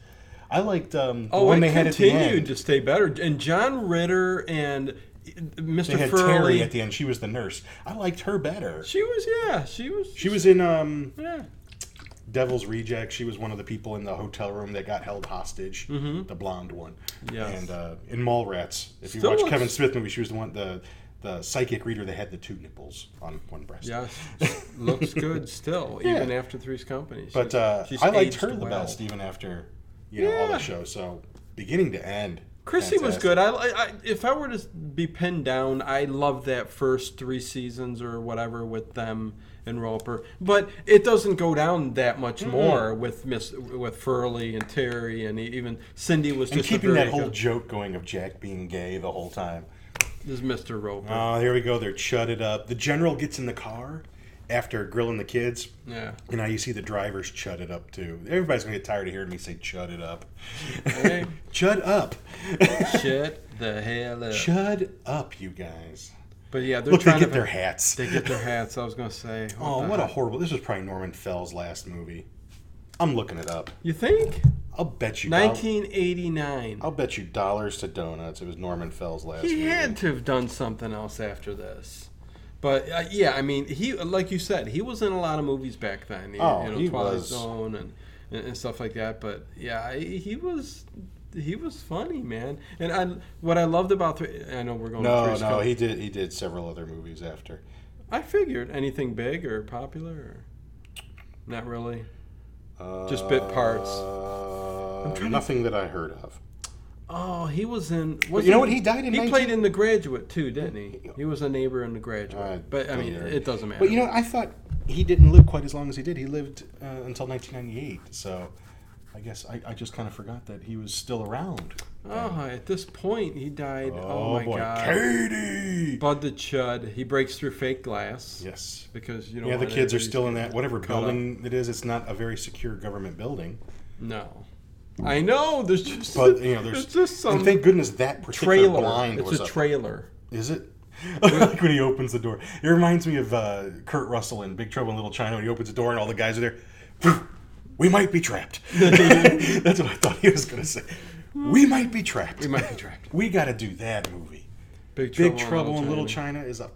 Speaker 2: I liked um,
Speaker 1: Oh,
Speaker 2: when
Speaker 1: it
Speaker 2: they had at the
Speaker 1: continued
Speaker 2: end.
Speaker 1: to stay better, and John Ritter and uh, Mr.
Speaker 2: They had
Speaker 1: Furley.
Speaker 2: Terry at the end. She was the nurse. I liked her better.
Speaker 1: she was, yeah, she was,
Speaker 2: She was in um, [LAUGHS]
Speaker 1: yeah.
Speaker 2: Devil's Reject. She was one of the people in the hotel room that got held hostage, the blonde one.
Speaker 1: Mm-hmm. Yes.
Speaker 2: And uh, in Mallrats, if you
Speaker 1: Still
Speaker 2: watch
Speaker 1: looks-
Speaker 2: Kevin Smith movie, she was the one the the psychic reader that had the two nipples on one breast.
Speaker 1: Yes, looks good still,
Speaker 2: Yeah.
Speaker 1: even after Three's Company. She's,
Speaker 2: But uh,
Speaker 1: she's
Speaker 2: I liked
Speaker 1: aged
Speaker 2: her the
Speaker 1: well.
Speaker 2: best, even after you know all
Speaker 1: Yeah.
Speaker 2: the show. So beginning to end,
Speaker 1: Chrissy was
Speaker 2: fantastic.
Speaker 1: good. I, I, I- if I were to be pinned down, I love that first three seasons or whatever with them and Roper. But it doesn't go down that much more with Miss with Furley and Terry and e-, even Cindy was
Speaker 2: And
Speaker 1: just a
Speaker 2: keeping
Speaker 1: very
Speaker 2: that whole
Speaker 1: good-
Speaker 2: joke going of Jack being gay the whole time.
Speaker 1: this is Mr. Roper.
Speaker 2: Oh, here we go. They're chudded up. The general gets in the car after grilling the kids.
Speaker 1: yeah.
Speaker 2: And now you see the drivers chud it up too. Everybody's gonna get tired of hearing me say chud it up. [LAUGHS]
Speaker 1: Hey.
Speaker 2: chud up. [LAUGHS]
Speaker 1: Shut the hell up.
Speaker 2: chud up, you guys.
Speaker 1: But yeah, they're
Speaker 2: Look, they
Speaker 1: trying
Speaker 2: get
Speaker 1: to
Speaker 2: their hats.
Speaker 1: they get
Speaker 2: [LAUGHS]
Speaker 1: their hats. I was gonna say.
Speaker 2: oh,
Speaker 1: the
Speaker 2: what a
Speaker 1: heck?
Speaker 2: horrible. This was probably Norman Fell's last movie. I'm looking it up.
Speaker 1: You think?
Speaker 2: I'll bet you. doll-
Speaker 1: 1989.
Speaker 2: I'll bet you dollars to donuts. It was Norman Fell's last
Speaker 1: He
Speaker 2: movie.
Speaker 1: had to have done something else after this. But uh, yeah, I mean, he like you said, he was in a lot of movies back then. You,
Speaker 2: Oh,
Speaker 1: you know,
Speaker 2: he
Speaker 1: Twilight
Speaker 2: was.
Speaker 1: Zone and, and and stuff like that. But yeah, I- he was he was funny, man. And I what I loved about Three- I know we're going to
Speaker 2: No,
Speaker 1: Three's
Speaker 2: no,
Speaker 1: Company.
Speaker 2: he did. He did several other movies after.
Speaker 1: I figured anything big or popular or not really. Just bit parts.
Speaker 2: Uh, nothing that I heard of.
Speaker 1: Oh, he was in.
Speaker 2: But
Speaker 1: Was
Speaker 2: you know what? He died in
Speaker 1: He
Speaker 2: 19
Speaker 1: played in The Graduate too, didn't he? He was a neighbor in The Graduate.
Speaker 2: Uh,
Speaker 1: but I mean,
Speaker 2: don't
Speaker 1: it doesn't matter.
Speaker 2: But you know, I thought he didn't live quite as long as he did. He lived uh, until 1998. So I guess I, I just kind of forgot that he was still around.
Speaker 1: Oh, at this point, he died. Oh, my god.
Speaker 2: Katie!
Speaker 1: Bud the Chud. He breaks through fake glass
Speaker 2: yes.
Speaker 1: because you know.
Speaker 2: Yeah, the kids are still in that whatever building it is. It's not a very secure
Speaker 1: [LAUGHS]
Speaker 2: government building,
Speaker 1: No, I know. There's just.
Speaker 2: but you know, there's
Speaker 1: it's just some
Speaker 2: and thank goodness that particular
Speaker 1: trailer.
Speaker 2: blind
Speaker 1: it's
Speaker 2: was
Speaker 1: a
Speaker 2: up.
Speaker 1: trailer.
Speaker 2: Is [LAUGHS] it? like when he opens the door. It reminds me of uh, Kurt Russell in Big Trouble in Little China when he opens the door and all the guys are there. "Phew, We might be trapped. [LAUGHS] That's what I thought he was going to say. We might be trapped. We
Speaker 1: might be
Speaker 2: [LAUGHS]
Speaker 1: trapped.
Speaker 2: we got to do that movie.
Speaker 1: Big Trouble,
Speaker 2: Big Trouble in Little
Speaker 1: China.
Speaker 2: China is a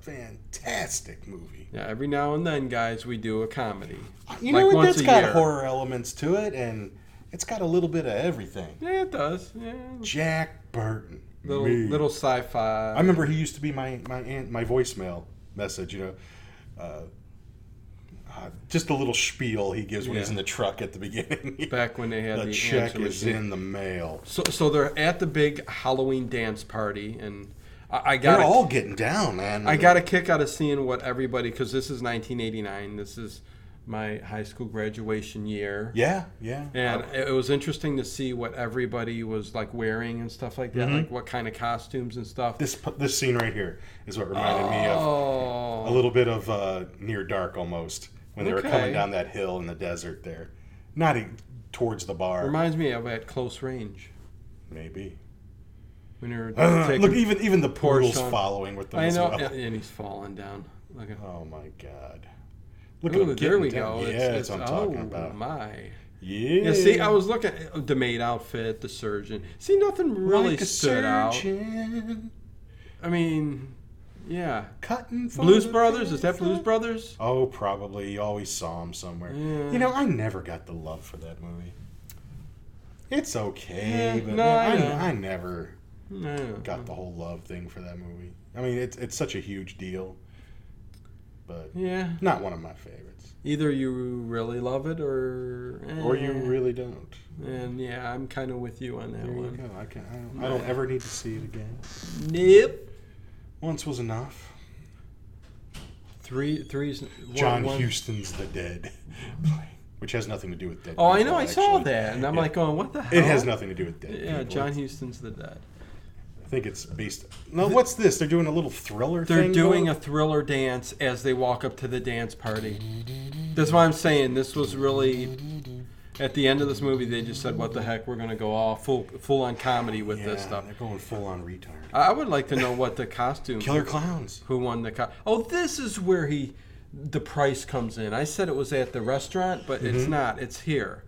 Speaker 2: fantastic movie.
Speaker 1: Yeah, every now and then, guys, we do a comedy.
Speaker 2: You
Speaker 1: Like
Speaker 2: know what?
Speaker 1: once
Speaker 2: That's
Speaker 1: a
Speaker 2: got
Speaker 1: year.
Speaker 2: horror elements to it, and it's got a little bit of everything.
Speaker 1: Yeah, it does. Yeah,
Speaker 2: Jack Burton.
Speaker 1: little
Speaker 2: Me.
Speaker 1: little sci-fi.
Speaker 2: I remember he used to be my my aunt my voicemail message. You know, uh, uh, just a little spiel he gives when he's
Speaker 1: Yeah.
Speaker 2: in the truck at the beginning. [LAUGHS]
Speaker 1: Back when they had
Speaker 2: the
Speaker 1: the
Speaker 2: check
Speaker 1: answer
Speaker 2: is
Speaker 1: machine.
Speaker 2: in the mail.
Speaker 1: So, so they're at the big Halloween dance party, and I, I got
Speaker 2: They're
Speaker 1: a-
Speaker 2: all getting down, man.
Speaker 1: I got a kick out of seeing what everybody because this is 1989. This is my high school graduation year,
Speaker 2: Yeah, yeah.
Speaker 1: and it it was interesting to see what everybody was like wearing and stuff like that, like what kind of costumes and stuff.
Speaker 2: Mm-hmm. This p- this scene right here is what reminded me of
Speaker 1: oh,
Speaker 2: a little bit of uh, Near Dark almost when they were
Speaker 1: Okay.
Speaker 2: coming down that hill in the desert there, not e- towards the bar.
Speaker 1: reminds me of at close range
Speaker 2: Maybe.
Speaker 1: when you're
Speaker 2: Uh,
Speaker 1: taking.
Speaker 2: look, even even the
Speaker 1: Poor
Speaker 2: poodle's
Speaker 1: Sean.
Speaker 2: following with them
Speaker 1: I
Speaker 2: as
Speaker 1: know,
Speaker 2: well.
Speaker 1: and, and he's falling down. Look at.
Speaker 2: Oh my god. Look
Speaker 1: Ooh,
Speaker 2: him
Speaker 1: there we
Speaker 2: getting down.
Speaker 1: go.
Speaker 2: Yeah,
Speaker 1: It's-
Speaker 2: that's what I'm
Speaker 1: it's-
Speaker 2: talking
Speaker 1: oh,
Speaker 2: about.
Speaker 1: my.
Speaker 2: Yeah.
Speaker 1: Yeah, see, I was looking at the maid outfit, the surgeon. See, nothing really
Speaker 2: Like a
Speaker 1: stood out.
Speaker 2: surgeon
Speaker 1: I mean, yeah.
Speaker 2: Cutting for
Speaker 1: Blues
Speaker 2: the
Speaker 1: Brothers? Is that
Speaker 2: paper.
Speaker 1: Blues Brothers?
Speaker 2: Oh, probably. You always saw him somewhere.
Speaker 1: Yeah.
Speaker 2: You know, I never got the love for that movie. It's okay,
Speaker 1: Yeah,
Speaker 2: but
Speaker 1: no,
Speaker 2: man,
Speaker 1: I
Speaker 2: I,
Speaker 1: know. Mm-hmm.
Speaker 2: I never
Speaker 1: No.
Speaker 2: got the whole love thing for that movie. I mean, it's it's such a huge deal, but
Speaker 1: Yeah.
Speaker 2: not one of my favorites.
Speaker 1: Either you really love it or. eh.
Speaker 2: Or you really don't.
Speaker 1: And yeah, I'm kind of with you on that
Speaker 2: There you
Speaker 1: one.
Speaker 2: go. I, can, I, don't, I don't ever need to see it again.
Speaker 1: Nope.
Speaker 2: Once was enough.
Speaker 1: Three, three's. one-
Speaker 2: John
Speaker 1: one-
Speaker 2: Houston's The Dead, [LAUGHS] which has nothing to do with dead.
Speaker 1: Oh, I
Speaker 2: people,
Speaker 1: know, I saw
Speaker 2: actually.
Speaker 1: that. And I'm
Speaker 2: Yeah.
Speaker 1: like, going, what the hell?
Speaker 2: It has nothing to do with dead.
Speaker 1: Yeah,
Speaker 2: people.
Speaker 1: John Houston's the dead.
Speaker 2: I think it's based. No, what's this? They're doing a little thriller.
Speaker 1: They're
Speaker 2: thing,
Speaker 1: doing
Speaker 2: though?
Speaker 1: a thriller dance as they walk up to the dance party. That's why I'm saying this was really at the end of this movie. They just said, "What the heck? We're going to go all full full on comedy with
Speaker 2: yeah,
Speaker 1: this stuff."
Speaker 2: They're going full on retard.
Speaker 1: I I would like to know what the costume
Speaker 2: Killer clowns.
Speaker 1: who won the co- Oh, this is where he the price comes in. I said it was at the restaurant, but
Speaker 2: Mm-hmm.
Speaker 1: it's not. It's here.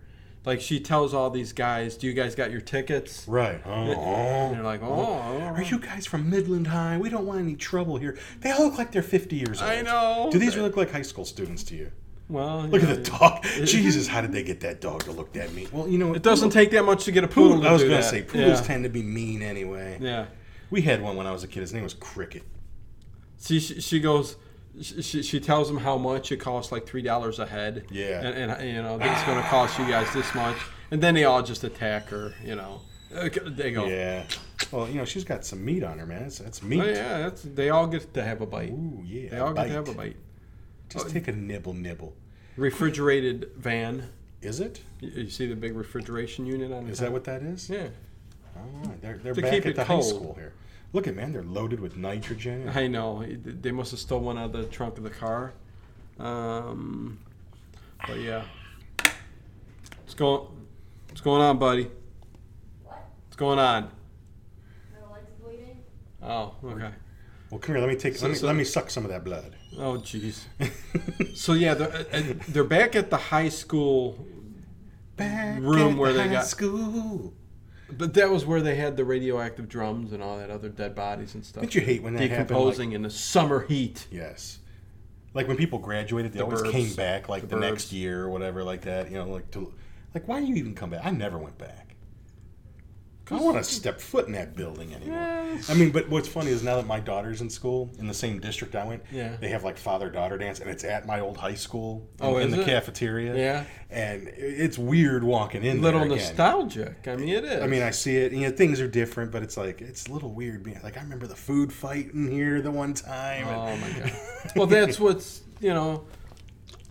Speaker 1: Like she tells all these guys, "Do you guys got your tickets?"
Speaker 2: Right.
Speaker 1: And
Speaker 2: Oh.
Speaker 1: they're like, "Oh,
Speaker 2: Are you guys from Midland High? We don't want any trouble here. They all look like they're 50 years old.
Speaker 1: I know.
Speaker 2: Do these look like high school students to you?
Speaker 1: Well,
Speaker 2: Look
Speaker 1: yeah.
Speaker 2: at the dog. Jesus, how did they get that dog to look that mean? Well, you know,
Speaker 1: It doesn't take that much to get a poodle.
Speaker 2: I was
Speaker 1: to do
Speaker 2: gonna
Speaker 1: that.
Speaker 2: say poodles
Speaker 1: Yeah.
Speaker 2: tend to be mean anyway.
Speaker 1: Yeah.
Speaker 2: We had one when I was a kid. His name was Cricket.
Speaker 1: See, she, she goes. She, she- she tells him how much it costs, like three dollars a head.
Speaker 2: Yeah.
Speaker 1: And, and you know it's going to cost you guys this much, and then they all just attack her. You know, Uh, they go.
Speaker 2: Yeah. Well, you know, she's got some meat on her, man. That's, that's meat.
Speaker 1: Oh, yeah, that's they all get to have a bite.
Speaker 2: Ooh, yeah.
Speaker 1: they all get to have a bite. Oh,
Speaker 2: Just take a nibble, nibble.
Speaker 1: Refrigerated van.
Speaker 2: Is it?
Speaker 1: You, you see the big refrigeration unit on
Speaker 2: Is
Speaker 1: top?
Speaker 2: that what that is?
Speaker 1: Uh-huh. Yeah,
Speaker 2: All right. They're, they're
Speaker 1: To
Speaker 2: back
Speaker 1: keep it
Speaker 2: at the
Speaker 1: cold. Uh-huh.
Speaker 2: high school here. Look at man, they're loaded with nitrogen. and-
Speaker 1: I know. It- They must have stole one out of the trunk of the car. Um, but yeah, what's going? What's going on, buddy? What's going on?
Speaker 3: My leg's bleeding.
Speaker 1: Oh, okay.
Speaker 2: Well, come here. Let me take.
Speaker 1: So-
Speaker 2: let, me,
Speaker 1: so-
Speaker 2: let me suck some of that blood.
Speaker 1: Oh, jeez. So yeah, they're, uh, uh, they're back at the high school,
Speaker 2: [LAUGHS] back
Speaker 1: Room
Speaker 2: at
Speaker 1: where they
Speaker 2: high
Speaker 1: got-
Speaker 2: school.
Speaker 1: but that was where they had the radioactive drums and all that other dead bodies and stuff.
Speaker 2: Didn't you hate when that happened? Like,
Speaker 1: decomposing in the summer heat?
Speaker 2: yes. Like when people graduated, they
Speaker 1: The
Speaker 2: always
Speaker 1: burbs.
Speaker 2: came back like
Speaker 1: The
Speaker 2: the,
Speaker 1: burbs.
Speaker 2: next year or whatever, like that. You know, like to, like why do you even come back? I never went back. I don't want to step foot in that building anymore.
Speaker 1: Yeah.
Speaker 2: I mean, but what's funny is now that my daughter's in school in the same district I went,
Speaker 1: Yeah.
Speaker 2: they have like father daughter dance, and it's at my old high school in,
Speaker 1: Oh,
Speaker 2: in
Speaker 1: is
Speaker 2: the
Speaker 1: it?
Speaker 2: cafeteria.
Speaker 1: Yeah.
Speaker 2: and it's weird walking in.
Speaker 1: Little
Speaker 2: there again.
Speaker 1: nostalgic. I mean, it is.
Speaker 2: I mean, I see it. You know, things are different, but it's like it's a little weird. Being like, I remember the food fight in here the one time.
Speaker 1: oh my
Speaker 2: [LAUGHS]
Speaker 1: god. Well, that's what's you know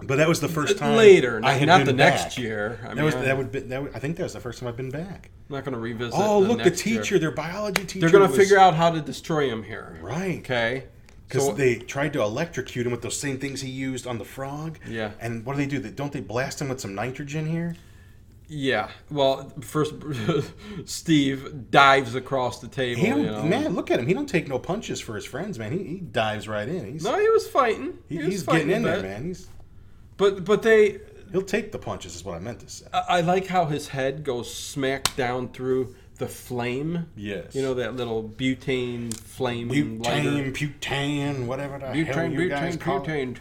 Speaker 2: But that was the first time
Speaker 1: later, not,
Speaker 2: I had
Speaker 1: not
Speaker 2: been
Speaker 1: the next
Speaker 2: back.
Speaker 1: year. I mean,
Speaker 2: That was
Speaker 1: I'm
Speaker 2: that would be, that would, I think that was the first time I've been back.
Speaker 1: not going to revisit.
Speaker 2: Oh,
Speaker 1: the
Speaker 2: look, the
Speaker 1: next
Speaker 2: teacher,
Speaker 1: Year.
Speaker 2: their biology teacher.
Speaker 1: They're going to
Speaker 2: was-
Speaker 1: figure out how to destroy him here.
Speaker 2: right
Speaker 1: Okay.
Speaker 2: because
Speaker 1: So-
Speaker 2: they tried to electrocute him with those same things he used on the frog.
Speaker 1: Yeah.
Speaker 2: And what do they do? They, don't they blast him with some nitrogen here?
Speaker 1: Yeah. Well, first [LAUGHS] Steve dives across the table.
Speaker 2: He don't,
Speaker 1: you know.
Speaker 2: man, look at him. He don't take no punches for his friends, man. He, he dives right in. He's
Speaker 1: No, he was fighting.
Speaker 2: he,
Speaker 1: was
Speaker 2: he's getting
Speaker 1: fighting
Speaker 2: in
Speaker 1: a
Speaker 2: there,
Speaker 1: bit.
Speaker 2: man. He's
Speaker 1: But but they,
Speaker 2: he'll take the punches. Is what I meant to say.
Speaker 1: I I like how his head goes smack down through the flame.
Speaker 2: Yes.
Speaker 1: You know that little butane flame lighter.
Speaker 2: butane, butane, whatever the hell
Speaker 1: Butane,
Speaker 2: you guys
Speaker 1: butane,
Speaker 2: call it.
Speaker 1: butane.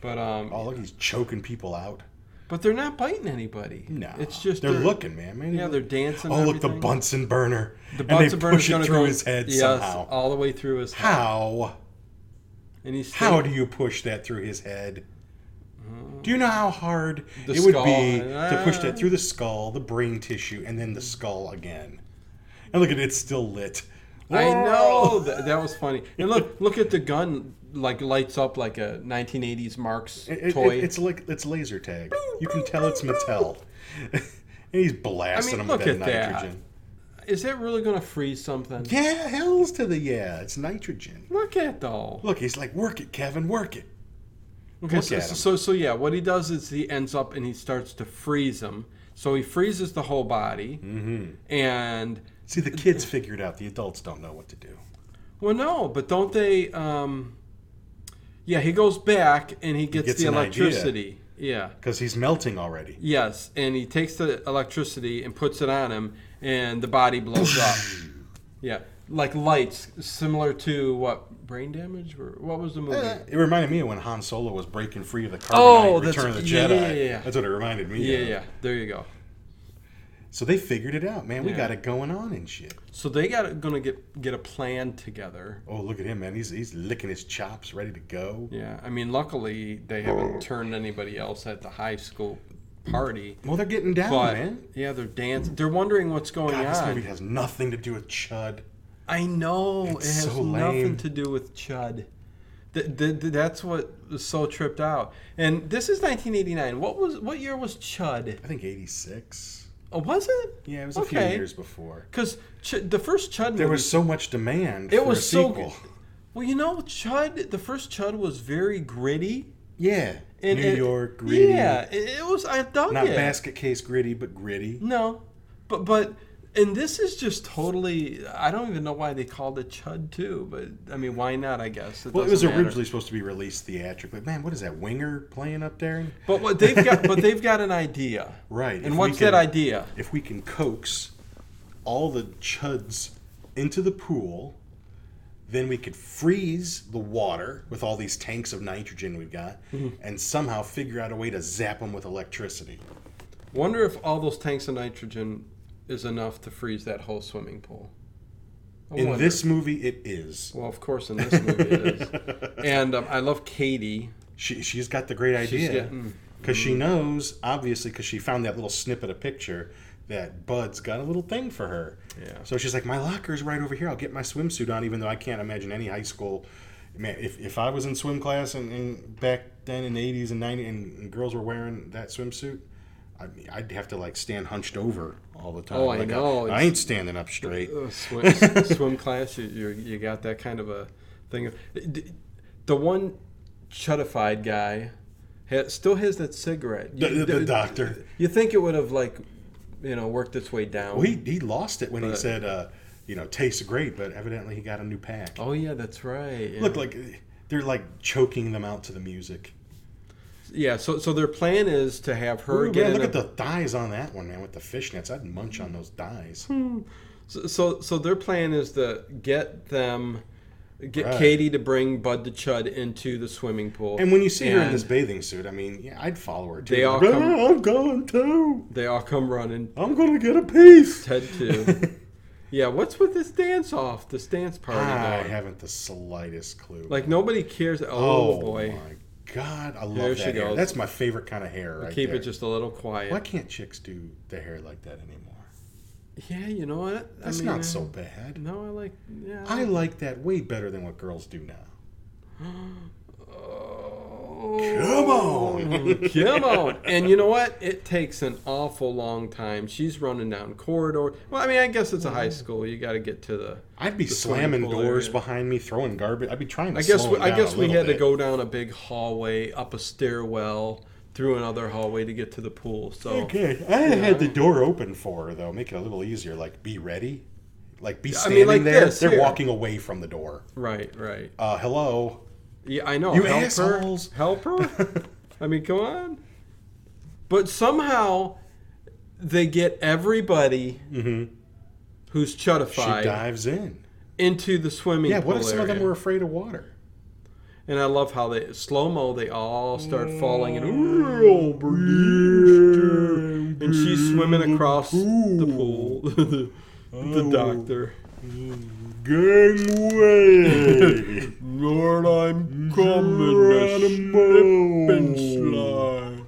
Speaker 1: But um,
Speaker 2: Oh, look, he's choking people out.
Speaker 1: But they're not biting anybody.
Speaker 2: No,
Speaker 1: it's just
Speaker 2: they're looking, man. man
Speaker 1: Yeah, they're dancing.
Speaker 2: Oh,
Speaker 1: and
Speaker 2: look, the
Speaker 1: everything.
Speaker 2: Bunsen burner.
Speaker 1: The
Speaker 2: and they
Speaker 1: Bunsen burner's
Speaker 2: push it
Speaker 1: gonna
Speaker 2: through
Speaker 1: go-
Speaker 2: his head
Speaker 1: yes,
Speaker 2: somehow.
Speaker 1: all the way through his head.
Speaker 2: How?
Speaker 1: And he's
Speaker 2: How do you push that through his head?
Speaker 1: you?
Speaker 2: Do you know how hard
Speaker 1: Mm. The
Speaker 2: it would
Speaker 1: skull.
Speaker 2: be to push
Speaker 1: Ah.
Speaker 2: that through the skull, the brain tissue, and then the skull again? And look at it, it's still lit.
Speaker 1: I
Speaker 2: Whoa!
Speaker 1: know that, that was funny. And look, look at the gun like lights up like a 1980s Marks
Speaker 2: It- it-
Speaker 1: toy.
Speaker 2: it's like it's laser tag. You can tell it's Mattel. [LAUGHS] and he's blasting
Speaker 1: I mean,
Speaker 2: them with
Speaker 1: look
Speaker 2: that
Speaker 1: at that.
Speaker 2: nitrogen.
Speaker 1: Is that really gonna freeze something?
Speaker 2: Yeah, hell's to the yeah. It's nitrogen.
Speaker 1: Look at though.
Speaker 2: Look, he's like, work it, Kevin, work it.
Speaker 1: Okay,
Speaker 2: Look
Speaker 1: so,
Speaker 2: at him.
Speaker 1: so so yeah, what he does is he ends up and he starts to freeze him. So he freezes the whole body,
Speaker 2: Mm-hmm.
Speaker 1: and
Speaker 2: See, the kids figured out. The adults don't know what to do.
Speaker 1: well, no, but don't they? Um, yeah, he goes back and he gets,
Speaker 2: gets
Speaker 1: the
Speaker 2: an idea.
Speaker 1: electricity. Yeah,
Speaker 2: Because he's melting already.
Speaker 1: yes, and he takes the electricity and puts it on him, and the body blows
Speaker 2: [COUGHS]
Speaker 1: up. Yeah, like lights, similar to what brain damage or what was the movie?
Speaker 2: It reminded me of when Han Solo was breaking free of the carbonite
Speaker 1: Oh,
Speaker 2: in Return of the
Speaker 1: that's- yeah,
Speaker 2: Jedi.
Speaker 1: yeah, yeah, yeah.
Speaker 2: That's what it reminded me
Speaker 1: yeah,
Speaker 2: of.
Speaker 1: yeah. There you go.
Speaker 2: So they figured it out, man. We
Speaker 1: Yeah.
Speaker 2: got it going on and shit.
Speaker 1: So they got gonna get get a plan together.
Speaker 2: Oh, look at him, man. He's he's licking his chops, ready to go.
Speaker 1: Yeah, I mean, luckily they haven't turned anybody else at the high school party.
Speaker 2: Well, they're getting down,
Speaker 1: But
Speaker 2: man.
Speaker 1: yeah, they're dancing. They're wondering what's going
Speaker 2: God, this
Speaker 1: on.
Speaker 2: movie has nothing to do with Chud.
Speaker 1: I know it
Speaker 2: It's
Speaker 1: has
Speaker 2: so
Speaker 1: nothing
Speaker 2: lame.
Speaker 1: to do with Chud. Th- th- th- that's what was so tripped out. And this is 1989. What was what year was Chud?
Speaker 2: I think '86.
Speaker 1: Oh, was it?
Speaker 2: Yeah, it was a few years before.
Speaker 1: Because Ch- the first Chud
Speaker 2: There
Speaker 1: movie-
Speaker 2: was so much demand.
Speaker 1: It
Speaker 2: for a
Speaker 1: was so
Speaker 2: sequel.
Speaker 1: good. well, you know, Chud. The first Chud was very gritty.
Speaker 2: Yeah,
Speaker 1: and
Speaker 2: New
Speaker 1: it-
Speaker 2: York gritty.
Speaker 1: Yeah, it, it was. I dug
Speaker 2: Not
Speaker 1: it.
Speaker 2: basket case gritty, but gritty.
Speaker 1: No, but but and this is just totally. I don't even know why they called it Chud too, but I mean, why not? I guess.
Speaker 2: Well, it was
Speaker 1: doesn't matter.
Speaker 2: originally supposed to be released theatrically. Man, what is that winger playing up there?
Speaker 1: But what they've got, but they've got an idea,
Speaker 2: Right. if
Speaker 1: And
Speaker 2: we
Speaker 1: what's
Speaker 2: can-
Speaker 1: that idea?
Speaker 2: If we can coax all the chuds into the pool, then we could freeze the water with all these tanks of nitrogen we've got,
Speaker 1: Mm-hmm.
Speaker 2: and somehow figure out a way to zap them with electricity.
Speaker 1: Wonder if all those tanks of nitrogen is enough to freeze that whole swimming pool. I
Speaker 2: In
Speaker 1: wonder.
Speaker 2: this movie, it is.
Speaker 1: well, of course, in this movie it is.
Speaker 2: [LAUGHS]
Speaker 1: And um, I love Katie.
Speaker 2: She, she's got the great
Speaker 1: She's mm,
Speaker 2: idea.
Speaker 1: getting-
Speaker 2: Because she knows, obviously, because she found that little snippet of picture that Bud's got a little thing for her.
Speaker 1: Yeah.
Speaker 2: So she's like, my locker's right over here. I'll get my swimsuit on, even though I can't imagine any high school. Man, if, if I was in swim class and, and back then in the 80s and 90s and, and girls were wearing that swimsuit, I mean, I'd have to like stand hunched over all the time.
Speaker 1: Oh, I
Speaker 2: like,
Speaker 1: know.
Speaker 2: I,
Speaker 1: It's-
Speaker 2: ain't standing up straight.
Speaker 1: Uh, swim, [LAUGHS] s- swim class, you, you you got that kind of a thing. D- The one chudified guy ha still has that cigarette.
Speaker 2: The, the, the
Speaker 1: d-
Speaker 2: doctor.
Speaker 1: You think it would have like, you know, worked its way down?
Speaker 2: Well, he, he lost it when he
Speaker 1: Oh. But-
Speaker 2: said, uh, you know, tastes great, but evidently he got a new pack.
Speaker 1: oh yeah, that's right. yeah.
Speaker 2: Look like they're like choking them out to the music.
Speaker 1: yeah. So so their plan is to have her
Speaker 2: Ooh,
Speaker 1: get
Speaker 2: man,
Speaker 1: in
Speaker 2: look
Speaker 1: a-
Speaker 2: at the thighs on that one, man, with the fishnets. I'd munch on those thighs.
Speaker 1: Hmm. So- So, so their plan is to get them, get
Speaker 2: Right.
Speaker 1: Katie to bring Bud the Chud into the swimming pool.
Speaker 2: And when you see her in this
Speaker 1: And
Speaker 2: bathing suit, I mean, yeah, I'd follow her too.
Speaker 1: They all
Speaker 2: Like,
Speaker 1: come-
Speaker 2: "Oh, I'm going too.
Speaker 1: they all come running.
Speaker 2: I'm gonna get a piece.
Speaker 1: Ted
Speaker 2: [LAUGHS]
Speaker 1: too. yeah, what's with this dance off? This dance party
Speaker 2: I
Speaker 1: going?
Speaker 2: haven't the slightest clue.
Speaker 1: Like nobody cares. Oh,
Speaker 2: oh
Speaker 1: boy,
Speaker 2: my god, I love
Speaker 1: There she
Speaker 2: that hair.
Speaker 1: goes.
Speaker 2: That's my favorite kind of hair, right
Speaker 1: keep
Speaker 2: there.
Speaker 1: it just a little quiet.
Speaker 2: Why can't chicks do their hair like that anymore?
Speaker 1: Yeah, you know what? I
Speaker 2: That's
Speaker 1: mean,
Speaker 2: not
Speaker 1: uh,
Speaker 2: so bad.
Speaker 1: No, I like. Yeah.
Speaker 2: I like that way better than what girls do now. Come on.
Speaker 1: [LAUGHS] Come on. And you know what? It takes an awful long time. She's running down corridor. Well, I mean, I guess it's a high school. You got to get to the.
Speaker 2: I'd be
Speaker 1: The swimming
Speaker 2: slamming
Speaker 1: pool
Speaker 2: doors
Speaker 1: area.
Speaker 2: behind me, throwing garbage. I'd be trying to.
Speaker 1: I guess
Speaker 2: slow
Speaker 1: we,
Speaker 2: it
Speaker 1: I
Speaker 2: down
Speaker 1: guess
Speaker 2: a
Speaker 1: we
Speaker 2: little
Speaker 1: had to
Speaker 2: bit.
Speaker 1: go down a big hallway, up a stairwell, through another hallway to get to the pool. So
Speaker 2: [LAUGHS] Okay,
Speaker 1: [LAUGHS]
Speaker 2: I had the door open for her though, make it a little easier. Like, be ready. Like, be
Speaker 1: I
Speaker 2: standing
Speaker 1: mean, like
Speaker 2: there.
Speaker 1: this,
Speaker 2: They're
Speaker 1: here.
Speaker 2: walking away from the door.
Speaker 1: right, right. [LAUGHS]
Speaker 2: Uh, hello.
Speaker 1: Yeah, I know.
Speaker 2: You
Speaker 1: help
Speaker 2: assholes.
Speaker 1: her. Help
Speaker 2: [LAUGHS]
Speaker 1: her. I mean, come on. But somehow they get everybody who's
Speaker 2: Mm-hmm. She
Speaker 1: chudified
Speaker 2: dives in.
Speaker 1: into the swimming
Speaker 2: Yeah.
Speaker 1: pool.
Speaker 2: What if some of them
Speaker 1: area.
Speaker 2: were afraid of water?
Speaker 1: And I love how they slow mo. They all start
Speaker 2: Mm.
Speaker 1: falling and "Ooh, Brewster." and she's swimming across the pool. [LAUGHS] the doctor.
Speaker 2: Gangway. [LAUGHS]
Speaker 1: Lord, I'm
Speaker 2: Geronimo.
Speaker 1: slip and slide.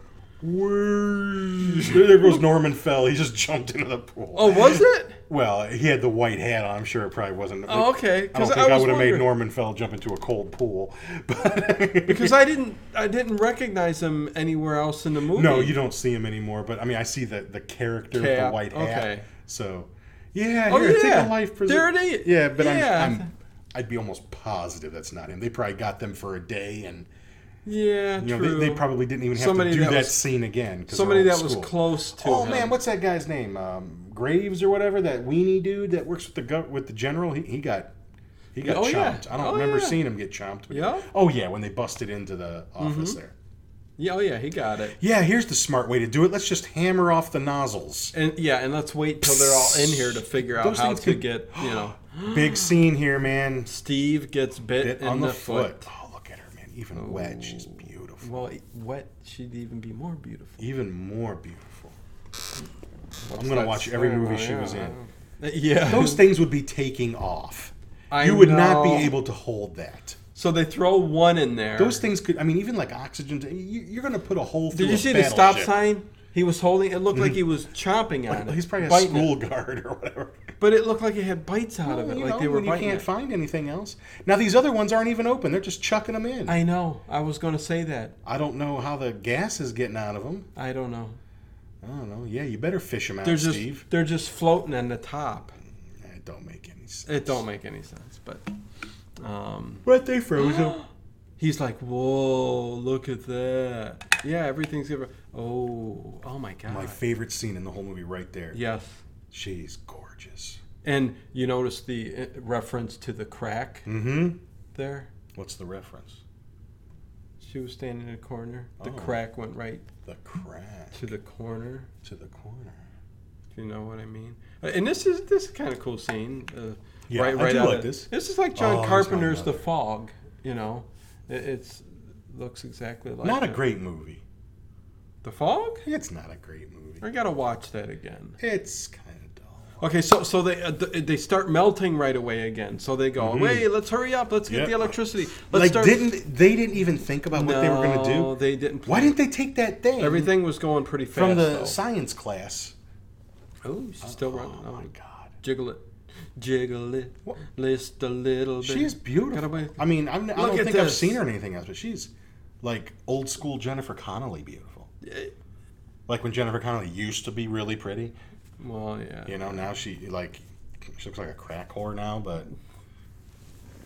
Speaker 2: there goes Norman Fell. He just jumped into the pool.
Speaker 1: Oh, was it?
Speaker 2: Well, he had the white hat on. I'm sure it probably wasn't.
Speaker 1: Oh, okay,
Speaker 2: I don't
Speaker 1: 'cause
Speaker 2: think
Speaker 1: I
Speaker 2: I,
Speaker 1: was
Speaker 2: would have made
Speaker 1: wondering-
Speaker 2: Norman Fell jump into a cold pool. [LAUGHS] But
Speaker 1: Because I didn't I didn't recognize him anywhere else in the movie.
Speaker 2: no, you don't see him anymore. But I mean, I see the the character with the
Speaker 1: Cap,
Speaker 2: white hat.
Speaker 1: okay.
Speaker 2: So yeah,
Speaker 1: Oh,
Speaker 2: here, take
Speaker 1: yeah.
Speaker 2: a life preser-
Speaker 1: There it is.
Speaker 2: Yeah, but
Speaker 1: Yeah.
Speaker 2: I'm, I'm I'd be almost positive that's not him. They probably got them for a day, and
Speaker 1: Yeah,
Speaker 2: you know
Speaker 1: true.
Speaker 2: they, they probably didn't even have
Speaker 1: Somebody
Speaker 2: to do
Speaker 1: that
Speaker 2: that,
Speaker 1: was-
Speaker 2: scene again. 'cause
Speaker 1: Somebody
Speaker 2: they're
Speaker 1: that
Speaker 2: old
Speaker 1: was
Speaker 2: school.
Speaker 1: close to
Speaker 2: Oh
Speaker 1: him.
Speaker 2: man, what's that guy's name? Um, Graves or whatever that weenie dude that works with the gov- with the general. He, he got he got
Speaker 1: Oh, yeah.
Speaker 2: chomped. I don't
Speaker 1: Oh,
Speaker 2: remember
Speaker 1: yeah.
Speaker 2: seeing him get chomped. but-
Speaker 1: Yeah. Mm-hmm.
Speaker 2: Oh yeah, when they busted into the office there.
Speaker 1: Yeah, oh yeah, he got it.
Speaker 2: Yeah, here's the smart way to do it. Let's just hammer off the nozzles.
Speaker 1: And yeah, and let's wait till they're all in here to figure out
Speaker 2: Those
Speaker 1: how
Speaker 2: things
Speaker 1: to
Speaker 2: can- [GASPS]
Speaker 1: get you know.
Speaker 2: Big scene here, man.
Speaker 1: Steve gets bit,
Speaker 2: Bit
Speaker 1: in
Speaker 2: on
Speaker 1: the,
Speaker 2: the,
Speaker 1: foot.
Speaker 2: Oh, look at her, man. Even wet, she's beautiful.
Speaker 1: Well, wet, she'd even be more beautiful.
Speaker 2: Even more beautiful. I'm gonna watch every movie she was in.
Speaker 1: [LAUGHS] Yeah.
Speaker 2: Those things would be taking off.
Speaker 1: I
Speaker 2: you would not be
Speaker 1: know.
Speaker 2: able to hold that.
Speaker 1: So they throw one in there.
Speaker 2: Those things could. I mean, even like oxygen. t- You, you're going to put a hole through.
Speaker 1: Did you
Speaker 2: a
Speaker 1: see the stop
Speaker 2: battleship.
Speaker 1: sign? He was holding. It looked like he was chomping on it.
Speaker 2: He's probably a
Speaker 1: biting it.
Speaker 2: school guard or whatever.
Speaker 1: but it looked like it had bites out of it,
Speaker 2: You
Speaker 1: like
Speaker 2: know,
Speaker 1: they were
Speaker 2: when you
Speaker 1: biting
Speaker 2: can't
Speaker 1: it.
Speaker 2: find anything else. Now these other ones aren't even open. They're just chucking them in. I,
Speaker 1: I know. I was going to say that.
Speaker 2: don't know how the gas is getting out of them.
Speaker 1: I don't know.
Speaker 2: I don't know. Yeah, you better fish them out,
Speaker 1: They're just
Speaker 2: Ah, Steve.
Speaker 1: they're just floating on the top.
Speaker 2: It don't make any sense.
Speaker 1: It don't make any sense, but um,
Speaker 2: But they
Speaker 1: [GASPS]
Speaker 2: froze them.
Speaker 1: he's like, "Whoa, look at that! Yeah, everything's ever. Oh, oh my god!
Speaker 2: My favorite scene in the whole movie, right there.
Speaker 1: yes."
Speaker 2: She's gorgeous.
Speaker 1: And you notice the uh, reference to the crack
Speaker 2: Mm-hmm.
Speaker 1: there.
Speaker 2: What's the reference?
Speaker 1: She was standing in a corner. The
Speaker 2: Oh.
Speaker 1: crack went right
Speaker 2: The crack
Speaker 1: to the corner.
Speaker 2: to the corner.
Speaker 1: If you know what I mean. Uh, And this is this is kind of cool scene. Uh,
Speaker 2: Yeah,
Speaker 1: right,
Speaker 2: I
Speaker 1: right
Speaker 2: do
Speaker 1: out
Speaker 2: like
Speaker 1: of-
Speaker 2: this.
Speaker 1: This is like
Speaker 2: Oh,
Speaker 1: John
Speaker 2: he's
Speaker 1: Carpenter's
Speaker 2: my
Speaker 1: The
Speaker 2: brother.
Speaker 1: Fog. You know, it, it's looks exactly like
Speaker 2: Not a
Speaker 1: it.
Speaker 2: great movie.
Speaker 1: The Fog.
Speaker 2: It's not a great movie.
Speaker 1: I gotta watch that again.
Speaker 2: It's kind of dull.
Speaker 1: Okay, so so they uh, th- they start melting right away again. So they go, "Wait, let's hurry up! Let's get
Speaker 2: Yep.
Speaker 1: the electricity." Let's
Speaker 2: Mm-hmm. like,
Speaker 1: start.
Speaker 2: didn't they didn't even think about what they were going to
Speaker 1: No,
Speaker 2: do?
Speaker 1: They didn't.
Speaker 2: Why didn't they take that thing?
Speaker 1: Everything was going pretty fast.
Speaker 2: from the
Speaker 1: though.
Speaker 2: science class.
Speaker 1: Oh, she's still running.
Speaker 2: Oh
Speaker 1: Oh,
Speaker 2: my god,
Speaker 1: jiggle it, jiggle it,
Speaker 2: What?
Speaker 1: list a little bit.
Speaker 2: she is beautiful.
Speaker 1: Gotta wait.
Speaker 2: I mean, I'm, I don't
Speaker 1: Look at
Speaker 2: think I've
Speaker 1: this.
Speaker 2: seen her in anything else, but she's like old school Jennifer Connelly beautiful. Like when Jennifer Connelly used to be really pretty.
Speaker 1: Well, yeah.
Speaker 2: You know, now she like she looks like a crack whore now, but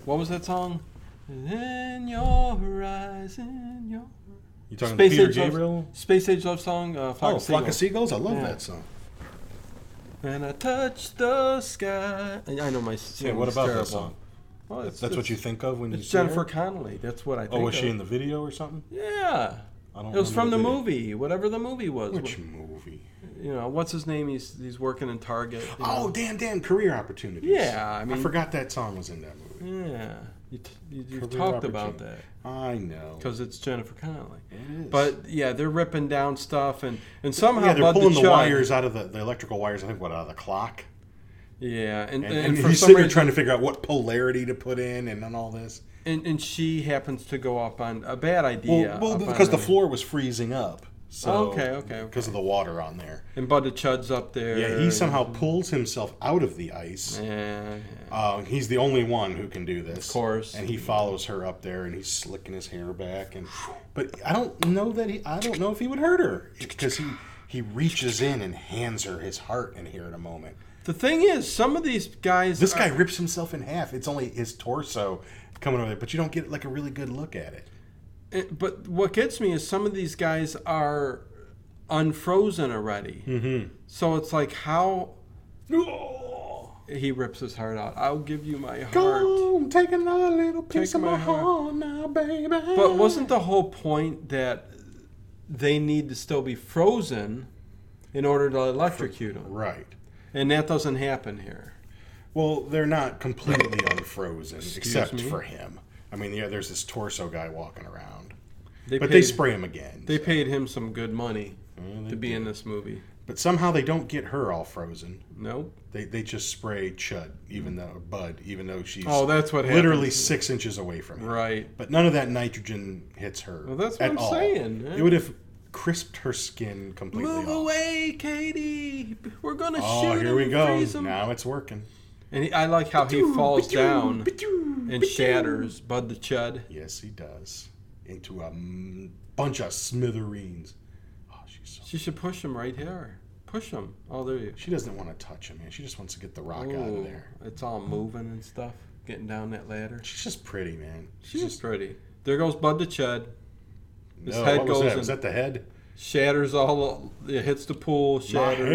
Speaker 1: What was that song? In your horizon, your
Speaker 2: you talking
Speaker 1: Space
Speaker 2: Peter
Speaker 1: Age Love-
Speaker 2: Gabriel?
Speaker 1: Space Age love song. Uh, Flock
Speaker 2: Oh,
Speaker 1: of
Speaker 2: Flock of
Speaker 1: Seagulls.
Speaker 2: Seagulls. I love
Speaker 1: Yeah.
Speaker 2: that song.
Speaker 1: When I touch the sky. I I know my
Speaker 2: Yeah,
Speaker 1: singing
Speaker 2: what
Speaker 1: is
Speaker 2: about
Speaker 1: terrible.
Speaker 2: that song?
Speaker 1: Well, it's,
Speaker 2: That's what
Speaker 1: it's-
Speaker 2: you think of when you
Speaker 1: It's
Speaker 2: see her?
Speaker 1: Jennifer Connelly. That's what I think.
Speaker 2: Oh, was she
Speaker 1: of.
Speaker 2: in the video or something?
Speaker 1: Yeah.
Speaker 2: I don't
Speaker 1: It was
Speaker 2: remember
Speaker 1: from the
Speaker 2: video.
Speaker 1: movie, whatever the movie was.
Speaker 2: Which movie?
Speaker 1: You know, what's his name? He's he's working in Target. you
Speaker 2: Oh,
Speaker 1: know.
Speaker 2: damn, damn, career opportunities.
Speaker 1: Yeah, I mean-
Speaker 2: forgot that song was in that movie.
Speaker 1: yeah. You, t- you, you've
Speaker 2: Career
Speaker 1: talked about that
Speaker 2: opportunity. I know.
Speaker 1: because Oh. it's Jennifer Connelly.
Speaker 2: It is.
Speaker 1: But yeah, they're ripping down stuff and and somehow
Speaker 2: yeah, they're
Speaker 1: Bud
Speaker 2: pulling
Speaker 1: the,
Speaker 2: the,
Speaker 1: Chug-
Speaker 2: wires out of the, the electrical wires. I think what out of the clock.
Speaker 1: Yeah, and,
Speaker 2: And,
Speaker 1: and,
Speaker 2: and,
Speaker 1: for
Speaker 2: he's
Speaker 1: some
Speaker 2: sitting there
Speaker 1: reason,
Speaker 2: trying to figure out what polarity to put in and, and all this.
Speaker 1: and, and she happens to go up on a bad
Speaker 2: Well,
Speaker 1: idea.
Speaker 2: well
Speaker 1: up on
Speaker 2: because the
Speaker 1: a-
Speaker 2: floor was freezing up. So
Speaker 1: Oh, okay, okay, okay.
Speaker 2: Because of the water on there.
Speaker 1: and Bud the Chud's up there.
Speaker 2: Yeah, he
Speaker 1: and-
Speaker 2: somehow pulls himself out of the ice.
Speaker 1: Yeah, yeah.
Speaker 2: Uh, he's the only one who can do this,
Speaker 1: Of course.
Speaker 2: And he follows her up there, and he's slicking his hair back, and but I don't know that he, I don't know if he would hurt her because he he reaches in and hands her his heart in here in a moment.
Speaker 1: The thing is, some of these guys.
Speaker 2: This
Speaker 1: are-
Speaker 2: guy rips himself in half. It's only his torso coming over there, but you don't get like a really good look at it.
Speaker 1: It- eh, but what gets me is some of these guys are unfrozen already.
Speaker 2: Hmm.
Speaker 1: Mm-hmm. So it's like how he rips his heart out. I'll give you my heart.
Speaker 2: Go on, take another little piece
Speaker 1: Take
Speaker 2: of my,
Speaker 1: my heart.
Speaker 2: heart now, baby.
Speaker 1: But wasn't the whole point that they need to still be frozen in order to electrocute them?
Speaker 2: right?
Speaker 1: And that doesn't happen here.
Speaker 2: Well, they're not completely unfrozen, except
Speaker 1: me?
Speaker 2: for him. I mean, yeah, there's this torso guy walking around,
Speaker 1: They
Speaker 2: but
Speaker 1: paid,
Speaker 2: they spray him again.
Speaker 1: they paid him some good money
Speaker 2: Yeah,
Speaker 1: to
Speaker 2: they
Speaker 1: be in this movie.
Speaker 2: but somehow they don't get her all frozen.
Speaker 1: Nope.
Speaker 2: They they just spray Chud, even though Bud, even though she's
Speaker 1: Oh, that's what happened.
Speaker 2: literally six inches away from him.
Speaker 1: Right.
Speaker 2: But none of that nitrogen hits her.
Speaker 1: Well, that's what
Speaker 2: at
Speaker 1: I'm
Speaker 2: all.
Speaker 1: saying, yeah.
Speaker 2: It would have crisped her skin completely
Speaker 1: Move
Speaker 2: off.
Speaker 1: away, Katie. We're gonna shoot
Speaker 2: Oh, here
Speaker 1: him
Speaker 2: we
Speaker 1: and
Speaker 2: go.
Speaker 1: freeze him.
Speaker 2: Now it's working.
Speaker 1: And he, I like how he falls down and shatters Bud the Chud.
Speaker 2: Yes, he does. Into a m- bunch of smithereens. Oh, she's so.
Speaker 1: She should push him right here. Push him. Oh, there you.
Speaker 2: She doesn't want to touch him, man. She just wants to get the rock out of
Speaker 1: Ooh,
Speaker 2: there.
Speaker 1: it's all moving and stuff. Getting down that ladder.
Speaker 2: She's just pretty, man.
Speaker 1: She's just ready. There goes Bud the Chud. His
Speaker 2: no,
Speaker 1: head
Speaker 2: what was
Speaker 1: goes
Speaker 2: that?
Speaker 1: in-
Speaker 2: Was that the head?
Speaker 1: Shatters all. It hits the pool.
Speaker 2: My
Speaker 1: Shatters.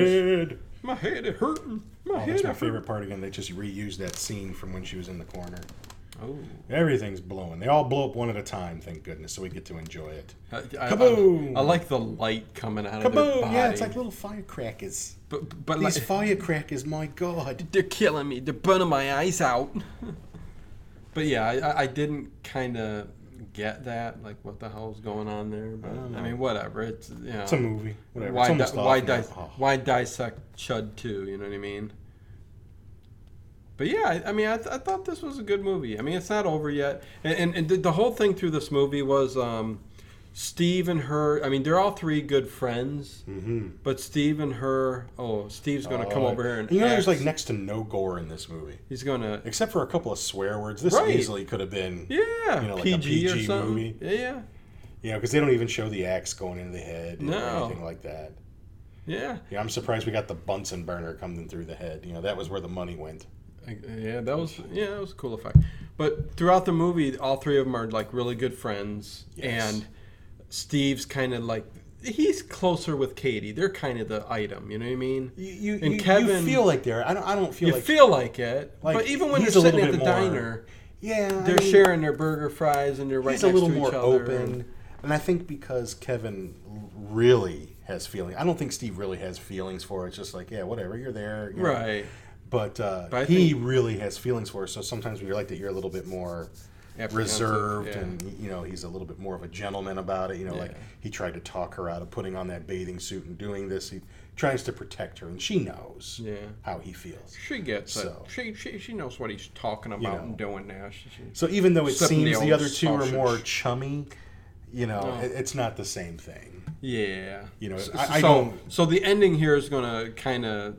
Speaker 2: head.
Speaker 1: My head, it hurting. My
Speaker 2: Oh,
Speaker 1: head.
Speaker 2: that's my
Speaker 1: it
Speaker 2: favorite part again. They just reused that scene from when she was in the corner.
Speaker 1: hurting.
Speaker 2: Everything's blowing. They all blow up one at a time, thank goodness, so we get to enjoy it.
Speaker 1: Oh. I, I,
Speaker 2: Kaboom!
Speaker 1: I, I like the light coming out of their
Speaker 2: Kaboom!
Speaker 1: body.
Speaker 2: Yeah, it's like little firecrackers.
Speaker 1: But, but
Speaker 2: These
Speaker 1: like, [LAUGHS]
Speaker 2: firecrackers, my god.
Speaker 1: they're killing me. They're burning my eyes out. [LAUGHS] but yeah, I, I- I didn't kind of get that. Like, what the hell's going on there? But
Speaker 2: don't
Speaker 1: I,
Speaker 2: know.
Speaker 1: mean, whatever. It's you know,
Speaker 2: It's a movie. Whatever.
Speaker 1: Why,
Speaker 2: it's
Speaker 1: di-
Speaker 2: almost off
Speaker 1: why,
Speaker 2: now.
Speaker 1: di-
Speaker 2: Oh.
Speaker 1: why dissect Chud too? You know what I mean? But yeah, I, I mean, I, th- I thought this was a good movie. I mean, it's not over yet, and and, and the, the whole thing through this movie was um, Steve and her. I mean, they're all three good friends,
Speaker 2: Mhm.
Speaker 1: but Steve and her. Oh, Steve's gonna come
Speaker 2: Oh,
Speaker 1: over here and
Speaker 2: you know, there's
Speaker 1: axe-
Speaker 2: like next to no gore in this movie,
Speaker 1: he's gonna
Speaker 2: except for a couple of swear words. This
Speaker 1: Right.
Speaker 2: easily could have been,
Speaker 1: yeah
Speaker 2: you know, like a
Speaker 1: PG, or
Speaker 2: PG
Speaker 1: something.
Speaker 2: movie.
Speaker 1: Yeah, yeah,
Speaker 2: you know, because they don't even show the axe going into the head or
Speaker 1: No.
Speaker 2: anything like that.
Speaker 1: yeah,
Speaker 2: Yeah, I'm surprised we got the Bunsen burner coming through the head. You know, that was where the money went.
Speaker 1: I- yeah. That was yeah, that was a cool effect. But throughout the movie, all three of them are like really good friends,
Speaker 2: Yes.
Speaker 1: and Steve's kind of like he's closer with Katie. They're kind of the item. You know what I mean?
Speaker 2: You, you,
Speaker 1: And
Speaker 2: you, you
Speaker 1: Kevin-
Speaker 2: feel like they're. I don't. I don't feel
Speaker 1: You
Speaker 2: like.
Speaker 1: feel like it,
Speaker 2: like,
Speaker 1: but even when they're
Speaker 2: he's a little
Speaker 1: sitting at the
Speaker 2: bit more-
Speaker 1: diner,
Speaker 2: yeah, I
Speaker 1: they're
Speaker 2: mean,
Speaker 1: sharing their burger fries and they're right
Speaker 2: He's a
Speaker 1: next
Speaker 2: little
Speaker 1: to each
Speaker 2: more
Speaker 1: other.
Speaker 2: open, and I think because Kevin really has feelings. I don't think Steve really has feelings for it. It's just like, yeah, whatever. You're there. you know.
Speaker 1: right?
Speaker 2: But, uh,
Speaker 1: But I
Speaker 2: he really has feelings for her, so sometimes when you're like that, you're a little bit more
Speaker 1: Apprehensive,
Speaker 2: reserved,
Speaker 1: yeah.
Speaker 2: and you know he's a little bit more of a gentleman about it. You know, like
Speaker 1: Yeah.
Speaker 2: he tried to talk her out of putting on that bathing suit and doing this. He tries to protect her, and she knows
Speaker 1: Yeah.
Speaker 2: how he feels.
Speaker 1: She gets
Speaker 2: So.
Speaker 1: it. She, she she knows what he's talking about
Speaker 2: know.
Speaker 1: and doing now. She, she-
Speaker 2: So even though it
Speaker 1: Except
Speaker 2: seems
Speaker 1: the old
Speaker 2: the other two are
Speaker 1: sausage.
Speaker 2: more chummy, you know,
Speaker 1: No.
Speaker 2: it, it's not the same thing.
Speaker 1: Yeah.
Speaker 2: You know,
Speaker 1: so,
Speaker 2: I- I
Speaker 1: so,
Speaker 2: don't-
Speaker 1: so the ending here is going to kind of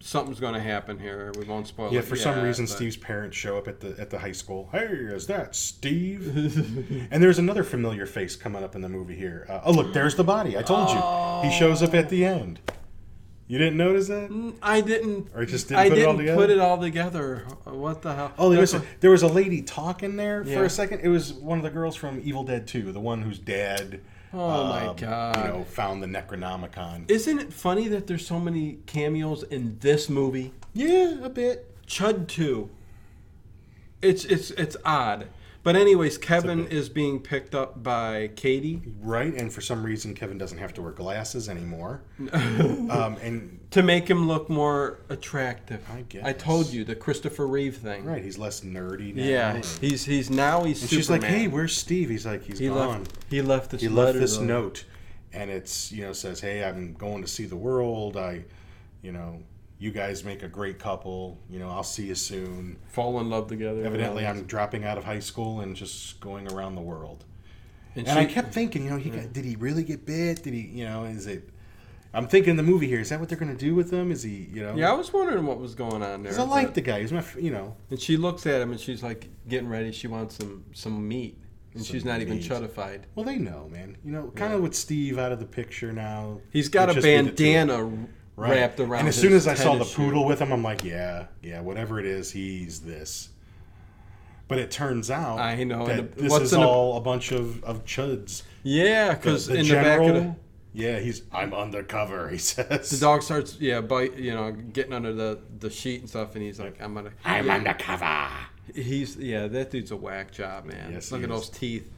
Speaker 1: something's going to happen here. We won't spoil
Speaker 2: Yeah,
Speaker 1: it.
Speaker 2: for some
Speaker 1: yet,
Speaker 2: reason,
Speaker 1: Oh, but-
Speaker 2: Steve's parents show up at the at the high school. Hey, is that Steve? [LAUGHS] and there's another familiar face coming up in the movie here. Uh, oh, look, there's the body. I told you, he shows up at the end. You didn't notice that?
Speaker 1: Mm, I didn't.
Speaker 2: Or just didn't
Speaker 1: I
Speaker 2: put it all
Speaker 1: didn't
Speaker 2: together?
Speaker 1: put it all together. Uh, What the hell?
Speaker 2: Oh, they
Speaker 1: That's
Speaker 2: missed it.
Speaker 1: what-
Speaker 2: There was a lady talking there for
Speaker 1: Yeah.
Speaker 2: a second. It was one of the girls from Evil Dead 2, the one whose dad.
Speaker 1: Oh, my
Speaker 2: You
Speaker 1: God.
Speaker 2: know, found the Necronomicon.
Speaker 1: Isn't it funny that there's so many cameos in this movie?
Speaker 2: yeah, a bit.
Speaker 1: Chud 2. It's it's it's odd. But anyways, Kevin
Speaker 2: bit-
Speaker 1: is being picked up by Katie
Speaker 2: Right, and for some reason Kevin doesn't have to wear
Speaker 1: [LAUGHS]
Speaker 2: glasses anymore. um, and
Speaker 1: to make him look more attractive.
Speaker 2: I guess.
Speaker 1: I told you the Christopher Reeve thing.
Speaker 2: right, he's less nerdy now.
Speaker 1: Yeah, he's he's now he's
Speaker 2: And
Speaker 1: Superman.
Speaker 2: she's like, "Hey, where's Steve?" He's like, "He's
Speaker 1: he
Speaker 2: gone."
Speaker 1: left he left this
Speaker 2: he left
Speaker 1: letter,
Speaker 2: this
Speaker 1: though.
Speaker 2: note, and it's you know says, "Hey, I'm going to see the world. I, you know, you guys make a great couple. You know, I'll see you soon."
Speaker 1: fall in love together.
Speaker 2: Evidently, I'm dropping out of high school and just going around the world.
Speaker 1: and,
Speaker 2: And I
Speaker 1: she-
Speaker 2: kept thinking, you know, he got, did he really get bit? Did he, you know, is it? I'm thinking the movie here is that what they're going to do with him? Is he, you know?
Speaker 1: Yeah, I was wondering what was going on there.
Speaker 2: Because I like
Speaker 1: but-
Speaker 2: the guy. He's my, f- you know.
Speaker 1: And she looks at him and she's like getting ready. She wants some some meat, and
Speaker 2: Some
Speaker 1: she's not even
Speaker 2: meat.
Speaker 1: chudified.
Speaker 2: Well, they know, man. You know, kind of with Steve out of the picture now.
Speaker 1: He's got
Speaker 2: It'd
Speaker 1: a
Speaker 2: just be the two.
Speaker 1: bandana
Speaker 2: Right.
Speaker 1: wrapped around.
Speaker 2: And as
Speaker 1: his
Speaker 2: soon as I saw the
Speaker 1: tennis shoe.
Speaker 2: poodle with him, I'm like, yeah, yeah, whatever it is, he's this. But it turns out,
Speaker 1: I know,
Speaker 2: that
Speaker 1: and the-
Speaker 2: this
Speaker 1: what's
Speaker 2: is
Speaker 1: in the-
Speaker 2: all a bunch of of chuds.
Speaker 1: yeah,
Speaker 2: The,
Speaker 1: because
Speaker 2: the
Speaker 1: in
Speaker 2: general,
Speaker 1: the back of
Speaker 2: yeah, he's I'm undercover. He says,
Speaker 1: the, the dog starts, yeah, bite, you know, getting under the the sheet and stuff, and he's like, I'm gonna,
Speaker 2: I'm
Speaker 1: yeah,
Speaker 2: undercover.
Speaker 1: he's, yeah, that dude's a whack job, man.
Speaker 2: Yes,
Speaker 1: Look
Speaker 2: he
Speaker 1: at
Speaker 2: is.
Speaker 1: those teeth.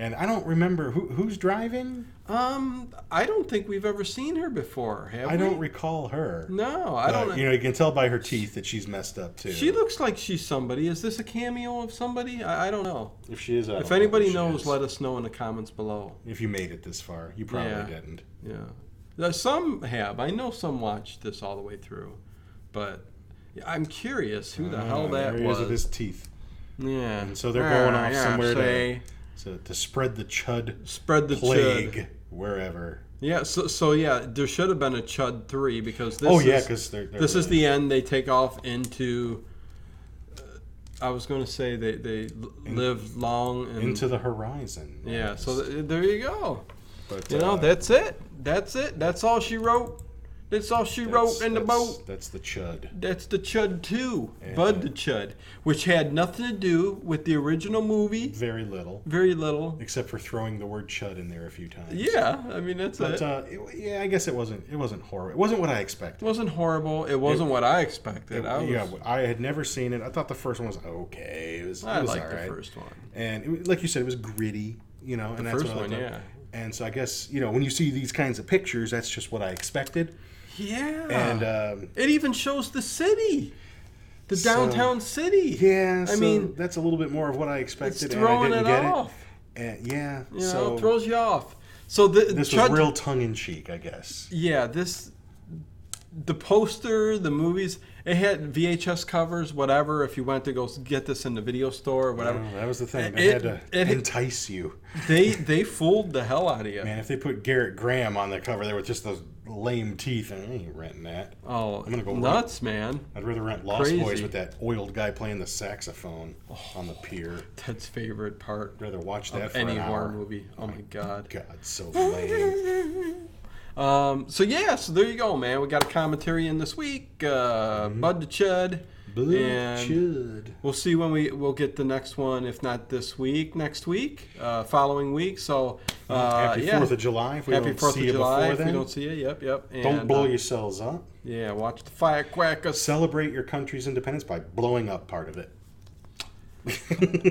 Speaker 2: And I don't remember who who's driving.
Speaker 1: Um, I don't think we've ever seen her before, have
Speaker 2: I
Speaker 1: we?
Speaker 2: don't recall her.
Speaker 1: No, I
Speaker 2: But,
Speaker 1: don't.
Speaker 2: You know, you can tell by her teeth that she's messed up too.
Speaker 1: she looks like she's somebody. Is this a cameo of somebody? I, I don't know.
Speaker 2: If she is, I don't
Speaker 1: If
Speaker 2: know who
Speaker 1: anybody
Speaker 2: she
Speaker 1: knows,
Speaker 2: is.
Speaker 1: let us know in the comments below.
Speaker 2: If you made it this far, you probably
Speaker 1: Yeah.
Speaker 2: didn't.
Speaker 1: Yeah. Now, Some have. I know some watched this all the way through, but I'm curious who the hell
Speaker 2: Uh,
Speaker 1: that
Speaker 2: there he is
Speaker 1: was.
Speaker 2: with his teeth.
Speaker 1: yeah. Ah,
Speaker 2: And so they're going off somewhere to-
Speaker 1: say,
Speaker 2: to, to spread the chud
Speaker 1: Spread the
Speaker 2: plague
Speaker 1: chud.
Speaker 2: wherever.
Speaker 1: Yeah. So, so yeah, there should have been a chud three because this.
Speaker 2: oh yeah,
Speaker 1: is-
Speaker 2: because they're, they're
Speaker 1: this is the end. They take off into. uh, I was going to say they they l- live long and
Speaker 2: into the horizon.
Speaker 1: yeah. So th- there you go.
Speaker 2: but,
Speaker 1: You know
Speaker 2: uh,
Speaker 1: that's it. That's it. That's all she wrote. That's all she wrote
Speaker 2: that's-
Speaker 1: in the
Speaker 2: that's-
Speaker 1: boat.
Speaker 2: That's the chud.
Speaker 1: That's the Chud 2,
Speaker 2: Yeah.
Speaker 1: Bud the Chud, which had nothing to do with the original movie.
Speaker 2: Very little,
Speaker 1: Very little.
Speaker 2: except for throwing the word chud in there a few times.
Speaker 1: Yeah, I mean that's
Speaker 2: But
Speaker 1: it.
Speaker 2: uh, it- yeah, I guess it wasn't. It wasn't horror. It wasn't what I
Speaker 1: It
Speaker 2: expected.
Speaker 1: wasn't horrible. It wasn't what I expected. I was.
Speaker 2: yeah, I had never seen it. I thought the first one was okay. It was.
Speaker 1: I
Speaker 2: it was
Speaker 1: liked
Speaker 2: all
Speaker 1: the
Speaker 2: right.
Speaker 1: first one.
Speaker 2: And it, was- like you said, it was gritty. You know, and that's
Speaker 1: first
Speaker 2: what I
Speaker 1: one,
Speaker 2: thought.
Speaker 1: yeah.
Speaker 2: And so I guess you know when you see these kinds of pictures, that's just what I expected.
Speaker 1: Yeah.
Speaker 2: And um,
Speaker 1: it even shows the city, the
Speaker 2: So-
Speaker 1: downtown city.
Speaker 2: yeah,
Speaker 1: I
Speaker 2: so
Speaker 1: mean,
Speaker 2: that's a little bit more of what I
Speaker 1: it's
Speaker 2: expected,
Speaker 1: throwing
Speaker 2: and I
Speaker 1: it
Speaker 2: didn't get
Speaker 1: off.
Speaker 2: it. And yeah,
Speaker 1: You know,
Speaker 2: so
Speaker 1: it throws you off. So the
Speaker 2: this was
Speaker 1: Chud
Speaker 2: real tongue in cheek, I guess.
Speaker 1: Yeah, this the poster, the movies, it had VHS covers, whatever. If you went to go s- get this in the video store, or whatever,
Speaker 2: Oh, that was the thing. They
Speaker 1: It-
Speaker 2: had to
Speaker 1: it-
Speaker 2: entice you.
Speaker 1: they they fooled the hell out of you.
Speaker 2: Man, if they put Garrett Graham on the cover there with just those lame teeth, I ain't renting that.
Speaker 1: Oh,
Speaker 2: I'm gonna go
Speaker 1: nuts, man!
Speaker 2: I'd rather rent Lost
Speaker 1: Crazy.
Speaker 2: Boys with that oiled guy playing the saxophone on the pier.
Speaker 1: Ted's favorite part
Speaker 2: I'd rather watch that
Speaker 1: of
Speaker 2: for
Speaker 1: any
Speaker 2: an
Speaker 1: horror
Speaker 2: hour.
Speaker 1: movie. Oh my god.
Speaker 2: God,
Speaker 1: [LAUGHS]
Speaker 2: so lame.
Speaker 1: Um, so yeah, so there you go, man. We got a commentary in this week. Uh, Bud to Chud.
Speaker 2: Blood
Speaker 1: And-
Speaker 2: Mm-hmm. chud.
Speaker 1: We'll see when we we'll get the next one, if not this week, next week, uh, following week. So uh,
Speaker 2: Mm-hmm. Happy
Speaker 1: yeah.
Speaker 2: Fourth of July. If we
Speaker 1: Happy
Speaker 2: don't
Speaker 1: Fourth of
Speaker 2: see it
Speaker 1: July.
Speaker 2: before
Speaker 1: If
Speaker 2: then,
Speaker 1: you don't see it, yep, yep. And,
Speaker 2: don't blow
Speaker 1: uh,
Speaker 2: yourselves up.
Speaker 1: Yeah, watch the
Speaker 2: [LAUGHS]
Speaker 1: firecrackers.
Speaker 2: Celebrate your country's independence by blowing up part of it.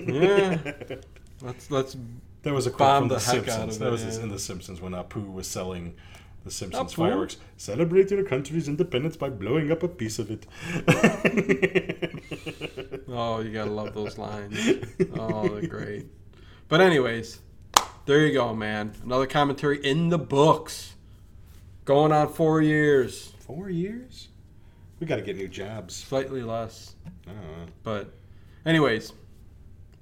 Speaker 1: Yeah. Let's let's.
Speaker 2: [LAUGHS] There was a quote
Speaker 1: Bomb
Speaker 2: from The,
Speaker 1: the heck out
Speaker 2: Simpsons.
Speaker 1: of
Speaker 2: that
Speaker 1: it,
Speaker 2: was
Speaker 1: yeah.
Speaker 2: in The Simpsons when Apu was selling The Simpsons
Speaker 1: Apu?
Speaker 2: fireworks. Celebrate your country's independence by blowing up a piece of it.
Speaker 1: [LAUGHS] Oh, you gotta love those lines. Oh, they're great. But anyways, there you go, man. Another commentary in the books. Going on four years,
Speaker 2: Four years? We got to get new jobs.
Speaker 1: slightly less,
Speaker 2: I don't know.
Speaker 1: but anyways.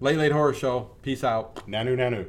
Speaker 1: Late Late Horror Show. Peace out.
Speaker 2: Nanu, nanu.